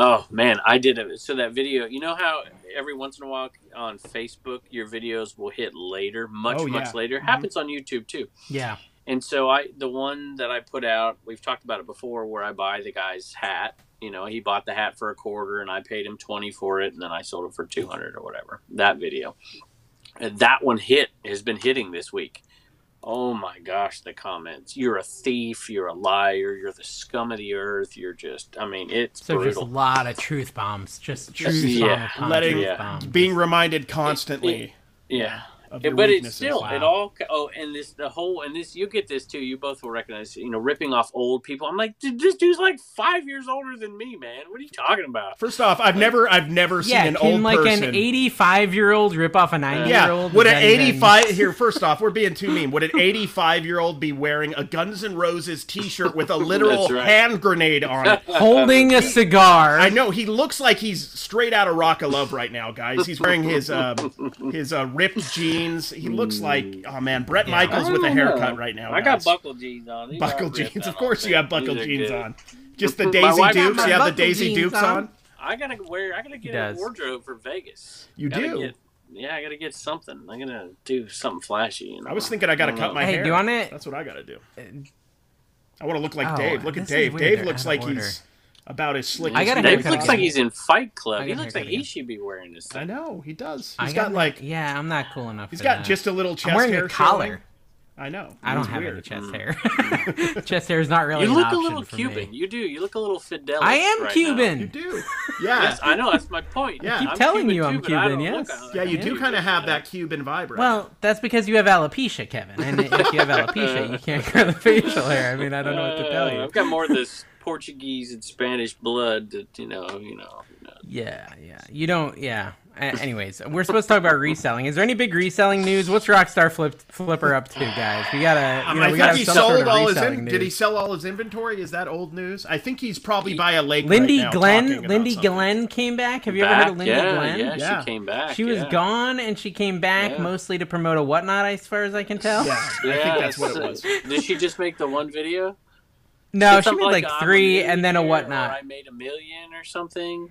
Speaker 2: Oh man, I did it. So that video, you know how every once in a while on Facebook your videos will hit later, much
Speaker 3: Oh, yeah.
Speaker 2: much later. Happens on YouTube too.
Speaker 1: Yeah,
Speaker 2: And so I, the one that I put out, we've talked about it before, where I buy the guy's hat. You know, he bought the hat for a quarter, and I paid him twenty for it, and then I sold it for two hundred or whatever. That video, and that one hit has been hitting this week. Oh my gosh, the comments! You're a thief. You're a liar. You're the scum of the earth. You're just. I mean, it's
Speaker 1: so just
Speaker 2: brutal.
Speaker 1: a lot of truth bombs, just truth bomb
Speaker 2: yeah,
Speaker 1: upon
Speaker 3: letting-
Speaker 1: truth
Speaker 2: yeah.
Speaker 1: bomb.
Speaker 3: Being reminded constantly
Speaker 2: yeah.
Speaker 3: of
Speaker 2: Yeah,
Speaker 3: your
Speaker 2: but it's
Speaker 3: weaknesses.
Speaker 2: still it
Speaker 1: Wow.
Speaker 2: all. Oh, and this the whole and this you get this too. You both will recognize. You know, ripping off old people. I'm like, dude, this dude's like five years older than me, man. What are you talking about?
Speaker 3: First off, I've never I've never
Speaker 1: yeah,
Speaker 3: seen an
Speaker 1: can
Speaker 3: old
Speaker 1: like
Speaker 3: person.
Speaker 1: an eighty-five-year-old rip off a
Speaker 3: yeah,
Speaker 1: nine-year-old?
Speaker 3: would an 85 here first off, we're being too mean. Would an 85 year old be wearing a Guns N' Roses t-shirt with a literal
Speaker 2: That's right.
Speaker 3: hand grenade on it?
Speaker 1: holding a cigar?
Speaker 3: I know he looks like he's straight out of Rock of Love right now, guys. He's wearing his uh, his uh, ripped jeans. He looks
Speaker 2: Hmm.
Speaker 3: like oh man, Brett
Speaker 1: Yeah.
Speaker 3: Michaels with a
Speaker 2: I don't know.
Speaker 3: haircut right now.
Speaker 2: Oh, I got
Speaker 3: guys.
Speaker 2: buckle jeans on. These
Speaker 3: buckle
Speaker 2: aren't ripped,
Speaker 3: jeans.
Speaker 2: I
Speaker 3: Of
Speaker 2: don't
Speaker 3: course, you
Speaker 2: think.
Speaker 3: have buckle
Speaker 2: These are
Speaker 3: jeans
Speaker 2: good.
Speaker 3: on. Just the
Speaker 2: My
Speaker 3: Daisy
Speaker 2: wife got
Speaker 3: Dukes.
Speaker 2: my
Speaker 3: You have the
Speaker 1: buckle
Speaker 3: Daisy
Speaker 1: jeans
Speaker 3: Dukes
Speaker 1: on.
Speaker 3: on.
Speaker 2: I gotta wear. I gotta get
Speaker 1: does.
Speaker 2: a wardrobe for Vegas.
Speaker 3: You
Speaker 2: Gotta
Speaker 3: do.
Speaker 2: get- yeah, I gotta get something. I'm gonna do something flashy. You know?
Speaker 3: I was thinking I gotta
Speaker 2: don't
Speaker 3: cut
Speaker 2: know.
Speaker 3: my
Speaker 1: Hey,
Speaker 3: hair.
Speaker 1: do you want it?
Speaker 3: That's what I gotta do. I want to look like
Speaker 1: Oh,
Speaker 3: Dave. Look at
Speaker 1: this is
Speaker 3: Dave.
Speaker 1: weird.
Speaker 3: Dave
Speaker 1: They're
Speaker 3: looks
Speaker 1: out of
Speaker 3: like he's about as slick.
Speaker 1: I
Speaker 3: as
Speaker 1: got a
Speaker 3: he
Speaker 1: haircut
Speaker 2: Dave
Speaker 3: can
Speaker 2: looks
Speaker 3: be.
Speaker 2: like he's in Fight Club.
Speaker 1: I
Speaker 2: He
Speaker 1: got a
Speaker 2: looks like
Speaker 1: haircut
Speaker 2: he
Speaker 1: again.
Speaker 2: should be wearing this.
Speaker 3: I
Speaker 2: Thing.
Speaker 3: know he does.
Speaker 1: I
Speaker 3: He's got
Speaker 1: no-
Speaker 3: like
Speaker 1: yeah, I'm not cool enough.
Speaker 3: he's
Speaker 1: for
Speaker 3: got
Speaker 1: that.
Speaker 3: just a little chest
Speaker 1: I'm wearing
Speaker 3: hair
Speaker 1: a collar.
Speaker 3: showing. I know.
Speaker 1: I don't
Speaker 3: It's
Speaker 1: have
Speaker 3: weird. Hmm.
Speaker 1: any chest hair. chest hair is not really.
Speaker 2: You
Speaker 1: an
Speaker 2: look a
Speaker 1: option
Speaker 2: little
Speaker 1: for
Speaker 2: Cuban.
Speaker 1: Me.
Speaker 2: You do. You look a little Fidel.
Speaker 1: I am
Speaker 2: right
Speaker 1: Cuban.
Speaker 2: Now.
Speaker 3: You do. Yeah.
Speaker 2: Yes, I know. That's my point.
Speaker 3: Yeah. I keep
Speaker 2: I'm
Speaker 1: telling
Speaker 2: Cuban
Speaker 1: you I'm
Speaker 2: too, but I
Speaker 1: Cuban,
Speaker 2: don't look
Speaker 1: yes.
Speaker 2: like
Speaker 3: yeah, you
Speaker 2: I'm
Speaker 3: do
Speaker 2: Cuban.
Speaker 3: kind of have that Cuban vibe. right?
Speaker 1: Well, that's because you have alopecia, Kevin. And if you have alopecia, you can't grow the facial hair. I mean, I don't know what to tell
Speaker 2: Uh,
Speaker 1: you.
Speaker 2: I've got more of this Portuguese and Spanish blood that you know, you know. you know.
Speaker 1: Yeah, yeah. You don't. Yeah. A- Anyways, we're supposed to talk about reselling. Is there any big reselling news? What's Rockstar Flip, Flipper up to, guys? We gotta. You
Speaker 3: I,
Speaker 1: know,
Speaker 3: mean, Um, I
Speaker 1: we
Speaker 3: think
Speaker 1: gotta
Speaker 3: he
Speaker 1: have some sort
Speaker 3: sold
Speaker 1: of
Speaker 3: all his.
Speaker 1: reselling
Speaker 3: In- did he
Speaker 1: news.
Speaker 3: sell all his inventory? Is that old news? I think he's probably by a lake.
Speaker 1: Lindy
Speaker 3: right now talking
Speaker 1: Glenn.
Speaker 3: about
Speaker 1: Lindy
Speaker 3: something.
Speaker 1: Glenn came back. Have you
Speaker 2: Back,
Speaker 1: ever heard of Lindy
Speaker 2: yeah,
Speaker 1: Glenn?
Speaker 2: Yeah,
Speaker 3: Yeah.
Speaker 2: she came back.
Speaker 1: She was
Speaker 2: yeah.
Speaker 1: gone and she came back
Speaker 2: Yeah.
Speaker 1: mostly to promote a whatnot, as far as I can tell.
Speaker 3: Yeah, I think that's what it
Speaker 2: Yes.
Speaker 3: was.
Speaker 2: Did she just make the one video?
Speaker 1: No, she
Speaker 2: Something
Speaker 1: made like,
Speaker 2: I'm a
Speaker 1: three and then a
Speaker 2: millionaire,
Speaker 1: whatnot.
Speaker 2: or I made a million or something.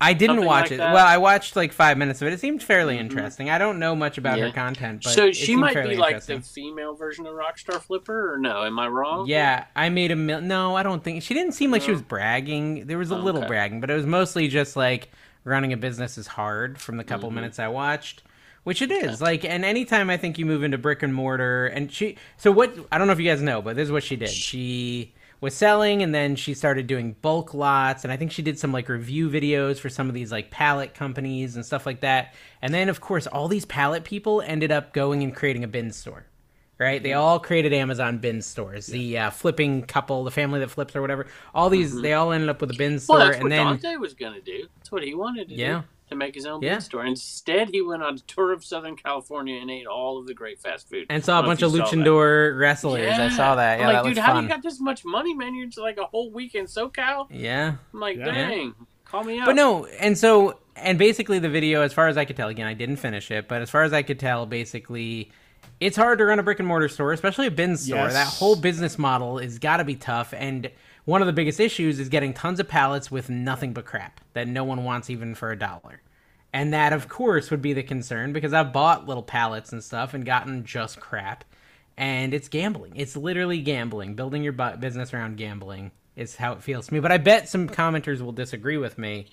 Speaker 1: I didn't
Speaker 2: Something
Speaker 1: watch
Speaker 2: like
Speaker 1: it.
Speaker 2: that. Mm-hmm.
Speaker 1: Well, I watched like five minutes of it. It seemed fairly interesting. I don't know much about her
Speaker 2: Yeah.
Speaker 1: content, but
Speaker 2: so
Speaker 1: it
Speaker 2: she
Speaker 1: seemed
Speaker 2: might
Speaker 1: fairly
Speaker 2: be like the
Speaker 1: interesting.
Speaker 2: female version of Rockstar Flipper, or no? Am I wrong?
Speaker 1: Yeah, I made a mil- no. I don't think she didn't seem like she was bragging. There was a little
Speaker 2: Okay.
Speaker 1: bragging, but it was mostly just like running a business is hard. From the couple minutes I watched, which it is like. And anytime I think you move into brick and mortar, and she. So what? I don't know if you guys know, but this is what she did. She was selling, and then she started doing bulk lots, and I think she did some like review videos for some of these like pallet companies and stuff like that. And then of course, all these pallet people ended up going and creating a bin store right?
Speaker 2: Mm-hmm.
Speaker 1: They all created Amazon bin stores. The uh, flipping couple, the family that flips or whatever. All these, they all ended up with a bin store,
Speaker 2: Mm-hmm. Well, that's
Speaker 1: and
Speaker 2: what
Speaker 1: then
Speaker 2: Dante was going to do. That's what he wanted to
Speaker 1: Yeah.
Speaker 2: do to make his own
Speaker 1: Yeah.
Speaker 2: big store. Instead, he went on a tour of Southern California and ate all of the great fast food.
Speaker 1: and saw a
Speaker 2: I don't know
Speaker 1: bunch
Speaker 2: if
Speaker 1: of
Speaker 2: you saw that.
Speaker 1: luchador wrestlers. I saw that.
Speaker 2: I'm
Speaker 1: Yeah,
Speaker 2: like,
Speaker 1: that
Speaker 2: dude,
Speaker 1: was
Speaker 2: how
Speaker 1: fun.
Speaker 2: do you got this much money, man? You're just like a whole week in SoCal.
Speaker 1: Yeah.
Speaker 2: I'm like,
Speaker 3: Yeah.
Speaker 2: dang, call me out.
Speaker 1: But no, and so and basically the video, as far as I could tell, again I didn't finish it, but as far as I could tell, basically it's hard to run a brick and mortar store, especially a bin store.
Speaker 3: Yes.
Speaker 1: That whole business model is got to be tough, and one of the biggest issues is getting tons of pallets with nothing but crap that no one wants even for a dollar. And that, of course, would be the concern because I've bought little pallets and stuff and gotten just crap. And it's gambling. It's literally gambling. Building your bu- business around gambling is how it feels to me. But I bet some commenters will disagree with me.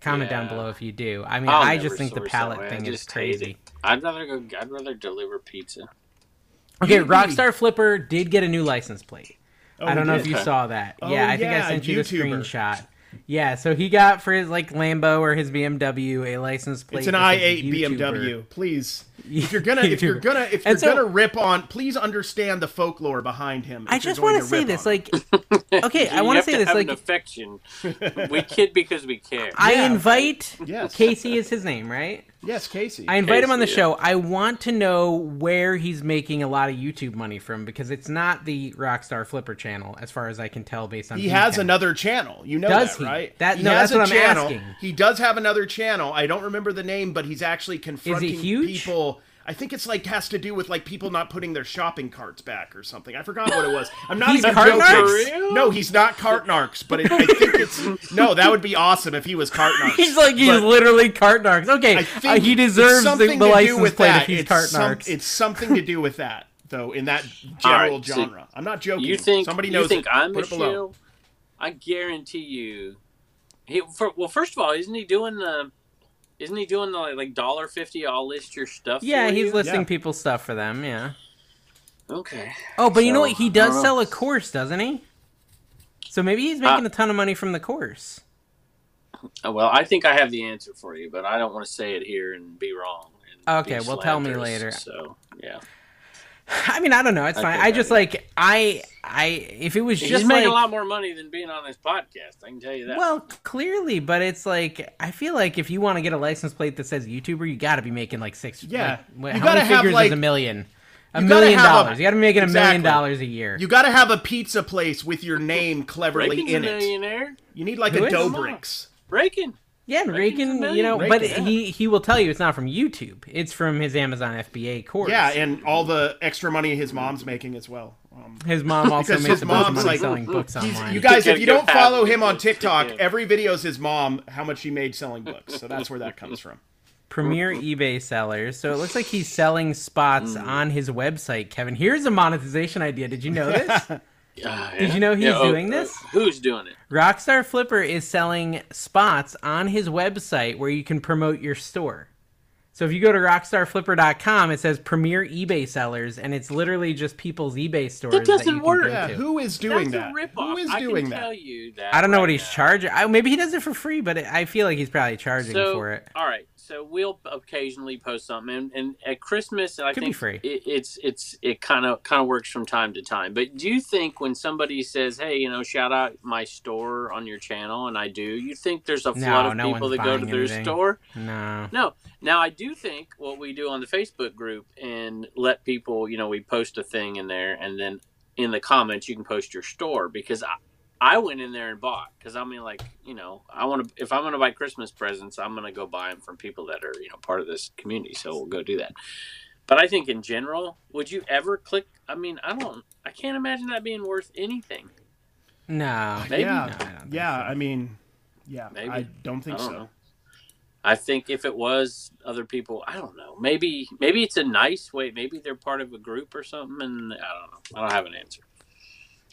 Speaker 1: Comment down
Speaker 2: Yeah.
Speaker 1: below if you do. I mean,
Speaker 2: I'll
Speaker 1: i
Speaker 2: never
Speaker 1: just think the
Speaker 2: source that way.
Speaker 1: pallet
Speaker 2: I
Speaker 1: thing is
Speaker 2: just hate it.
Speaker 1: crazy.
Speaker 2: I'd rather go. I'd rather deliver pizza.
Speaker 1: Okay, Rockstar Flipper did get a new license plate. I
Speaker 3: Oh, he
Speaker 1: don't know
Speaker 3: did? Oh,
Speaker 1: if you saw that. yeah, I think
Speaker 3: yeah,
Speaker 1: I sent you
Speaker 3: YouTuber.
Speaker 1: the screenshot. Yeah, so he got for his like Lambo or his BMW a license plate.
Speaker 3: It's an
Speaker 1: that
Speaker 3: i
Speaker 1: says
Speaker 3: eight
Speaker 1: YouTuber.
Speaker 3: BMW. Please, if you're gonna, if you're
Speaker 1: YouTuber.
Speaker 3: gonna, if you're
Speaker 1: And so-
Speaker 3: gonna rip on, please understand the folklore behind him.
Speaker 1: I just want to say this, like, okay, I
Speaker 2: You
Speaker 1: want
Speaker 2: have
Speaker 1: to say this,
Speaker 2: have
Speaker 1: like,
Speaker 2: an affection. we kid because we care.
Speaker 1: I
Speaker 3: Yeah.
Speaker 1: invite
Speaker 3: Yes.
Speaker 1: Casey is his name, right?
Speaker 3: yes, Casey.
Speaker 1: I invite him on the
Speaker 2: Casey, yeah.
Speaker 1: show. I want to know where he's making a lot of YouTube money from because it's not the Rockstar Flipper channel, as far as I can tell, based on
Speaker 3: he has
Speaker 1: content.
Speaker 3: another channel. You know
Speaker 1: Does he?
Speaker 3: that, right?
Speaker 1: That-
Speaker 3: he
Speaker 1: no,
Speaker 3: has
Speaker 1: that's what
Speaker 3: a
Speaker 1: I'm
Speaker 3: channel.
Speaker 1: asking.
Speaker 3: He does have another channel. I don't remember the name, but he's actually confronting
Speaker 1: huge?
Speaker 3: people. I think it's like has to do with like people not putting their shopping carts back or something. I forgot what it was. I'm not
Speaker 1: He's
Speaker 3: even
Speaker 1: cart
Speaker 3: joking.
Speaker 1: narcs?
Speaker 3: No, he's not cart narcs, but it, I think it's no. That would be awesome if he was cart narcs.
Speaker 1: He's like he's
Speaker 3: But-
Speaker 1: literally cart narcs.
Speaker 3: I
Speaker 1: Okay,
Speaker 3: think
Speaker 1: uh, he
Speaker 3: it's
Speaker 1: deserves the,
Speaker 3: something
Speaker 1: the
Speaker 3: to do
Speaker 1: license
Speaker 3: with
Speaker 1: plate
Speaker 3: that.
Speaker 1: if he's
Speaker 3: It's
Speaker 1: cart
Speaker 3: some-
Speaker 1: narcs.
Speaker 3: It's something to do with that, though, in that
Speaker 2: All
Speaker 3: general
Speaker 2: right, so
Speaker 3: genre. I'm not joking.
Speaker 2: You think
Speaker 3: somebody
Speaker 2: you
Speaker 3: knows?
Speaker 2: think
Speaker 3: it.
Speaker 2: I'm
Speaker 3: Put
Speaker 2: a
Speaker 3: it below.
Speaker 2: shill? I guarantee you. He for, well, first of all, isn't he doing the? Isn't he doing the like dollar fifty? I'll list your stuff.
Speaker 1: yeah,
Speaker 2: for
Speaker 1: he's
Speaker 2: you?
Speaker 1: listing
Speaker 3: Yeah.
Speaker 1: people's stuff for them. Yeah.
Speaker 2: Okay.
Speaker 1: Oh, but you know
Speaker 2: So,
Speaker 1: what? He
Speaker 2: I
Speaker 1: does
Speaker 2: don't know. Uh,
Speaker 1: sell a course, doesn't he? So maybe he's making a ton of money from the course.
Speaker 2: Oh, well, I think I have the answer for you, but I don't want to say it here and be wrong. and be
Speaker 1: Okay, well, tell me
Speaker 2: slanderous,
Speaker 1: later.
Speaker 2: So yeah,
Speaker 1: I mean, I don't know. It's
Speaker 2: I
Speaker 1: fine.
Speaker 2: think
Speaker 1: I
Speaker 2: I
Speaker 1: just
Speaker 2: do.
Speaker 1: like I I if it was
Speaker 2: he's
Speaker 1: just
Speaker 2: making
Speaker 1: like
Speaker 2: a lot more money than being on this podcast. I can tell you that.
Speaker 1: well, clearly, but it's like I feel like if you want to get a license plate that says YouTuber, you got to be making like six.
Speaker 3: Yeah.
Speaker 1: like, wh-
Speaker 3: You
Speaker 1: how
Speaker 3: gotta
Speaker 1: many
Speaker 3: have,
Speaker 1: figures
Speaker 3: like-
Speaker 1: is a million? A
Speaker 3: you gotta
Speaker 1: million
Speaker 3: have a-
Speaker 1: dollars. you got to be making a million
Speaker 3: Exactly.
Speaker 1: dollars a year.
Speaker 3: You got to have a pizza place with your name cleverly
Speaker 2: Reagan's a
Speaker 3: in it.
Speaker 2: millionaire. You,
Speaker 3: You need like
Speaker 1: Who
Speaker 3: a
Speaker 1: is?
Speaker 3: Dobrik's.
Speaker 2: Reagan.
Speaker 1: yeah, and
Speaker 2: Reagan's a
Speaker 1: Reagan, you
Speaker 2: million.
Speaker 1: know,
Speaker 3: Reagan,
Speaker 1: but
Speaker 3: yeah.
Speaker 1: he he will tell you it's not from YouTube. It's from his Amazon FBA course.
Speaker 3: Yeah, and all the extra money his mom's making as well. Um,
Speaker 1: his mom also
Speaker 3: Because
Speaker 1: makes
Speaker 3: his
Speaker 1: a bunch of
Speaker 3: mom's
Speaker 1: money
Speaker 3: like-
Speaker 1: selling books online.
Speaker 3: you guys, if
Speaker 2: gotta
Speaker 3: you
Speaker 2: go
Speaker 3: don't
Speaker 2: half
Speaker 3: follow
Speaker 2: with
Speaker 3: him on
Speaker 2: this to
Speaker 3: TikTok,
Speaker 2: him.
Speaker 3: every video is his mom how much she made selling books. So that's where that comes from.
Speaker 1: premier eBay sellers. So it looks like he's selling spots on his website, Kevin. Here's a monetization idea. Did you know this?
Speaker 2: Ah,
Speaker 1: Did
Speaker 2: yeah.
Speaker 1: you know he's
Speaker 2: Yeah, oh,
Speaker 1: doing this?
Speaker 2: uh, who's doing it?
Speaker 1: Rockstar Flipper is selling spots on his website where you can promote your store. So if you go to rockstarflipper.com, it says premier eBay sellers, and it's literally just people's eBay stores. That
Speaker 2: doesn't
Speaker 1: you can
Speaker 2: work.
Speaker 1: go
Speaker 3: Yeah,
Speaker 1: to.
Speaker 3: who is doing
Speaker 2: That's a
Speaker 3: that?
Speaker 2: ripoff.
Speaker 3: Who is
Speaker 2: I
Speaker 3: doing
Speaker 2: can
Speaker 3: that?
Speaker 2: Tell you that
Speaker 1: I don't know what
Speaker 2: right
Speaker 1: he's
Speaker 2: now.
Speaker 1: charging. I, maybe he does it for free, but it, I feel like he's probably charging
Speaker 2: so,
Speaker 1: for it.
Speaker 2: All right, so we'll occasionally post something, and, and at Christmas, I
Speaker 1: Could be
Speaker 2: think
Speaker 1: free.
Speaker 2: It, it's it's it kind of kind of works from time to time. But do you think when somebody says, "Hey, you know, shout out my store on your channel," and I do, you think there's a
Speaker 1: No,
Speaker 2: flood of
Speaker 1: no
Speaker 2: people
Speaker 1: one's
Speaker 2: that go to
Speaker 1: buying
Speaker 2: their
Speaker 1: anything.
Speaker 2: store?
Speaker 1: No.
Speaker 2: No. Now I do think what we do on the Facebook group and let people, you know, we post a thing in there, and then in the comments you can post your store because I, I went in there and bought because I mean, like, you know, I want to if I'm going to buy Christmas presents, I'm going to go buy them from people that are you know part of this community, so we'll go do that. But I think in general, would you ever click? I mean, I don't, I can't imagine that being worth anything.
Speaker 1: No.
Speaker 2: Maybe
Speaker 3: yeah,
Speaker 1: not. I don't think
Speaker 3: yeah. I mean, yeah.
Speaker 2: Maybe.
Speaker 3: I don't think
Speaker 2: I don't
Speaker 3: so.
Speaker 2: know. I think if it was other people, I don't know. Maybe maybe it's a nice way. Maybe they're part of a group or something, and I don't know. I don't have an answer.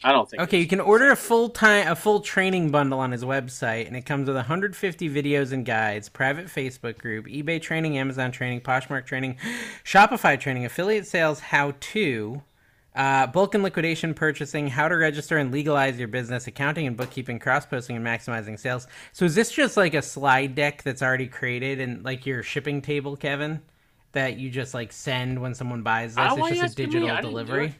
Speaker 2: I don't think.
Speaker 1: Okay, you can order a full time a full training bundle on his website, and it comes with 150 videos and guides, private Facebook group, eBay training, Amazon training, Poshmark training, Shopify training, affiliate sales, how to, uh, bulk and liquidation purchasing, how to register and legalize your business, accounting and bookkeeping, cross posting and maximizing sales. So is this just like a slide deck that's already created and like your shipping table, Kevin, that you just like send when someone buys this?
Speaker 2: Ah, why
Speaker 1: it's
Speaker 2: you
Speaker 1: just a
Speaker 2: asking me?
Speaker 1: digital
Speaker 2: I didn't do
Speaker 1: delivery.
Speaker 2: it.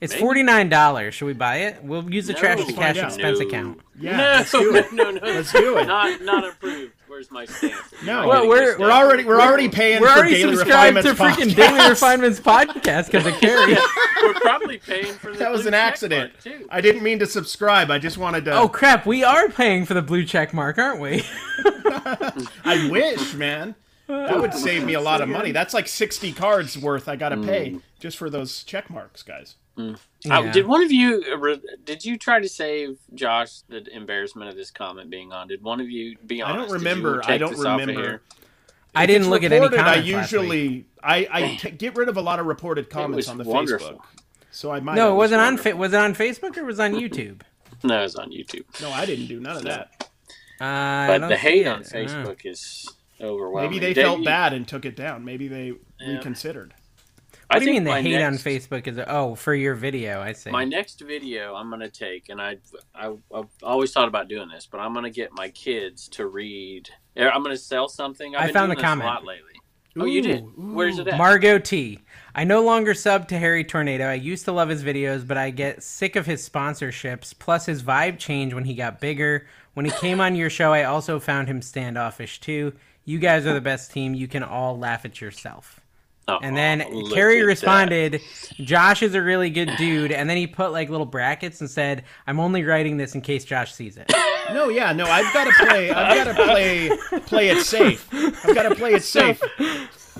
Speaker 1: It's
Speaker 2: Maybe.
Speaker 1: forty nine dollars. Should we buy it? We'll use the
Speaker 2: No.
Speaker 1: trash to cash
Speaker 3: Yeah.
Speaker 1: expense
Speaker 2: No.
Speaker 1: account.
Speaker 3: Yeah,
Speaker 2: no,
Speaker 3: let's do it.
Speaker 2: no, no, no.
Speaker 3: Let's do it.
Speaker 2: Not not approved. Where's my stamp?
Speaker 3: No.
Speaker 2: I'm
Speaker 3: Well,
Speaker 2: getting
Speaker 1: we're-
Speaker 2: this
Speaker 3: We're
Speaker 2: down.
Speaker 3: already we're already paying
Speaker 1: We're
Speaker 3: for
Speaker 1: already
Speaker 3: daily
Speaker 1: subscribed to
Speaker 3: refinements
Speaker 1: freaking
Speaker 3: podcast.
Speaker 1: Daily Refinements podcast because of Carrie.
Speaker 2: we're probably paying for the
Speaker 3: That was
Speaker 2: blue
Speaker 3: an
Speaker 2: check
Speaker 3: accident.
Speaker 2: mark, too.
Speaker 3: I didn't mean to subscribe. I just wanted to.
Speaker 1: Oh crap! We are paying for the blue check mark, aren't we?
Speaker 3: I wish, man. That would save me a lot of money. That's like sixty cards worth I gotta pay just for those check marks, guys.
Speaker 2: Uh,
Speaker 1: Yeah.
Speaker 2: did one of you uh, re- did you try to save Josh the embarrassment of this comment being on? Did one of you be
Speaker 3: I
Speaker 2: honest?
Speaker 3: don't
Speaker 2: did you
Speaker 3: remember.
Speaker 2: take
Speaker 3: I don't
Speaker 2: this off of
Speaker 3: remember.
Speaker 2: here?
Speaker 1: I didn't look at any
Speaker 3: Reported,
Speaker 1: comments.
Speaker 3: I
Speaker 1: last week.
Speaker 3: usually I I t- get rid of a lot of reported comments
Speaker 2: was
Speaker 3: on the
Speaker 2: wonderful.
Speaker 3: Facebook. So I might.
Speaker 1: no,
Speaker 3: have
Speaker 1: it wasn't on.
Speaker 2: wonderful.
Speaker 1: Fa- was it on Facebook or was it on YouTube?
Speaker 2: No, it's on YouTube.
Speaker 3: No, I didn't do none of that.
Speaker 1: Uh, I
Speaker 2: But
Speaker 1: don't
Speaker 2: the
Speaker 1: see
Speaker 2: hate
Speaker 1: it. Uh-huh.
Speaker 2: on
Speaker 1: I don't know.
Speaker 2: Facebook is overwhelming.
Speaker 3: Maybe they
Speaker 2: Dave,
Speaker 3: felt bad and took it down. Maybe they
Speaker 2: Yeah.
Speaker 3: reconsidered.
Speaker 2: I
Speaker 1: What do you
Speaker 2: think
Speaker 1: mean the
Speaker 2: my
Speaker 1: hate on
Speaker 2: next-
Speaker 1: Facebook is? Oh, for your video, I see.
Speaker 2: My next video I'm gonna take, and I, I I always thought about doing this, but I'm gonna get my kids to read. Yeah, I'm gonna sell something. I've
Speaker 1: I
Speaker 2: been
Speaker 1: found
Speaker 2: doing
Speaker 1: the
Speaker 2: this
Speaker 1: comment.
Speaker 2: a lot lately. oh, you did. Where's it at?
Speaker 1: Margot T. I no longer sub to Harry Tornado. I used to love his videos, but I get sick of his sponsorships. Plus, his vibe changed when he got bigger. When he came on your show, I also found him standoffish too. You guys are the best team. You can all laugh at yourself.
Speaker 2: Oh,
Speaker 1: And then
Speaker 2: look at
Speaker 1: Carrie
Speaker 2: that.
Speaker 1: responded, Josh is a really good dude. And then he put like little brackets and said, I'm only writing this in case Josh sees it.
Speaker 3: No, yeah, no. I've got to play. I've got to play. Play it safe. I've got to play it safe.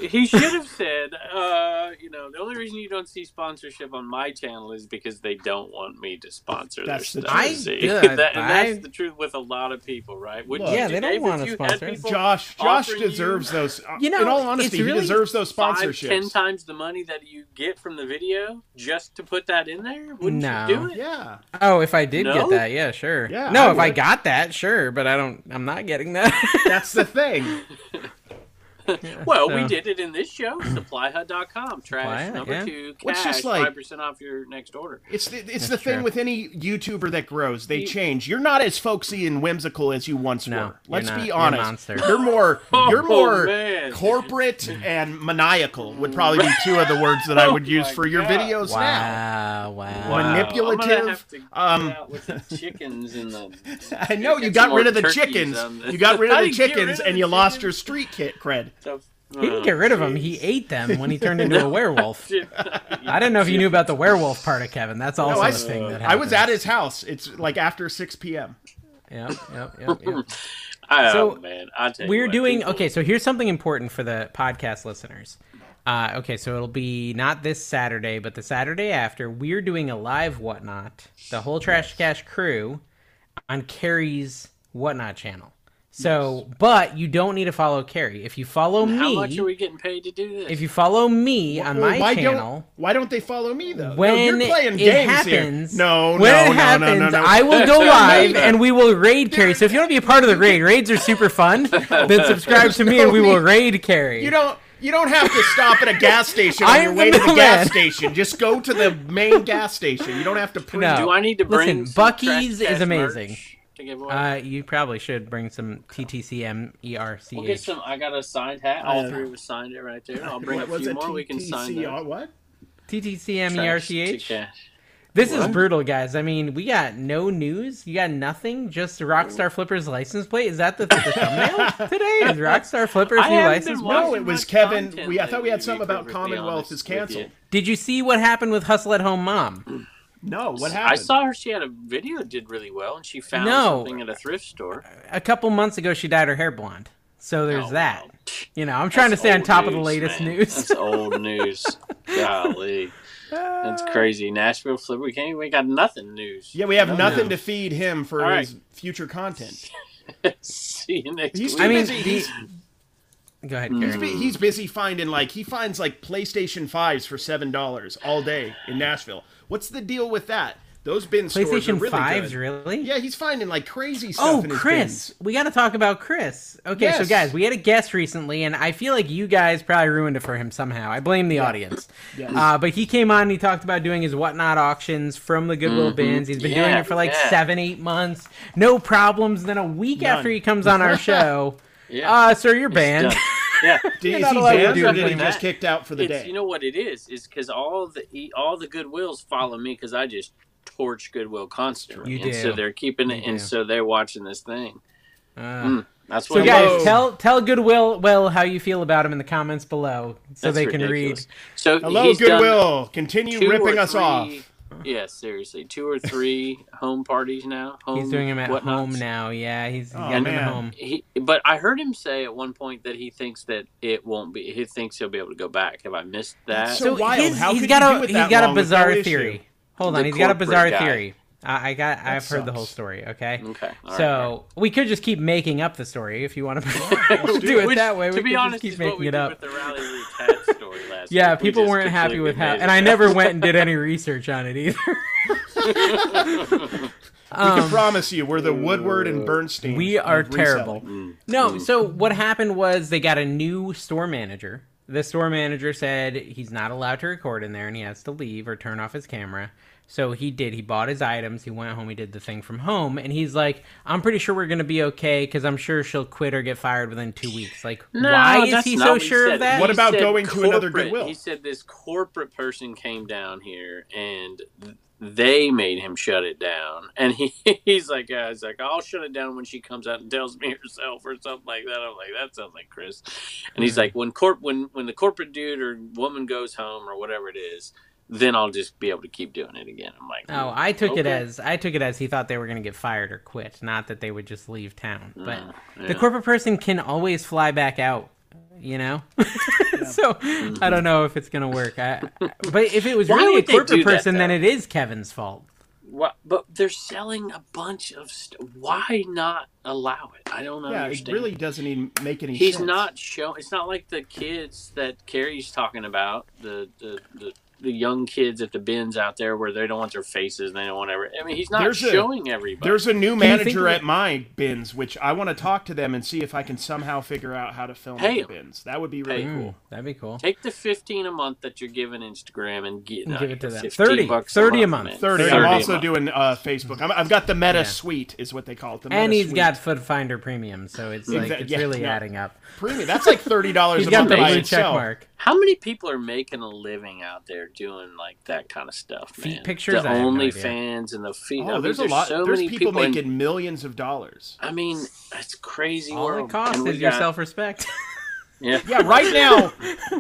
Speaker 2: He should have said, uh, you know, the only reason you don't see sponsorship on my channel is because they don't want me to sponsor
Speaker 3: That's the
Speaker 2: their stuff.
Speaker 1: truth. I-
Speaker 2: See?
Speaker 1: yeah,
Speaker 2: that, and
Speaker 1: I-
Speaker 2: that's the truth with a lot of people, right? Wouldn't
Speaker 3: Look.
Speaker 1: Yeah,
Speaker 2: you,
Speaker 1: they don't
Speaker 2: Dave, if
Speaker 1: wanna
Speaker 2: you had
Speaker 1: sponsor.
Speaker 2: people
Speaker 3: Josh. Josh
Speaker 2: offering you
Speaker 3: deserves those.
Speaker 1: You know,
Speaker 3: in all honesty,
Speaker 1: it's really
Speaker 3: he deserves those
Speaker 2: Five, ten
Speaker 3: sponsorships.
Speaker 2: times the money that you get from the video just to put that in there? Wouldn't
Speaker 1: No.
Speaker 2: you do it?
Speaker 3: Yeah.
Speaker 1: Oh, if I did get
Speaker 2: No?
Speaker 1: that, yeah, sure.
Speaker 3: Yeah,
Speaker 1: no,
Speaker 3: I
Speaker 1: if I
Speaker 3: would.
Speaker 1: got that, sure, but I don't I'm not getting that.
Speaker 3: That's the thing.
Speaker 2: Well,
Speaker 1: So-
Speaker 2: we did it in this show, supplyhut.com. Trash
Speaker 1: Supplyhut,
Speaker 2: number
Speaker 1: yeah.
Speaker 2: two,
Speaker 3: Well, it's
Speaker 2: cash,
Speaker 3: just like-
Speaker 2: 5% off your next order.
Speaker 3: It's the, it's the thing
Speaker 1: true.
Speaker 3: with any YouTuber that grows. They change. You're not as folksy and whimsical as you once
Speaker 1: No,
Speaker 3: were. Let's
Speaker 1: you're not.
Speaker 3: be
Speaker 1: You're a
Speaker 3: honest.
Speaker 1: monster.
Speaker 3: You're, more you're
Speaker 2: Oh,
Speaker 3: more
Speaker 2: man.
Speaker 3: corporate and maniacal would probably be two of the words that I would
Speaker 2: Oh
Speaker 3: use
Speaker 2: my
Speaker 3: for your
Speaker 2: God.
Speaker 3: videos
Speaker 1: Wow,
Speaker 3: now.
Speaker 1: wow.
Speaker 3: Wow. Manipulative,
Speaker 2: I'm gonna have to get
Speaker 3: um,
Speaker 2: out with the chickens and the,
Speaker 3: I know
Speaker 2: Get
Speaker 3: you
Speaker 2: some
Speaker 3: got
Speaker 2: more
Speaker 3: rid of the
Speaker 2: turkeys
Speaker 3: chickens.
Speaker 2: on this.
Speaker 3: You got rid
Speaker 2: I
Speaker 3: of the
Speaker 2: didn't get rid
Speaker 3: chickens
Speaker 2: of
Speaker 3: and
Speaker 2: the
Speaker 3: you lost
Speaker 2: chickens.
Speaker 3: your street kid cred.
Speaker 2: stuff.
Speaker 1: He didn't get rid of him. He ate them when he turned into a werewolf. I didn't know if you knew about the werewolf part of Kevin. That's also
Speaker 3: No, I,
Speaker 1: a thing that happened.
Speaker 3: I was at his house. It's like after 6 p.m.
Speaker 1: Yep, yep, yep, yep.
Speaker 2: Oh
Speaker 1: So,
Speaker 2: man, I tell you
Speaker 1: We're
Speaker 2: what,
Speaker 1: doing
Speaker 2: people-
Speaker 1: okay. So here's something important for the podcast listeners. Uh, okay, so it'll be not this Saturday, but the Saturday after. We're doing a live whatnot, the whole Trash Cash crew, on Carrie's whatnot channel. So, but you don't need to follow Carrie. If you follow
Speaker 2: How
Speaker 1: me,
Speaker 2: much are we getting paid to do this?
Speaker 1: if you follow me on
Speaker 3: Well,
Speaker 1: my
Speaker 3: why Don't,
Speaker 1: channel,
Speaker 3: why don't they follow me though? No,
Speaker 1: when
Speaker 3: you're playing
Speaker 1: it
Speaker 3: games
Speaker 1: happens,
Speaker 3: here. No,
Speaker 1: when
Speaker 3: no,
Speaker 1: it
Speaker 3: no,
Speaker 1: happens,
Speaker 3: no, no, no.
Speaker 1: I will go
Speaker 2: No,
Speaker 1: live
Speaker 2: no.
Speaker 1: and we will raid Carrie. So if you want to be a part of the raid, raids are super fun. Then subscribe to me and we will raid Carrie.
Speaker 3: You don't. You don't have to stop at a gas station
Speaker 1: I
Speaker 3: on your
Speaker 1: am
Speaker 3: way
Speaker 1: the
Speaker 3: to the gas
Speaker 1: middleman.
Speaker 3: station. Just go to the main gas station. You don't have to pre.
Speaker 1: No.
Speaker 2: do I need to
Speaker 1: Listen,
Speaker 2: bring some
Speaker 1: Buc-ee's
Speaker 2: Trash
Speaker 1: is
Speaker 2: Cash
Speaker 1: amazing.
Speaker 2: merch to give away?
Speaker 1: Uh, you probably should bring some TTCMERCH.
Speaker 2: We'll get some. I got a signed hat. All three of us signed it right there. I'll bring a
Speaker 3: What was
Speaker 2: few
Speaker 3: it?
Speaker 2: more. We can sign
Speaker 3: TTC
Speaker 2: them.
Speaker 3: What?
Speaker 1: E
Speaker 2: Trash to
Speaker 1: TTCMERCH.
Speaker 2: cash.
Speaker 1: This is
Speaker 2: What?
Speaker 1: brutal, guys. I mean, we got no news. You got nothing. Just Rockstar Flipper's license plate. Is that the, the thumbnail today? Is Rockstar Flipper's
Speaker 2: I
Speaker 1: new
Speaker 2: haven't
Speaker 1: license
Speaker 2: been
Speaker 1: plate?
Speaker 3: No,
Speaker 2: Watching
Speaker 3: it was
Speaker 2: much
Speaker 3: Kevin.
Speaker 2: content
Speaker 3: We I thought we had
Speaker 2: lately, to
Speaker 3: something
Speaker 2: be
Speaker 3: about
Speaker 2: perfectly
Speaker 3: Commonwealth
Speaker 2: honest
Speaker 3: is
Speaker 2: with you.
Speaker 3: canceled.
Speaker 1: Did you see what happened with Hustle at Home Mom?
Speaker 3: No, what happened?
Speaker 2: I saw her. She had a video that did really well, and she found
Speaker 1: No.
Speaker 2: something at a thrift store.
Speaker 1: A couple months ago, she dyed her hair blonde. So there's
Speaker 2: Oh,
Speaker 1: that.
Speaker 2: wow.
Speaker 1: You know, I'm trying
Speaker 2: That's
Speaker 1: to stay on
Speaker 2: old
Speaker 1: top of the
Speaker 2: news,
Speaker 1: latest
Speaker 2: man.
Speaker 1: news.
Speaker 2: That's old news. Golly, that's
Speaker 1: Uh,
Speaker 2: crazy. Nashville flip. We can't. We got nothing news.
Speaker 3: Yeah, we have
Speaker 2: No
Speaker 3: nothing
Speaker 2: news.
Speaker 3: to feed him for
Speaker 2: All
Speaker 3: his future content.
Speaker 2: See you next
Speaker 3: He's
Speaker 2: week.
Speaker 3: too
Speaker 1: I mean,
Speaker 3: busy.
Speaker 1: the-
Speaker 3: He's,
Speaker 1: Go ahead,
Speaker 2: Mm.
Speaker 3: he's,
Speaker 1: Carrie.
Speaker 3: bu- he's busy finding like he finds like PlayStation fives for seven dollars all day in Nashville. What's the deal with that? Those bin stores are
Speaker 1: PlayStation
Speaker 3: really
Speaker 1: 5s,
Speaker 3: good.
Speaker 1: really?
Speaker 3: Yeah, he's finding like crazy stuff.
Speaker 1: Oh,
Speaker 3: in his
Speaker 1: Chris,
Speaker 3: bins.
Speaker 1: we got to talk about Chris. Okay, so
Speaker 3: Yes.
Speaker 1: guys, we had a guest recently, and I feel like you guys probably ruined it for him somehow. I blame the audience. Uh, but he came on and he talked about doing his whatnot auctions from the Goodwill bins. He's been doing
Speaker 2: Mm-hmm. Yeah,
Speaker 1: it for like
Speaker 2: yeah.
Speaker 1: seven, eight months, no problems. Then a week after he comes on our show,
Speaker 2: Yeah.
Speaker 1: uh, sir, you're
Speaker 2: Done.
Speaker 1: banned.
Speaker 2: Yeah.
Speaker 3: Did,
Speaker 1: You're
Speaker 3: is
Speaker 1: not
Speaker 3: he
Speaker 1: allowed to
Speaker 3: banned
Speaker 1: do
Speaker 3: or did he
Speaker 2: that.
Speaker 3: just kicked out for the
Speaker 2: it's,
Speaker 3: day?
Speaker 2: You know what it is? Is because all the e- all the Goodwills follow me because I just torch Goodwill constantly,
Speaker 1: You
Speaker 2: and
Speaker 1: do.
Speaker 2: so they're keeping it,
Speaker 1: You
Speaker 2: and
Speaker 1: do.
Speaker 2: so they're watching this thing.
Speaker 1: Uh,
Speaker 2: Mm. That's what
Speaker 1: So
Speaker 2: it
Speaker 1: guys,
Speaker 2: was.
Speaker 1: tell tell Goodwill well how you feel about him in the comments below, so
Speaker 2: That's
Speaker 1: they can
Speaker 2: ridiculous.
Speaker 1: read.
Speaker 2: So
Speaker 3: Hello,
Speaker 2: he's done
Speaker 3: Goodwill. Continue
Speaker 2: two
Speaker 3: ripping
Speaker 2: or
Speaker 3: us
Speaker 2: three-
Speaker 3: off.
Speaker 2: Yeah, seriously, two or three home parties now. Home
Speaker 1: He's doing him at
Speaker 2: whatnots.
Speaker 1: home now. Yeah, he's, he's
Speaker 3: Oh,
Speaker 1: got him at
Speaker 3: man.
Speaker 1: home.
Speaker 2: He, but I heard him say at one point that he thinks that it won't be. He thinks he'll be able to go back. Have I missed that?
Speaker 3: So wild.
Speaker 1: he's-
Speaker 3: How
Speaker 1: he's
Speaker 3: could
Speaker 1: got
Speaker 3: you
Speaker 1: a
Speaker 3: do it
Speaker 1: he's
Speaker 3: that
Speaker 1: got a
Speaker 3: long with
Speaker 1: bizarre
Speaker 3: no issue?
Speaker 1: theory. Hold on,
Speaker 2: The
Speaker 1: he's got a
Speaker 2: corporate
Speaker 1: bizarre
Speaker 2: guy.
Speaker 1: theory. I, I got I've heard the
Speaker 3: sucks.
Speaker 1: whole story. Okay.
Speaker 2: okay. all right, all right.
Speaker 1: So we could just keep making up the story if you want to do it
Speaker 2: Which,
Speaker 1: that way.
Speaker 2: To
Speaker 1: we
Speaker 2: be
Speaker 1: could
Speaker 2: honest,
Speaker 1: just
Speaker 2: is
Speaker 1: keep
Speaker 2: what we
Speaker 1: making it
Speaker 2: did
Speaker 1: up.
Speaker 2: With the Rally Root Tat story last
Speaker 1: Yeah,
Speaker 2: week. We
Speaker 1: people
Speaker 2: just
Speaker 1: weren't happy
Speaker 2: completely
Speaker 1: with how,
Speaker 2: made
Speaker 1: and
Speaker 2: it
Speaker 1: I
Speaker 2: up.
Speaker 1: never went and did any research on it either. Um,
Speaker 3: we can promise you, we're the Woodward and Bernstein.
Speaker 1: Uh, We are
Speaker 3: of reselling. Mm.
Speaker 1: terrible. No, so what happened was they got a new store manager. The store manager said he's not allowed to record in there and he has to leave or turn off his camera. So he did. He bought his items. He went home. He did the thing from home. And he's like, I'm pretty sure we're going to be okay because I'm sure she'll quit or get fired within two weeks. Like,
Speaker 2: No,
Speaker 1: why is
Speaker 2: that's
Speaker 1: he
Speaker 2: not
Speaker 1: so
Speaker 2: what he
Speaker 1: sure
Speaker 2: said.
Speaker 1: of that?
Speaker 3: What
Speaker 2: He
Speaker 3: about
Speaker 2: said
Speaker 3: going to another
Speaker 2: corporate-
Speaker 3: Goodwill?
Speaker 2: He said this corporate person came down here and th- they made him shut it down. And he, he's like, uh, he's like, I'll shut it down when she comes out and tells me herself or something like that. I'm like, that sounds like Chris. And he's like, when corp, when when the corporate dude or woman goes home or whatever it is, then I'll just be able to keep doing it again. I'm like,
Speaker 1: Oh, I took it
Speaker 2: Okay.
Speaker 1: as I took it as he thought they were going to get fired or quit, not that they would just leave town. But
Speaker 2: yeah.
Speaker 1: the corporate person can always fly back out, you know. so I don't know if it's going to work. I, I- but if it was
Speaker 2: Why
Speaker 1: really a
Speaker 2: would they
Speaker 1: corporate
Speaker 2: do that,
Speaker 1: person, then
Speaker 2: though?
Speaker 1: it is Kevin's fault.
Speaker 2: Wha- but they're selling a bunch of. St- why not allow it? I don't
Speaker 3: Yeah, it
Speaker 2: understand.
Speaker 3: really doesn't even make any
Speaker 2: He's
Speaker 3: sense.
Speaker 2: not showing. It's not like the kids that Carrie's talking about. The the. the the young kids at the bins out there where they don't want their faces and they don't want every I mean he's not
Speaker 3: There's a-
Speaker 2: showing everybody.
Speaker 3: There's a new
Speaker 1: you think
Speaker 3: manager
Speaker 1: we-
Speaker 3: at my bins, which I want to talk to them and see if I can somehow figure out how to film
Speaker 2: Hey.
Speaker 3: at the bins. That would be really
Speaker 2: Hey.
Speaker 3: cool.
Speaker 1: That'd be cool.
Speaker 2: Take the 15 a month that you're giving Instagram and get,
Speaker 1: And
Speaker 2: no,
Speaker 1: give it to them.
Speaker 2: 15
Speaker 1: 30,
Speaker 2: bucks
Speaker 1: 30 a month.
Speaker 2: man.
Speaker 3: 30.
Speaker 1: 30
Speaker 3: I'm
Speaker 1: a
Speaker 3: also
Speaker 2: month.
Speaker 3: doing uh, Facebook. I'm, I've got the Meta
Speaker 1: Yeah.
Speaker 3: Suite, is what they call it. The
Speaker 1: And
Speaker 3: Meta
Speaker 1: he's
Speaker 3: Suite.
Speaker 1: got Food Finder Premium, so it's like
Speaker 3: Exact-
Speaker 1: it's
Speaker 3: yeah,
Speaker 1: really
Speaker 3: no.
Speaker 1: adding up.
Speaker 3: premium. That's like thirty dollars
Speaker 1: He's
Speaker 3: a
Speaker 1: got
Speaker 3: month
Speaker 1: the
Speaker 3: by
Speaker 1: blue check
Speaker 3: itself.
Speaker 1: mark.
Speaker 2: How many people are making a living out there doing like that kind of stuff,
Speaker 1: Feet
Speaker 2: man?
Speaker 1: pictures?
Speaker 2: the
Speaker 1: I have no idea.
Speaker 2: OnlyFans and the feet. I
Speaker 3: Oh,
Speaker 2: mean,
Speaker 3: there's a lot.
Speaker 2: So
Speaker 3: there's
Speaker 2: many
Speaker 3: people,
Speaker 2: in-
Speaker 3: making millions of dollars.
Speaker 2: I mean, it's crazy
Speaker 1: All
Speaker 2: world.
Speaker 1: it costs
Speaker 2: And we
Speaker 1: is your
Speaker 2: got-
Speaker 1: self-respect.
Speaker 2: Yeah.
Speaker 3: Yeah, right now,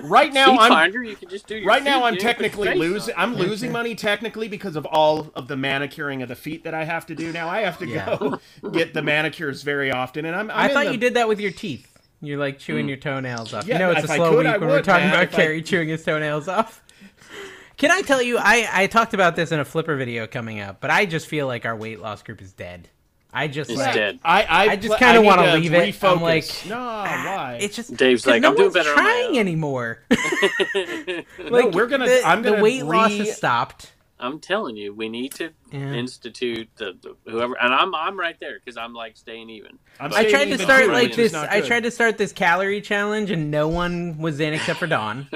Speaker 3: right now
Speaker 2: Feet
Speaker 3: I'm
Speaker 2: Finder, you can just do your
Speaker 3: right now
Speaker 2: feet,
Speaker 3: I'm
Speaker 2: dude,
Speaker 3: technically
Speaker 2: put your face
Speaker 3: losing.
Speaker 2: on.
Speaker 3: I'm losing money technically because of all of the manicuring of the feet that I have to do now. I have to
Speaker 1: Yeah.
Speaker 3: go get the manicures very often, and I'm. I'm
Speaker 1: I
Speaker 3: in
Speaker 1: thought
Speaker 3: the- Hmm.
Speaker 1: you did that with your teeth. You're like chewing your toenails off. you
Speaker 3: Yeah,
Speaker 1: know it's a
Speaker 3: if I
Speaker 1: slow
Speaker 3: could,
Speaker 1: week
Speaker 3: I
Speaker 1: when we're
Speaker 3: would,
Speaker 1: talking
Speaker 3: man,
Speaker 1: about
Speaker 3: if I-
Speaker 1: Carrie chewing his toenails off. Can I tell you? I I talked about this in a flipper video coming up, but I just feel like our weight loss group is dead. I just
Speaker 2: He's
Speaker 1: like,
Speaker 2: dead.
Speaker 6: I I,
Speaker 1: I just
Speaker 6: pla-
Speaker 1: kinda
Speaker 6: need
Speaker 1: wanna
Speaker 6: to
Speaker 1: leave it. I'm
Speaker 6: refocus.
Speaker 1: like-
Speaker 6: no,
Speaker 1: ah,
Speaker 6: why?
Speaker 1: It's just
Speaker 2: Dave's
Speaker 1: 'cause
Speaker 2: like,
Speaker 1: no
Speaker 2: I'm doing
Speaker 1: one's
Speaker 2: better on my
Speaker 1: trying
Speaker 2: own.
Speaker 1: anymore.
Speaker 6: no, we're gonna.
Speaker 1: the,
Speaker 6: I'm gonna
Speaker 1: the weight
Speaker 6: re-
Speaker 1: loss has stopped.
Speaker 2: I'm telling you, we need to
Speaker 1: Yeah.
Speaker 2: institute the, the whoever, and I'm I'm right there because I'm like staying even.
Speaker 6: I'm
Speaker 1: I
Speaker 6: staying
Speaker 1: tried to
Speaker 6: even
Speaker 1: start
Speaker 6: too,
Speaker 1: like
Speaker 6: which is
Speaker 1: this.
Speaker 6: not
Speaker 1: I
Speaker 6: good.
Speaker 1: tried to start this calorie challenge, and no one was in except for Dawn.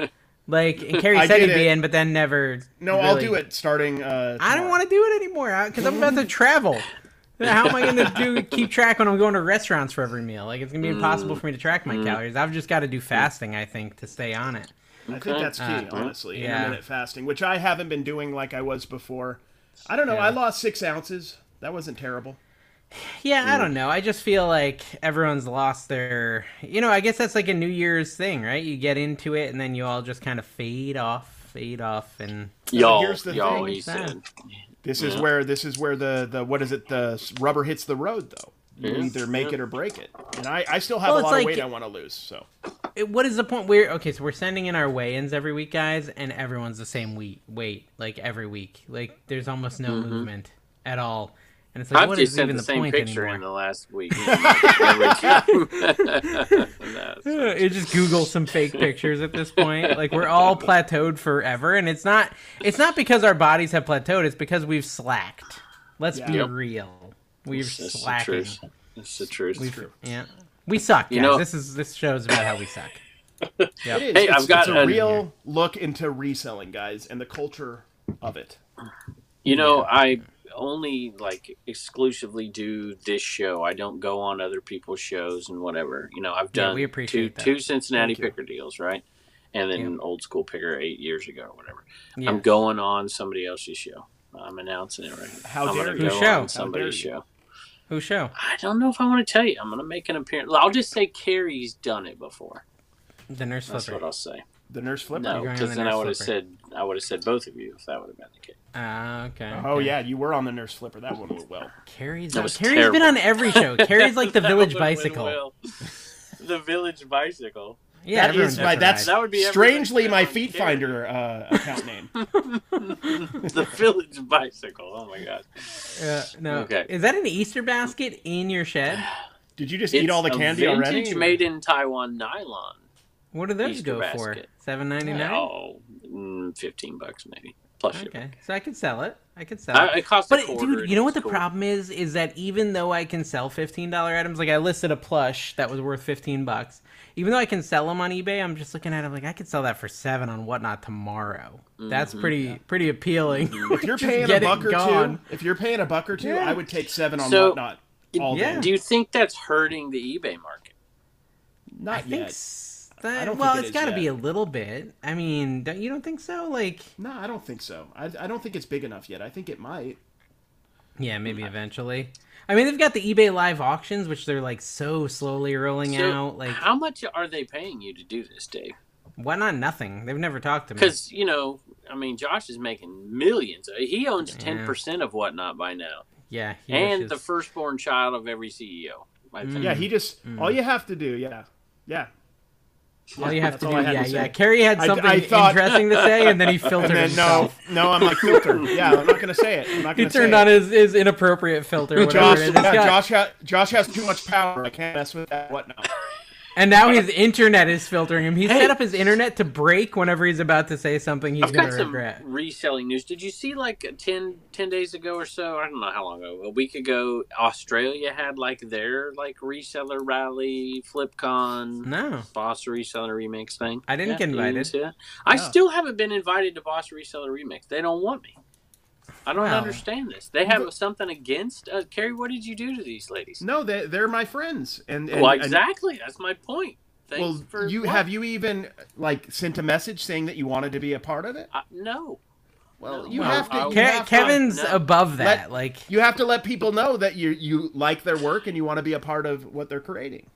Speaker 1: Like, and Carrie
Speaker 3: I
Speaker 1: said
Speaker 3: did
Speaker 1: he'd be
Speaker 3: it.
Speaker 1: in, but then never.
Speaker 3: No, I'll
Speaker 1: really-
Speaker 3: do it starting. Uh,
Speaker 1: I don't want to do it anymore because I'm about to travel. How am I going to do keep track when I'm going to restaurants for every meal? Like, it's going to be impossible for me to track
Speaker 6: Mm.
Speaker 1: my calories. I've just got to do fasting, I think, to stay on it.
Speaker 3: I think that's key,
Speaker 1: Uh,
Speaker 3: honestly.
Speaker 1: yeah.
Speaker 3: Intermittent fasting, which I haven't been doing like I was before. I don't know. I lost six ounces. That wasn't terrible.
Speaker 1: Yeah,
Speaker 6: Mm.
Speaker 1: I don't know. I just feel like everyone's lost their. You know, I guess that's like a New Year's thing, right? You get into it, and then you all just kind of fade off, fade off, and
Speaker 2: y'all,
Speaker 3: here's the
Speaker 2: y'all,
Speaker 3: thing.
Speaker 2: he said.
Speaker 3: This is where this is where the the what is it? The s- rubber hits the road, though. You
Speaker 2: Yeah.
Speaker 3: either make it or break it. And I, I still have
Speaker 1: Well,
Speaker 3: a
Speaker 1: it's
Speaker 3: lot
Speaker 1: like-
Speaker 3: of weight I want to lose. So
Speaker 1: it- what is the point? We're okay, so we're sending in our weigh-ins every week, guys, and everyone's the same weight, weight like every week. Like there's almost no movement at all, and it's like
Speaker 2: Mm-hmm. I've
Speaker 1: what
Speaker 2: just
Speaker 1: is
Speaker 2: sent
Speaker 1: even
Speaker 2: the,
Speaker 1: the,
Speaker 2: same
Speaker 1: point
Speaker 2: picture
Speaker 1: anymore?
Speaker 2: in the last week. That's-
Speaker 1: it just Google some fake pictures at this point. Like we're all plateaued forever, and it's not it's not because our bodies have plateaued. It's because we've slacked. Let's be
Speaker 2: Yep.
Speaker 1: real. We've
Speaker 2: That's the
Speaker 1: slacking.
Speaker 2: truth. That's the truth.
Speaker 1: Yeah, we suck.
Speaker 2: You
Speaker 1: guys.
Speaker 2: know-
Speaker 1: this is this show's about how we suck.
Speaker 3: it is.
Speaker 2: Hey,
Speaker 3: it's,
Speaker 2: I've got
Speaker 3: it's a
Speaker 2: an-
Speaker 3: real look into reselling, guys, and the culture of it.
Speaker 2: You know, I only like exclusively do this show. I don't go on other people's shows and whatever. You know, I've
Speaker 1: Yeah,
Speaker 2: done
Speaker 1: we appreciate
Speaker 2: two
Speaker 1: that.
Speaker 2: two Cincinnati
Speaker 3: Thank you.
Speaker 2: picker deals, right? And then
Speaker 1: Yeah.
Speaker 2: old school picker eight years ago or whatever.
Speaker 1: Yeah.
Speaker 2: I'm going on somebody else's show. I'm announcing it right now.
Speaker 3: How
Speaker 2: I'm
Speaker 3: dare
Speaker 2: gonna
Speaker 3: you.
Speaker 2: go
Speaker 1: Whose show? How
Speaker 2: on somebody's
Speaker 3: dare you.
Speaker 2: show.
Speaker 1: Who show?
Speaker 2: I don't know if I want to tell you. I'm gonna make an appearance. I'll just say Carrie's done it before.
Speaker 1: The nurse
Speaker 2: That's what
Speaker 1: flipper.
Speaker 2: I'll say.
Speaker 3: The nurse flipper.
Speaker 2: No,
Speaker 1: going on
Speaker 2: because
Speaker 1: the
Speaker 2: then I
Speaker 1: nurse
Speaker 2: would have
Speaker 1: flipper.
Speaker 2: said I would have said both of you if that would have been the case.
Speaker 1: Ah, okay.
Speaker 3: Oh
Speaker 1: okay.
Speaker 3: yeah, you were on the nurse flipper. That one went well.
Speaker 1: Carrie's
Speaker 2: That
Speaker 1: on-
Speaker 2: was
Speaker 1: Carrie's
Speaker 2: terrible.
Speaker 1: been on every show. Carrie's like the
Speaker 2: That
Speaker 1: Village
Speaker 2: would win
Speaker 1: Bicycle.
Speaker 2: well. the Village Bicycle.
Speaker 1: Yeah,
Speaker 3: that
Speaker 1: everyone
Speaker 3: is
Speaker 1: does
Speaker 3: my
Speaker 1: the
Speaker 3: that's
Speaker 1: ride.
Speaker 2: That would be
Speaker 3: strangely
Speaker 2: everybody's
Speaker 3: my
Speaker 2: name on
Speaker 3: feet
Speaker 2: Carrie.
Speaker 3: finder uh, account name.
Speaker 2: the village bicycle. Oh my god.
Speaker 1: Uh, no.
Speaker 2: Okay.
Speaker 1: Is that an Easter basket in your shed?
Speaker 3: Did you just
Speaker 2: It's
Speaker 3: eat all the
Speaker 2: a
Speaker 3: candy
Speaker 2: vintage
Speaker 3: already? or-
Speaker 2: made in Taiwan nylon.
Speaker 1: What do those
Speaker 2: Easter
Speaker 1: go
Speaker 2: basket.
Speaker 1: for? Seven ninety nine.
Speaker 2: Oh, mm, 15 bucks maybe. Plus shipping.
Speaker 1: Okay, so I could sell it. I could sell
Speaker 2: Uh,
Speaker 1: it.
Speaker 2: it costs a
Speaker 1: But
Speaker 2: quarter
Speaker 1: dude,
Speaker 2: and
Speaker 1: you know what
Speaker 2: it's
Speaker 1: the
Speaker 2: cool.
Speaker 1: problem is? Is that even though I can sell fifteen dollar items, like I listed a plush that was worth fifteen bucks, even though I can sell them on eBay, I'm just looking at them like I could sell that for seven on whatnot tomorrow.
Speaker 2: Mm-hmm.
Speaker 1: That's pretty pretty appealing.
Speaker 3: If you're paying a
Speaker 1: get it
Speaker 3: buck or
Speaker 1: gone.
Speaker 3: two, if you're paying a buck or two,
Speaker 1: Yeah.
Speaker 3: I would take seven on
Speaker 2: So-
Speaker 3: whatnot all
Speaker 1: Yeah.
Speaker 3: day.
Speaker 2: Do you think that's hurting the eBay market?
Speaker 3: Not
Speaker 1: I
Speaker 3: yet.
Speaker 1: think s- that,
Speaker 3: I don't
Speaker 1: well,
Speaker 3: think it
Speaker 1: it's
Speaker 3: is
Speaker 1: got to be
Speaker 3: yet.
Speaker 1: a little bit. I mean, don't, you don't think so? Like,
Speaker 3: No, I don't think so. I, I don't think it's big enough yet. I think it might.
Speaker 1: yeah, maybe eventually. I mean, they've got the eBay live auctions, which they're like so slowly rolling
Speaker 2: So,
Speaker 1: out. Like,
Speaker 2: How much are they paying you to do this, Dave?
Speaker 1: why not nothing? They've never talked to me.
Speaker 2: Because you know, I mean, Josh is making millions. Uh, He owns 10 percent of whatnot by now,
Speaker 1: Yeah, he
Speaker 2: and
Speaker 1: wishes-
Speaker 2: the firstborn child of every CEO. I think.
Speaker 3: Yeah, he just all you have to do. Yeah, yeah.
Speaker 1: all you have
Speaker 3: that's
Speaker 1: to do.
Speaker 3: all I had
Speaker 1: Yeah,
Speaker 3: to
Speaker 1: yeah.
Speaker 3: say.
Speaker 1: Carrie had
Speaker 3: I-
Speaker 1: something
Speaker 3: I thought-
Speaker 1: interesting to say, and then he filtered
Speaker 3: And then no,
Speaker 1: himself.
Speaker 3: no, I'm like filter. Yeah, I'm not gonna say it. I'm not
Speaker 1: He
Speaker 3: gonna say
Speaker 1: turned
Speaker 3: it.
Speaker 1: on his, his inappropriate filter, whatever
Speaker 3: Josh,
Speaker 1: it is.
Speaker 3: yeah,
Speaker 1: Got-
Speaker 3: Josh, ha- Josh has too much power. I can't mess with that. Whatnot.
Speaker 1: and now his internet is filtering him. He set up his internet to break whenever he's about to say something he's
Speaker 2: I've
Speaker 1: going
Speaker 2: got
Speaker 1: to
Speaker 2: some
Speaker 1: regret.
Speaker 2: reselling news. Did you see like 10, 10 days ago or so? I don't know how long ago. A week ago, Australia had like their like reseller rally, FlipCon,
Speaker 1: No.
Speaker 2: Boss Reseller Remix thing.
Speaker 1: I didn't get
Speaker 2: you
Speaker 1: invited.
Speaker 2: see that? I still haven't been invited to Boss Reseller Remix. They don't want me. I don't
Speaker 1: Wow.
Speaker 2: understand this. They have something against uh, Carrie. What did you do to these ladies?
Speaker 3: No, they they're my friends. And, and
Speaker 2: well,
Speaker 3: and-
Speaker 2: exactly. That's my point. Thanks
Speaker 3: well,
Speaker 2: for
Speaker 3: you
Speaker 2: what?
Speaker 3: have you even like sent a message saying that you wanted to be a part of it?
Speaker 2: I- no.
Speaker 3: Well,
Speaker 2: No.
Speaker 3: you
Speaker 2: Well,
Speaker 3: have to.
Speaker 2: I-
Speaker 3: you
Speaker 1: Ke-
Speaker 3: have to-
Speaker 1: Kevin's
Speaker 2: no.
Speaker 1: above that.
Speaker 3: Let-
Speaker 1: like,
Speaker 3: You have to let people know that you you like their work and you want to be a part of what they're creating.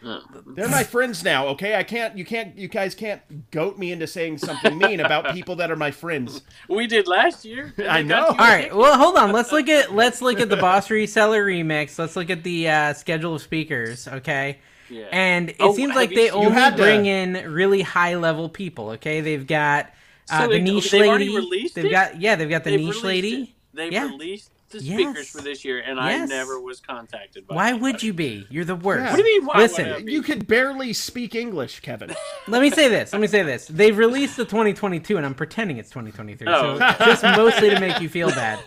Speaker 2: No.
Speaker 3: They're my friends now, okay? I can't you can't you guys can't goat me into saying something mean about people that are my friends.
Speaker 2: We did last year. and
Speaker 3: I
Speaker 2: they got
Speaker 3: know.
Speaker 2: you
Speaker 1: all right. Well, hold on. Let's look at let's look at the boss reseller remix. Let's look at the uh, schedule of speakers. Okay.
Speaker 2: Yeah.
Speaker 1: And it
Speaker 2: Oh,
Speaker 1: seems
Speaker 2: have
Speaker 1: like
Speaker 2: you
Speaker 1: they
Speaker 2: seen-
Speaker 1: only
Speaker 3: had to-
Speaker 1: bring in really high level people. Okay, they've got uh,
Speaker 2: So
Speaker 1: the
Speaker 2: they-
Speaker 1: niche
Speaker 2: they've
Speaker 1: lady.
Speaker 2: already released
Speaker 1: they've
Speaker 2: it?
Speaker 1: got yeah, they've got the
Speaker 2: They've
Speaker 1: niche
Speaker 2: released
Speaker 1: lady.
Speaker 2: it. they
Speaker 1: Yeah.
Speaker 2: released the
Speaker 1: Yes.
Speaker 2: speakers for this year, and I
Speaker 1: Yes.
Speaker 2: never was contacted by.
Speaker 1: Why
Speaker 2: anybody.
Speaker 1: would you be? You're the worst.
Speaker 3: What do
Speaker 2: you mean, why would
Speaker 1: Listen,
Speaker 2: I be?
Speaker 3: You could barely speak English, Kevin.
Speaker 1: let me say this. Let me say this. They've released the 2022, and I'm pretending it's 2023.
Speaker 2: Oh.
Speaker 1: So just mostly to make you feel bad.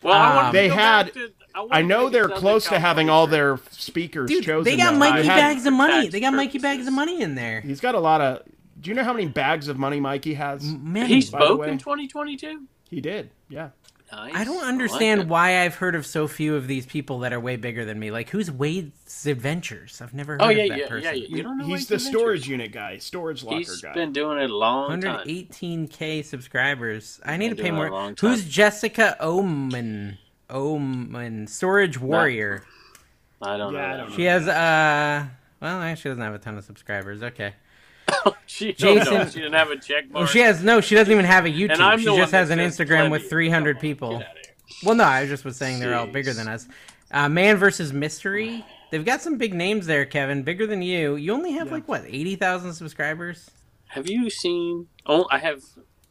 Speaker 2: Well, I
Speaker 1: um,
Speaker 2: wanted to
Speaker 3: They
Speaker 2: go back
Speaker 3: had-
Speaker 2: to- wanted
Speaker 3: I
Speaker 2: to
Speaker 3: know
Speaker 2: make
Speaker 3: they're
Speaker 2: Southern
Speaker 3: close to having all
Speaker 2: California.
Speaker 3: their speakers
Speaker 1: Dude,
Speaker 3: chosen.
Speaker 1: they got
Speaker 3: now.
Speaker 1: Mikey
Speaker 3: They had-
Speaker 1: bags of money.
Speaker 2: tax
Speaker 1: They got Mikey bags of
Speaker 2: purposes.
Speaker 1: money in there.
Speaker 3: He's got a lot of. Do you know how many bags of money Mikey has?
Speaker 1: Man,
Speaker 2: He
Speaker 3: By the
Speaker 2: spoke
Speaker 3: way.
Speaker 2: in 2022.
Speaker 3: He did. Yeah.
Speaker 2: Nice.
Speaker 1: I don't
Speaker 2: like
Speaker 1: understand
Speaker 2: it.
Speaker 1: why I've heard of so few of these people that are way bigger than me. Like, who's Wade's Adventures? I've never heard
Speaker 2: Oh yeah,
Speaker 1: of that
Speaker 2: yeah, yeah,
Speaker 1: person.
Speaker 2: yeah. You don't know
Speaker 3: He's
Speaker 2: what
Speaker 3: the storage unit guy, storage locker
Speaker 2: He's
Speaker 3: guy.
Speaker 2: been doing it a long time.
Speaker 1: 118k subscribers. I need
Speaker 2: been
Speaker 1: to pay
Speaker 2: doing it a
Speaker 1: more.
Speaker 2: long
Speaker 1: Who's Jessica Omen? Omen Storage Warrior.
Speaker 2: I don't
Speaker 3: Yeah, I
Speaker 2: know.
Speaker 3: don't
Speaker 1: She has uh. Well, actually, doesn't have a ton of subscribers. Okay.
Speaker 2: She, don't know.
Speaker 1: Jason-
Speaker 2: she didn't have a check mark.
Speaker 1: Well, she has no. She doesn't even have a
Speaker 2: and I'm
Speaker 1: YouTube. She
Speaker 2: the
Speaker 1: just
Speaker 2: one
Speaker 1: has
Speaker 2: that
Speaker 1: an
Speaker 2: says
Speaker 1: Instagram with
Speaker 2: plenty.
Speaker 1: 300
Speaker 2: Come on,
Speaker 1: people.
Speaker 2: get outta here.
Speaker 1: Well, no, I just was saying they're all
Speaker 2: Jeez.
Speaker 1: bigger than us. Uh, Man versus Mystery. They've got some big names there, Kevin. Bigger than you. You only have like what 80,000 subscribers.
Speaker 2: Have you seen? Oh, I have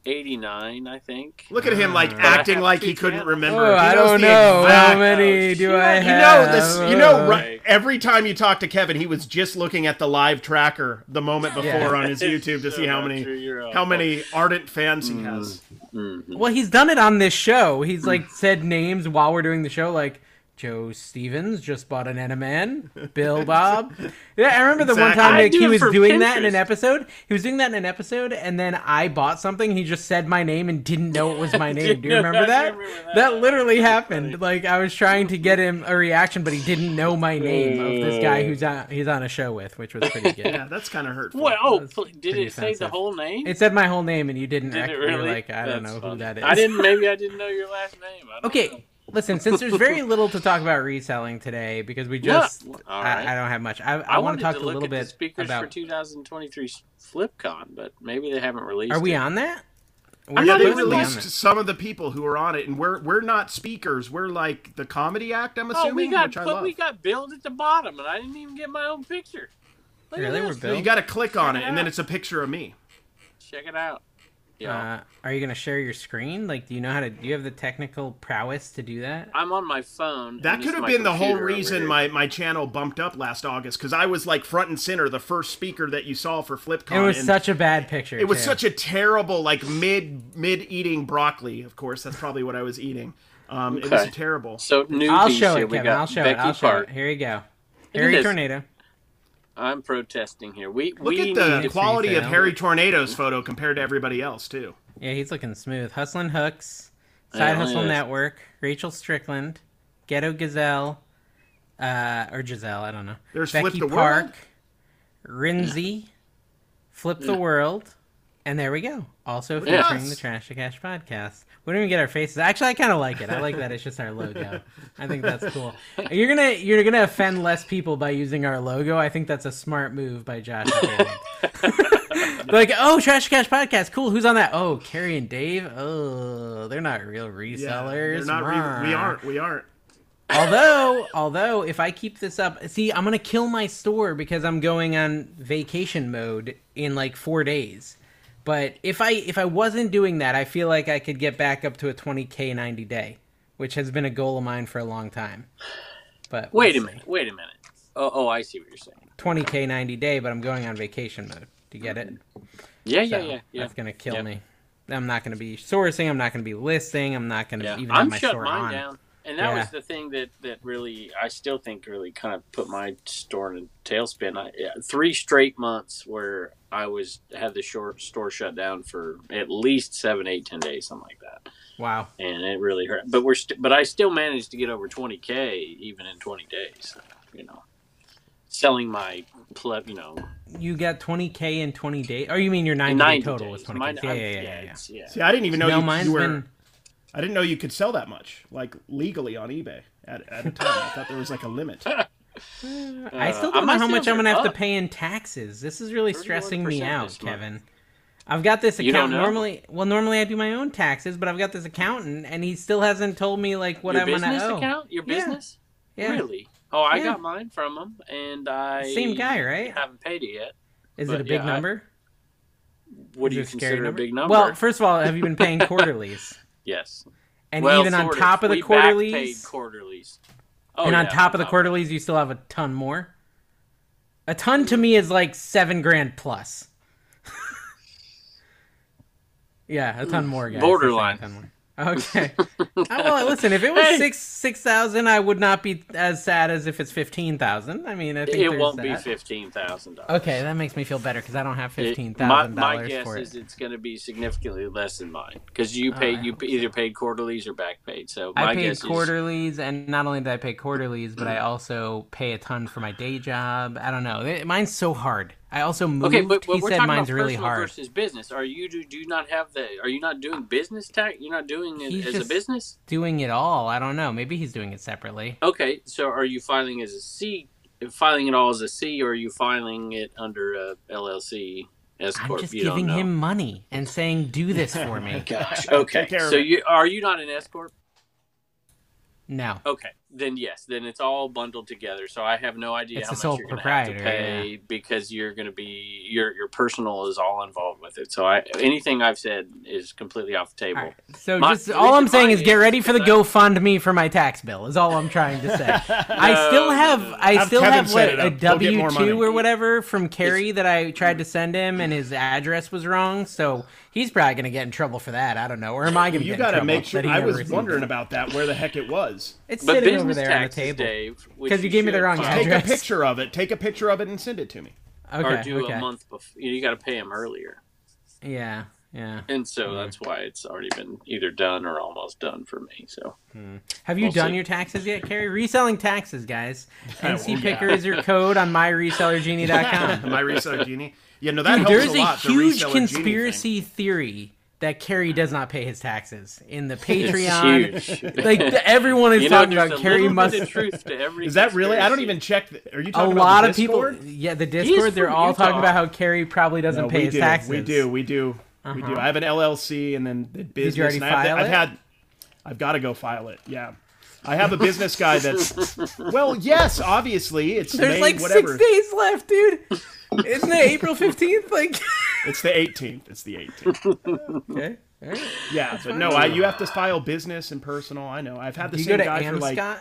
Speaker 2: 89, I think.
Speaker 3: Look at him, like
Speaker 1: Uh,
Speaker 3: acting
Speaker 2: Mm. I
Speaker 3: like
Speaker 2: have
Speaker 3: he
Speaker 2: to
Speaker 3: couldn't
Speaker 2: tell.
Speaker 3: remember.
Speaker 1: Oh,
Speaker 3: He
Speaker 1: I
Speaker 3: knows
Speaker 1: don't
Speaker 3: the
Speaker 1: know. How
Speaker 3: exact-
Speaker 1: many
Speaker 2: Oh,
Speaker 1: do
Speaker 2: shit.
Speaker 1: I
Speaker 2: You
Speaker 3: You
Speaker 1: have?
Speaker 3: know this. You
Speaker 1: Uh,
Speaker 3: know, right,
Speaker 2: Right.
Speaker 3: every time you talk to Kevin, he was just looking at the live tracker the moment before
Speaker 1: Yeah.
Speaker 3: on his YouTube to see how many how many ardent fans he has.
Speaker 1: Well, he's done it on this show. He's like said names while we're doing the show, like Joe Stevens just bought an Enaman, Bill Bob. Yeah, I remember the one
Speaker 3: Exactly.
Speaker 1: time
Speaker 2: I
Speaker 1: like,
Speaker 2: do
Speaker 1: he
Speaker 2: it
Speaker 1: was
Speaker 2: for
Speaker 1: doing that in an
Speaker 2: Pinterest.
Speaker 1: episode. He was doing that in an episode, and then I bought something. He just said my name and didn't know it was my name. Do you
Speaker 2: know- I
Speaker 1: remember
Speaker 2: do
Speaker 1: that?
Speaker 2: remember
Speaker 1: that?
Speaker 2: that.
Speaker 1: literally happened. Like I was trying to get him a reaction, but he didn't know my name of this
Speaker 2: Uh.
Speaker 1: guy who's on, he's on a show with, which was pretty good.
Speaker 3: Yeah, that's kind of hurtful.
Speaker 2: Well, oh,
Speaker 1: That's
Speaker 2: pl- did
Speaker 1: pretty
Speaker 2: it say the
Speaker 1: offensive.
Speaker 2: whole name?
Speaker 1: It said my whole name, and you didn't.
Speaker 2: did
Speaker 1: act,
Speaker 2: it
Speaker 1: you were
Speaker 2: really?
Speaker 1: like, I don't
Speaker 2: That's
Speaker 1: know who
Speaker 2: funny.
Speaker 1: that is.
Speaker 2: I didn't. Maybe I didn't know your last name. I don't know.
Speaker 1: Okay, listen. Since there's very little to talk about reselling today, because we just,
Speaker 2: Yeah, all
Speaker 1: I,
Speaker 2: right.
Speaker 1: I don't have much. I,
Speaker 2: I,
Speaker 1: I, want
Speaker 2: wanted
Speaker 1: to talk
Speaker 2: to
Speaker 1: a
Speaker 2: look
Speaker 1: little
Speaker 2: at the
Speaker 1: bit
Speaker 2: speakers for
Speaker 1: about.
Speaker 2: 2023 FlipCon, but maybe they haven't released.
Speaker 1: Are we
Speaker 2: it.
Speaker 1: on that? We're
Speaker 3: I'm not
Speaker 1: supposed
Speaker 3: even
Speaker 1: to be on
Speaker 3: released
Speaker 1: that.
Speaker 3: some of the people who are on it, and we're we're not speakers. We're like the comedy act. I'm
Speaker 2: Oh,
Speaker 3: assuming,
Speaker 2: we got
Speaker 3: which I
Speaker 2: put,
Speaker 3: love.
Speaker 2: we got billed at the bottom, and I didn't even get my own picture. Look at
Speaker 1: Really,
Speaker 2: this.
Speaker 1: we're
Speaker 3: So you
Speaker 1: built.
Speaker 3: got to click on it, and then
Speaker 2: Yeah.
Speaker 3: it's a picture of me.
Speaker 2: Check it out. Yeah,
Speaker 1: Uh, are you gonna share your screen? Like, do you know how to? Do you have the technical prowess to do that?
Speaker 2: I'm on my phone. and
Speaker 3: That
Speaker 2: this
Speaker 3: could
Speaker 2: is
Speaker 3: have
Speaker 2: my
Speaker 3: been the whole
Speaker 2: computer over
Speaker 3: reason
Speaker 2: here.
Speaker 3: my, my channel bumped up last August because I was like front and center, the first speaker that you saw for FlipCon.
Speaker 1: It was
Speaker 3: and
Speaker 1: such a bad picture.
Speaker 3: It was
Speaker 1: too.
Speaker 3: such a terrible like mid mid eating broccoli. Of course, that's probably what I was eating. Um, It was
Speaker 2: Okay.
Speaker 3: terrible.
Speaker 2: So new
Speaker 1: I'll show
Speaker 2: here.
Speaker 1: it,
Speaker 2: we
Speaker 1: Kevin.
Speaker 2: got
Speaker 1: I'll show
Speaker 2: Becky
Speaker 1: it. I'll show
Speaker 2: Park.
Speaker 1: it. Here you go. Harry
Speaker 2: this.
Speaker 1: Tornado.
Speaker 2: I'm protesting here. We
Speaker 3: Look
Speaker 2: we
Speaker 3: at the
Speaker 2: need to-
Speaker 3: quality of
Speaker 1: that.
Speaker 3: Harry Tornado's photo compared to everybody else too.
Speaker 1: Yeah, he's looking smooth. Hustlin' Hooks,
Speaker 2: Yeah,
Speaker 1: Side
Speaker 2: look at
Speaker 1: Hustle
Speaker 2: this.
Speaker 1: Network, Rachel Strickland, Ghetto Gazelle, uh, or Giselle, I don't know.
Speaker 3: There's
Speaker 1: Becky
Speaker 3: Flip the
Speaker 1: Park, Rinzi, Flip the World, and there we go. Also featuring
Speaker 2: Yes.
Speaker 1: the Trash to Cash podcast. We don't even get our faces. Actually, I kind of like it. I like that it's just our logo. I think that's cool. You're gonna you're gonna offend less people by using our logo. I think that's a smart move by Josh. and Caleb. They're like, oh, Trash Cash Podcast, cool. Who's on that? Oh, Carrie and Dave. Oh, they're not real
Speaker 3: Yeah,
Speaker 1: resellers.
Speaker 3: they're not re- we
Speaker 1: Rah.
Speaker 3: aren't. We aren't.
Speaker 1: although, although, if I keep this up, see, I'm gonna kill my store because I'm going on vacation mode in like four days. But if I if I wasn't doing that, I feel like I could get back up to a 20k 90 day, which has been a goal of mine for a long time. But
Speaker 2: Wait a
Speaker 1: we'll see.
Speaker 2: minute. Wait a minute. Oh, oh, I see what you're saying.
Speaker 1: 20k 90 day, but I'm going on vacation mode. Do you get it?
Speaker 2: Oh, Yeah,
Speaker 1: So
Speaker 2: yeah, yeah, yeah.
Speaker 1: that's gonna kill
Speaker 2: Yeah.
Speaker 1: me. I'm not gonna be sourcing. I'm not gonna be listing. I'm not gonna
Speaker 2: yeah.
Speaker 1: even have
Speaker 2: I'm
Speaker 1: my
Speaker 2: shut
Speaker 1: store
Speaker 2: mine
Speaker 1: on.
Speaker 2: down, and that
Speaker 1: Yeah.
Speaker 2: was the thing that that really I still think really kind of put my store in a tailspin. I, yeah, three straight months where I was had the short store shut down for at least seven, eight, ten days, something like that.
Speaker 1: Wow.
Speaker 2: and it really hurt. But we're st- but I still managed to get over 20k even in 20 days. You know, selling my ple- you know
Speaker 1: You got 20k in 20 days. Oh, you mean your 90,
Speaker 2: 90
Speaker 1: day total was
Speaker 2: days.
Speaker 1: 20k?
Speaker 2: Mine-
Speaker 1: yeah,
Speaker 2: I'm-
Speaker 1: yeah, yeah, yeah, yeah.
Speaker 2: it's- yeah.
Speaker 3: See, I didn't even know
Speaker 1: no,
Speaker 3: you,
Speaker 1: mine's
Speaker 3: you were.
Speaker 1: been.
Speaker 3: I didn't know you could sell that much, like legally on eBay at, at a time. I thought there was like a limit.
Speaker 1: I still
Speaker 2: Uh,
Speaker 1: don't
Speaker 2: my
Speaker 1: know how much
Speaker 2: sales
Speaker 1: I'm
Speaker 2: are
Speaker 1: gonna have to
Speaker 2: up.
Speaker 1: pay in taxes. This is really stressing me
Speaker 2: 31%
Speaker 1: out,
Speaker 2: this month.
Speaker 1: Kevin. I've got this
Speaker 2: You don't
Speaker 1: account
Speaker 2: know?
Speaker 1: normally. Well, normally I do my own taxes, but I've got this accountant, and he still hasn't told me like what
Speaker 2: Your
Speaker 1: I'm
Speaker 2: business
Speaker 1: gonna owe.
Speaker 2: account, your
Speaker 1: Yeah.
Speaker 2: business,
Speaker 1: Yeah.
Speaker 2: really? Oh, I
Speaker 1: Yeah.
Speaker 2: got mine from him, and I
Speaker 1: Same guy, right?
Speaker 2: Haven't paid it yet.
Speaker 1: Is it
Speaker 2: But
Speaker 1: a big
Speaker 2: yeah, I-
Speaker 1: number? Is
Speaker 2: What do you
Speaker 1: it a scary
Speaker 2: consider a big number?
Speaker 1: Well, first of all, have you been paying quarterlies?
Speaker 2: yes,
Speaker 1: and
Speaker 2: Well,
Speaker 1: even on
Speaker 2: sort
Speaker 1: top of the
Speaker 2: We
Speaker 1: quarterlies,
Speaker 2: backpaid quarterlies. Oh,
Speaker 1: and on
Speaker 2: yeah,
Speaker 1: top of the quarterlies, you still have a ton more. A ton to me is like seven grand plus. yeah, a ton more, guys. That's like a
Speaker 2: Borderline.
Speaker 1: ton more. Okay. Uh, well, listen. If it was
Speaker 2: Hey.
Speaker 1: six six thousand, I would not be as sad as if it's fifteen thousand. I mean, I think
Speaker 2: It
Speaker 1: there's
Speaker 2: won't be
Speaker 1: that.
Speaker 2: fifteen thousand dollars.
Speaker 1: Okay, that makes me feel better because I don't have
Speaker 2: It-
Speaker 1: fifteen
Speaker 2: my,
Speaker 1: thousand
Speaker 2: my
Speaker 1: dollars
Speaker 2: guess
Speaker 1: for
Speaker 2: is
Speaker 1: it.
Speaker 2: it's going to be significantly less than mine because you
Speaker 1: Oh,
Speaker 2: pay
Speaker 1: I
Speaker 2: you
Speaker 1: hope
Speaker 2: either paid quarterlies or back paid. So my
Speaker 1: I paid
Speaker 2: guess is
Speaker 1: quarterlies, and not only did I pay quarterlies, but I also pay a ton for my day job. I don't know. It- Mine's so hard. I also moved.
Speaker 2: okay, but, but
Speaker 1: he
Speaker 2: we're
Speaker 1: said
Speaker 2: talking
Speaker 1: mine's
Speaker 2: about
Speaker 1: really
Speaker 2: personal
Speaker 1: hard.
Speaker 2: versus business. Are you do, do you not have the? Are you not doing business tax? You're not doing it
Speaker 1: He's
Speaker 2: as
Speaker 1: just-
Speaker 2: a business.
Speaker 1: Doing it all. I don't know. Maybe he's doing it separately.
Speaker 2: Okay, so are you filing as a C? Filing it all as a C, or are you filing it under a LLC S
Speaker 1: I'm
Speaker 2: corp?
Speaker 1: just
Speaker 2: You don't
Speaker 1: giving
Speaker 2: know.
Speaker 1: him money and saying, "Do this for me."
Speaker 2: Oh Gosh. Okay.
Speaker 3: Take care of
Speaker 2: So
Speaker 3: it.
Speaker 2: you are you not an S corp?
Speaker 1: no.
Speaker 2: Okay, then yes, then it's all bundled together. So I have no idea
Speaker 1: It's
Speaker 2: how
Speaker 1: the sole
Speaker 2: much you're going to have to
Speaker 1: proprietor,
Speaker 2: pay because you're going to be your your personal is all involved with it. So I anything I've said is completely off the table.
Speaker 1: All right. So
Speaker 2: My-
Speaker 1: just
Speaker 2: the
Speaker 1: all I'm
Speaker 2: reason
Speaker 1: saying
Speaker 2: mine
Speaker 1: is get
Speaker 2: is
Speaker 1: ready for the
Speaker 2: because
Speaker 1: GoFundMe for my tax bill. Is all I'm trying to say. I
Speaker 2: No,
Speaker 1: still
Speaker 2: no,
Speaker 1: have
Speaker 2: no, no.
Speaker 1: I
Speaker 3: Have
Speaker 1: still
Speaker 3: Kevin
Speaker 1: have
Speaker 3: set
Speaker 1: what,
Speaker 3: it
Speaker 1: a
Speaker 3: up. He'll get
Speaker 1: W
Speaker 3: more
Speaker 1: two
Speaker 3: money.
Speaker 1: or whatever from Kerry that I tried to send him, and his address was wrong. So he's probably gonna get in trouble for that. I don't know, or am I gonna?
Speaker 3: You
Speaker 1: get
Speaker 3: got
Speaker 1: in
Speaker 3: to
Speaker 1: trouble
Speaker 3: make sure.
Speaker 1: that he
Speaker 3: I
Speaker 1: never
Speaker 3: was
Speaker 1: received
Speaker 3: wondering
Speaker 1: it?
Speaker 3: about that, where the heck it was.
Speaker 1: It's
Speaker 2: But
Speaker 1: sitting over
Speaker 2: business
Speaker 1: there on the
Speaker 2: taxes,
Speaker 1: table.
Speaker 2: Dave,
Speaker 1: 'Cause you gave me the wrong
Speaker 2: address.
Speaker 3: Take a
Speaker 1: Address.
Speaker 3: picture of it. Take a picture of it and send it to me.
Speaker 1: Okay,
Speaker 2: or do
Speaker 1: okay.
Speaker 2: a month before. You got to pay them earlier,
Speaker 1: Yeah, yeah.
Speaker 2: and so that's why it's already been either done or almost done for me. So
Speaker 1: Have you
Speaker 2: We'll
Speaker 1: done
Speaker 2: see.
Speaker 1: your taxes yet, Carrie? Reselling taxes, guys. NC
Speaker 3: Oh, yeah.
Speaker 1: Picker is your code on myresellergenie.com.
Speaker 3: My reseller genie. Yeah, no, that
Speaker 1: Dude,
Speaker 3: helps
Speaker 1: there's
Speaker 3: a lot.
Speaker 1: a
Speaker 3: the
Speaker 1: huge
Speaker 3: reseller genie thing.
Speaker 1: conspiracy theory that Carrie does not pay his taxes in the
Speaker 2: it's
Speaker 1: Patreon.
Speaker 2: huge.
Speaker 1: Like the- everyone is
Speaker 2: you know,
Speaker 1: talking
Speaker 2: just
Speaker 1: about
Speaker 2: a
Speaker 1: Carrie
Speaker 2: little
Speaker 1: must.
Speaker 2: bit of truth to every.
Speaker 3: Is that really? I don't
Speaker 2: conspiracy.
Speaker 3: even check. The, are you
Speaker 1: A
Speaker 3: talking about
Speaker 1: lot
Speaker 3: the
Speaker 1: of people,
Speaker 3: Discord?
Speaker 1: yeah, the Discord. They're
Speaker 2: from
Speaker 1: all talking
Speaker 2: Utah.
Speaker 1: about how Carrie probably doesn't
Speaker 3: No,
Speaker 1: pay
Speaker 3: we
Speaker 1: his
Speaker 3: do.
Speaker 1: taxes. Uh-huh.
Speaker 3: We do. We do. We do. I have an LLC and then the business.
Speaker 1: already
Speaker 3: and I have
Speaker 1: file
Speaker 3: I've
Speaker 1: it?
Speaker 3: had. I've got to go file it. Yeah. I have a business guy that's. Well, yes, obviously it's
Speaker 1: There's
Speaker 3: May
Speaker 1: like
Speaker 3: whatever.
Speaker 1: six days left, dude. Isn't it April fifteenth? Like,
Speaker 3: It's the 18th. It's the 18th.
Speaker 1: okay. All right.
Speaker 3: Yeah, but no, I, you have to file business and personal. I know. I've had the
Speaker 1: Do you go to
Speaker 3: same guy for like.
Speaker 1: Amscot?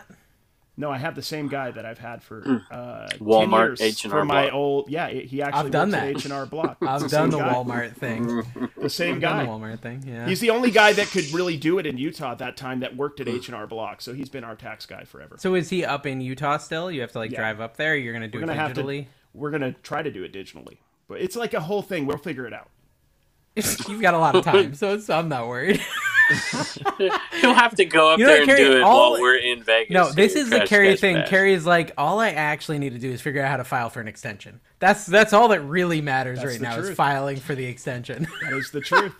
Speaker 3: No, I have the same guy that I've had for uh, 10
Speaker 2: Walmart,
Speaker 3: years
Speaker 2: H&R
Speaker 3: for my
Speaker 2: Block.
Speaker 3: old. Yeah, he actually
Speaker 1: done
Speaker 3: works at
Speaker 1: that.
Speaker 3: H and R Block. It's
Speaker 1: I've
Speaker 3: the
Speaker 1: done
Speaker 3: same
Speaker 1: the
Speaker 3: guy.
Speaker 1: Walmart thing.
Speaker 2: Mm-hmm.
Speaker 3: The same
Speaker 1: I've done
Speaker 3: guy.
Speaker 1: the Walmart thing. Yeah.
Speaker 3: He's the only guy that could really do it in Utah at that time that worked at H and R Block, so he's been our tax guy forever.
Speaker 1: So is he up in Utah still? You have to like
Speaker 3: Yeah.
Speaker 1: drive up there. You're gonna do
Speaker 3: we're gonna
Speaker 1: it
Speaker 3: have
Speaker 1: digitally.
Speaker 3: to. We're gonna try to do it digitally, but it's like a whole thing. We'll figure it out.
Speaker 1: You've got a lot of time, so it's, I'm not worried.
Speaker 2: You'll have to go up
Speaker 1: You know,
Speaker 2: there and
Speaker 1: Carrie,
Speaker 2: do it
Speaker 1: all-
Speaker 2: while we're in Vegas.
Speaker 1: No, this
Speaker 2: so
Speaker 1: is the
Speaker 2: crash,
Speaker 1: Carrie
Speaker 2: crash,
Speaker 1: thing.
Speaker 2: crash.
Speaker 1: Carrie is like, all I actually need to do is figure out how to file for an extension. That's that's all that really matters
Speaker 3: That's
Speaker 1: right
Speaker 3: the
Speaker 1: now is
Speaker 3: truth.
Speaker 1: filing for the extension.
Speaker 3: That is the truth.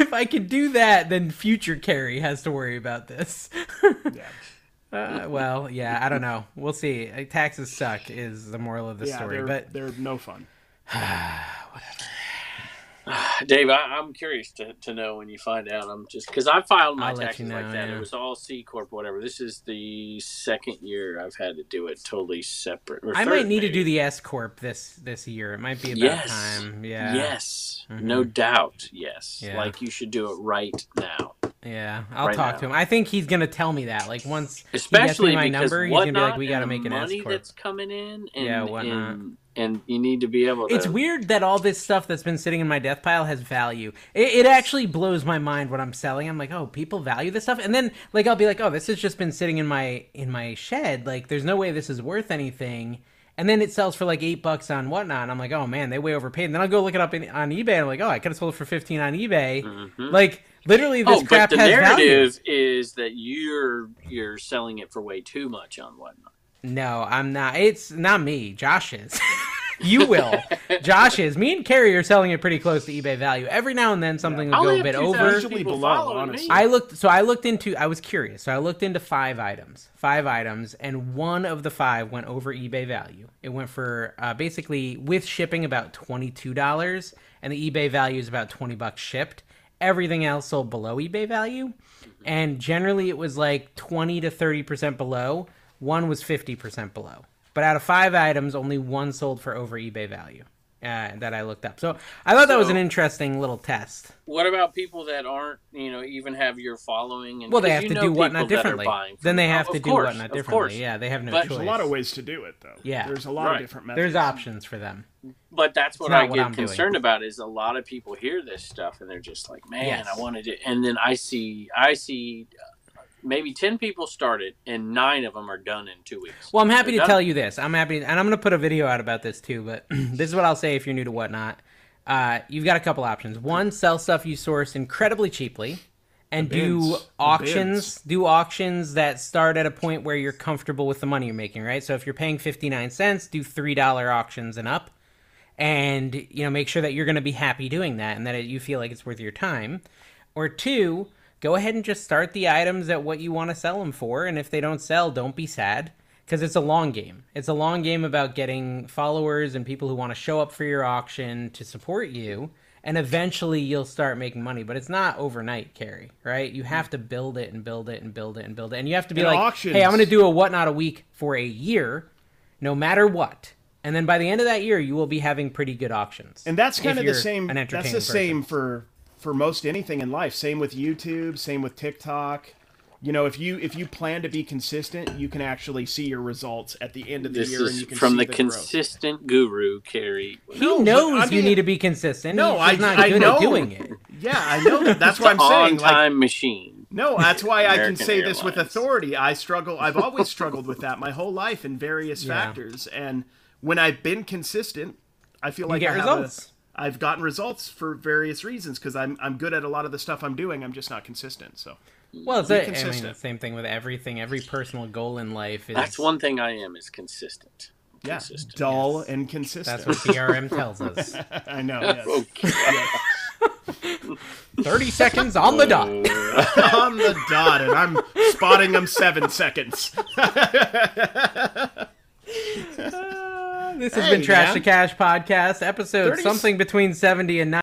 Speaker 1: if I could do that, then future Carrie has to worry about this.
Speaker 3: Yeah.
Speaker 1: Uh, well, yeah, I don't know. We'll see. Uh, Taxes suck is the moral of the
Speaker 3: Yeah,
Speaker 1: story,
Speaker 3: they're,
Speaker 1: but
Speaker 3: they're no fun.
Speaker 2: Dave, I, I'm curious to, to know when you find out. I'm just because I filed my
Speaker 1: I'll let you
Speaker 2: taxes
Speaker 1: know,
Speaker 2: like that.
Speaker 1: yeah.
Speaker 2: It was all C corp, whatever. This is the second year I've had to do it totally separate. or
Speaker 1: I
Speaker 2: third,
Speaker 1: might need to
Speaker 2: maybe.
Speaker 1: do the S corp this this year. It might be about
Speaker 2: Yes.
Speaker 1: time. Yeah. Mm-hmm.
Speaker 2: Yes, no doubt. Yes,
Speaker 1: Yeah.
Speaker 2: like you should do it right now.
Speaker 1: Yeah, I'll
Speaker 2: right
Speaker 1: talk
Speaker 2: now.
Speaker 1: to him. I think he's gonna tell me that. Like once
Speaker 2: Especially
Speaker 1: he gets me my
Speaker 2: because
Speaker 1: number, he's gonna
Speaker 2: whatnot
Speaker 1: be like, "We
Speaker 2: and
Speaker 1: gotta
Speaker 2: the
Speaker 1: make an S
Speaker 2: money
Speaker 1: corp."
Speaker 2: that's coming in, and,
Speaker 1: Yeah, whatnot.
Speaker 2: and and you need to be able. to...
Speaker 1: It's weird that all this stuff that's been sitting in my death pile has value. It, it actually blows my mind when I'm selling. I'm like, oh, people value this stuff, and then like I'll be like, oh, this has just been sitting in my in my shed. Like, there's no way this is worth anything. And then it sells for like eight bucks on whatnot. And I'm like, oh man, they way overpaid. And then I'll go look it up in, on eBay. And I'm like, oh, I could have sold it for fifteen on eBay. Like literally, this
Speaker 2: Mm-hmm. Oh, but
Speaker 1: crap
Speaker 2: the
Speaker 1: has value.
Speaker 2: narrative is that you're you're selling it for way too much on whatnot.
Speaker 1: No, I'm not. It's not me. Josh is. you will. Josh is. Me and Carrie are selling it pretty close to eBay value. Every now and then something will
Speaker 2: I
Speaker 1: go
Speaker 2: only
Speaker 1: a
Speaker 2: have
Speaker 1: bit
Speaker 2: 2,000
Speaker 1: over.
Speaker 3: Usually
Speaker 2: people
Speaker 3: below,
Speaker 2: following
Speaker 3: honestly.
Speaker 2: me.
Speaker 1: I looked. So I looked into. I was curious. So I looked into five items. Five items, and one of the five went over eBay value. It went for uh, basically with shipping about twenty two dollars, and the eBay value is about twenty bucks shipped. Everything else sold below eBay value, and generally it was like twenty to thirty percent below. One was fifty percent below. But out of five items, only one sold for over eBay value. uh, that I looked up. So I thought that was an interesting little test.
Speaker 2: What about people that aren't, you know, even have your following? And,
Speaker 1: Well, they
Speaker 2: 'cause
Speaker 1: have
Speaker 2: you
Speaker 1: to
Speaker 2: know
Speaker 1: do
Speaker 2: people
Speaker 1: Whatnot
Speaker 2: that are
Speaker 1: differently.
Speaker 2: buying from
Speaker 1: Then they
Speaker 2: them.
Speaker 1: have
Speaker 2: Of
Speaker 1: to do
Speaker 2: course,
Speaker 1: Whatnot
Speaker 2: of
Speaker 1: differently.
Speaker 2: course.
Speaker 1: Yeah, they have no
Speaker 2: But-
Speaker 1: choice.
Speaker 3: There's a lot of ways to do it, though.
Speaker 1: Yeah.
Speaker 3: There's a lot
Speaker 2: Right.
Speaker 3: of different methods.
Speaker 1: There's options for them.
Speaker 2: But that's what
Speaker 1: not
Speaker 2: I
Speaker 1: what
Speaker 2: get
Speaker 1: I'm doing.
Speaker 2: concerned about is a lot of people hear this stuff and they're just like, man,
Speaker 1: Yes.
Speaker 2: I want to do. And then I see, I see uh, maybe 10 people started and nine of them are done in two weeks.
Speaker 1: Well, I'm happy
Speaker 2: They're
Speaker 1: to
Speaker 2: done.
Speaker 1: tell you this. I'm happy, and I'm going to put a video out about this too. But this is what I'll say if you're new to whatnot. Uh, you've got a couple options. One, sell stuff you source incredibly cheaply, and
Speaker 3: The
Speaker 1: do
Speaker 3: bins. The
Speaker 1: auctions.
Speaker 3: bins.
Speaker 1: Do auctions that start at a point where you're comfortable with the money you're making, right? So if you're paying 59 cents, do three dollar auctions and up, and you know make sure that you're going to be happy doing that, and that it, you feel like it's worth your time. Or two, go ahead and just start the items at what you want to sell them for. And if they don't sell, don't be sad because it's a long game. It's a long game about getting followers and people who want to show up for your auction to support you. And eventually you'll start making money, but it's not overnight, Carrie, right? You have to build it and build it and build it and build it. And you have to be
Speaker 3: And
Speaker 1: like, hey, I'm
Speaker 3: auctions-
Speaker 1: going to do a whatnot a week for a year, no matter what. And then by the end of that year, you will be having pretty good auctions.
Speaker 3: and that's
Speaker 1: if
Speaker 3: kind of the
Speaker 1: you're
Speaker 3: same.
Speaker 1: an
Speaker 3: That's the
Speaker 1: entertaining person.
Speaker 3: same for for most anything in life. Same with YouTube. Same with TikTok. You know, if you if you plan to be consistent, you can actually see your results at the end of the
Speaker 2: This
Speaker 3: year. and
Speaker 2: is
Speaker 3: you can
Speaker 2: from
Speaker 3: see
Speaker 2: the,
Speaker 3: the growth.
Speaker 2: consistent guru, Carrie.
Speaker 1: He
Speaker 3: but
Speaker 1: knows
Speaker 3: I
Speaker 1: you
Speaker 3: mean-
Speaker 1: need to be consistent.
Speaker 3: No,
Speaker 1: He's
Speaker 3: I-
Speaker 1: just not
Speaker 3: I
Speaker 1: good
Speaker 3: know.
Speaker 1: at doing it.
Speaker 3: Yeah, I know that. That's what I'm
Speaker 2: On
Speaker 3: saying. Like,
Speaker 2: time machine.
Speaker 3: no, that's why I can
Speaker 2: American
Speaker 3: say this with
Speaker 2: Airlines.
Speaker 3: authority. I struggle. I've always struggled with that my whole life in various
Speaker 1: Yeah.
Speaker 3: factors. And when I've been consistent, I feel like
Speaker 1: get
Speaker 3: I have
Speaker 1: results.
Speaker 3: A, I've gotten results for various reasons because I'm I'm good at a lot of the stuff I'm doing. I'm just not consistent. So
Speaker 1: Well, it's a, I mean,
Speaker 3: consistent.
Speaker 1: the same thing with everything. Every personal goal in life is
Speaker 2: That's one thing I am is consistent.
Speaker 3: yeah,
Speaker 2: Consistent.
Speaker 3: dull and
Speaker 1: That's
Speaker 3: consistent.
Speaker 1: what CRM tells us.
Speaker 3: I know. Yes.
Speaker 2: Okay.
Speaker 1: Thirty seconds on the dot.
Speaker 3: On the dot, and I'm spotting them seven seconds.
Speaker 1: This has been
Speaker 3: Hey,
Speaker 1: Trash
Speaker 3: man.
Speaker 1: to Cash podcast episode
Speaker 3: 30
Speaker 1: something between seventy and ninety.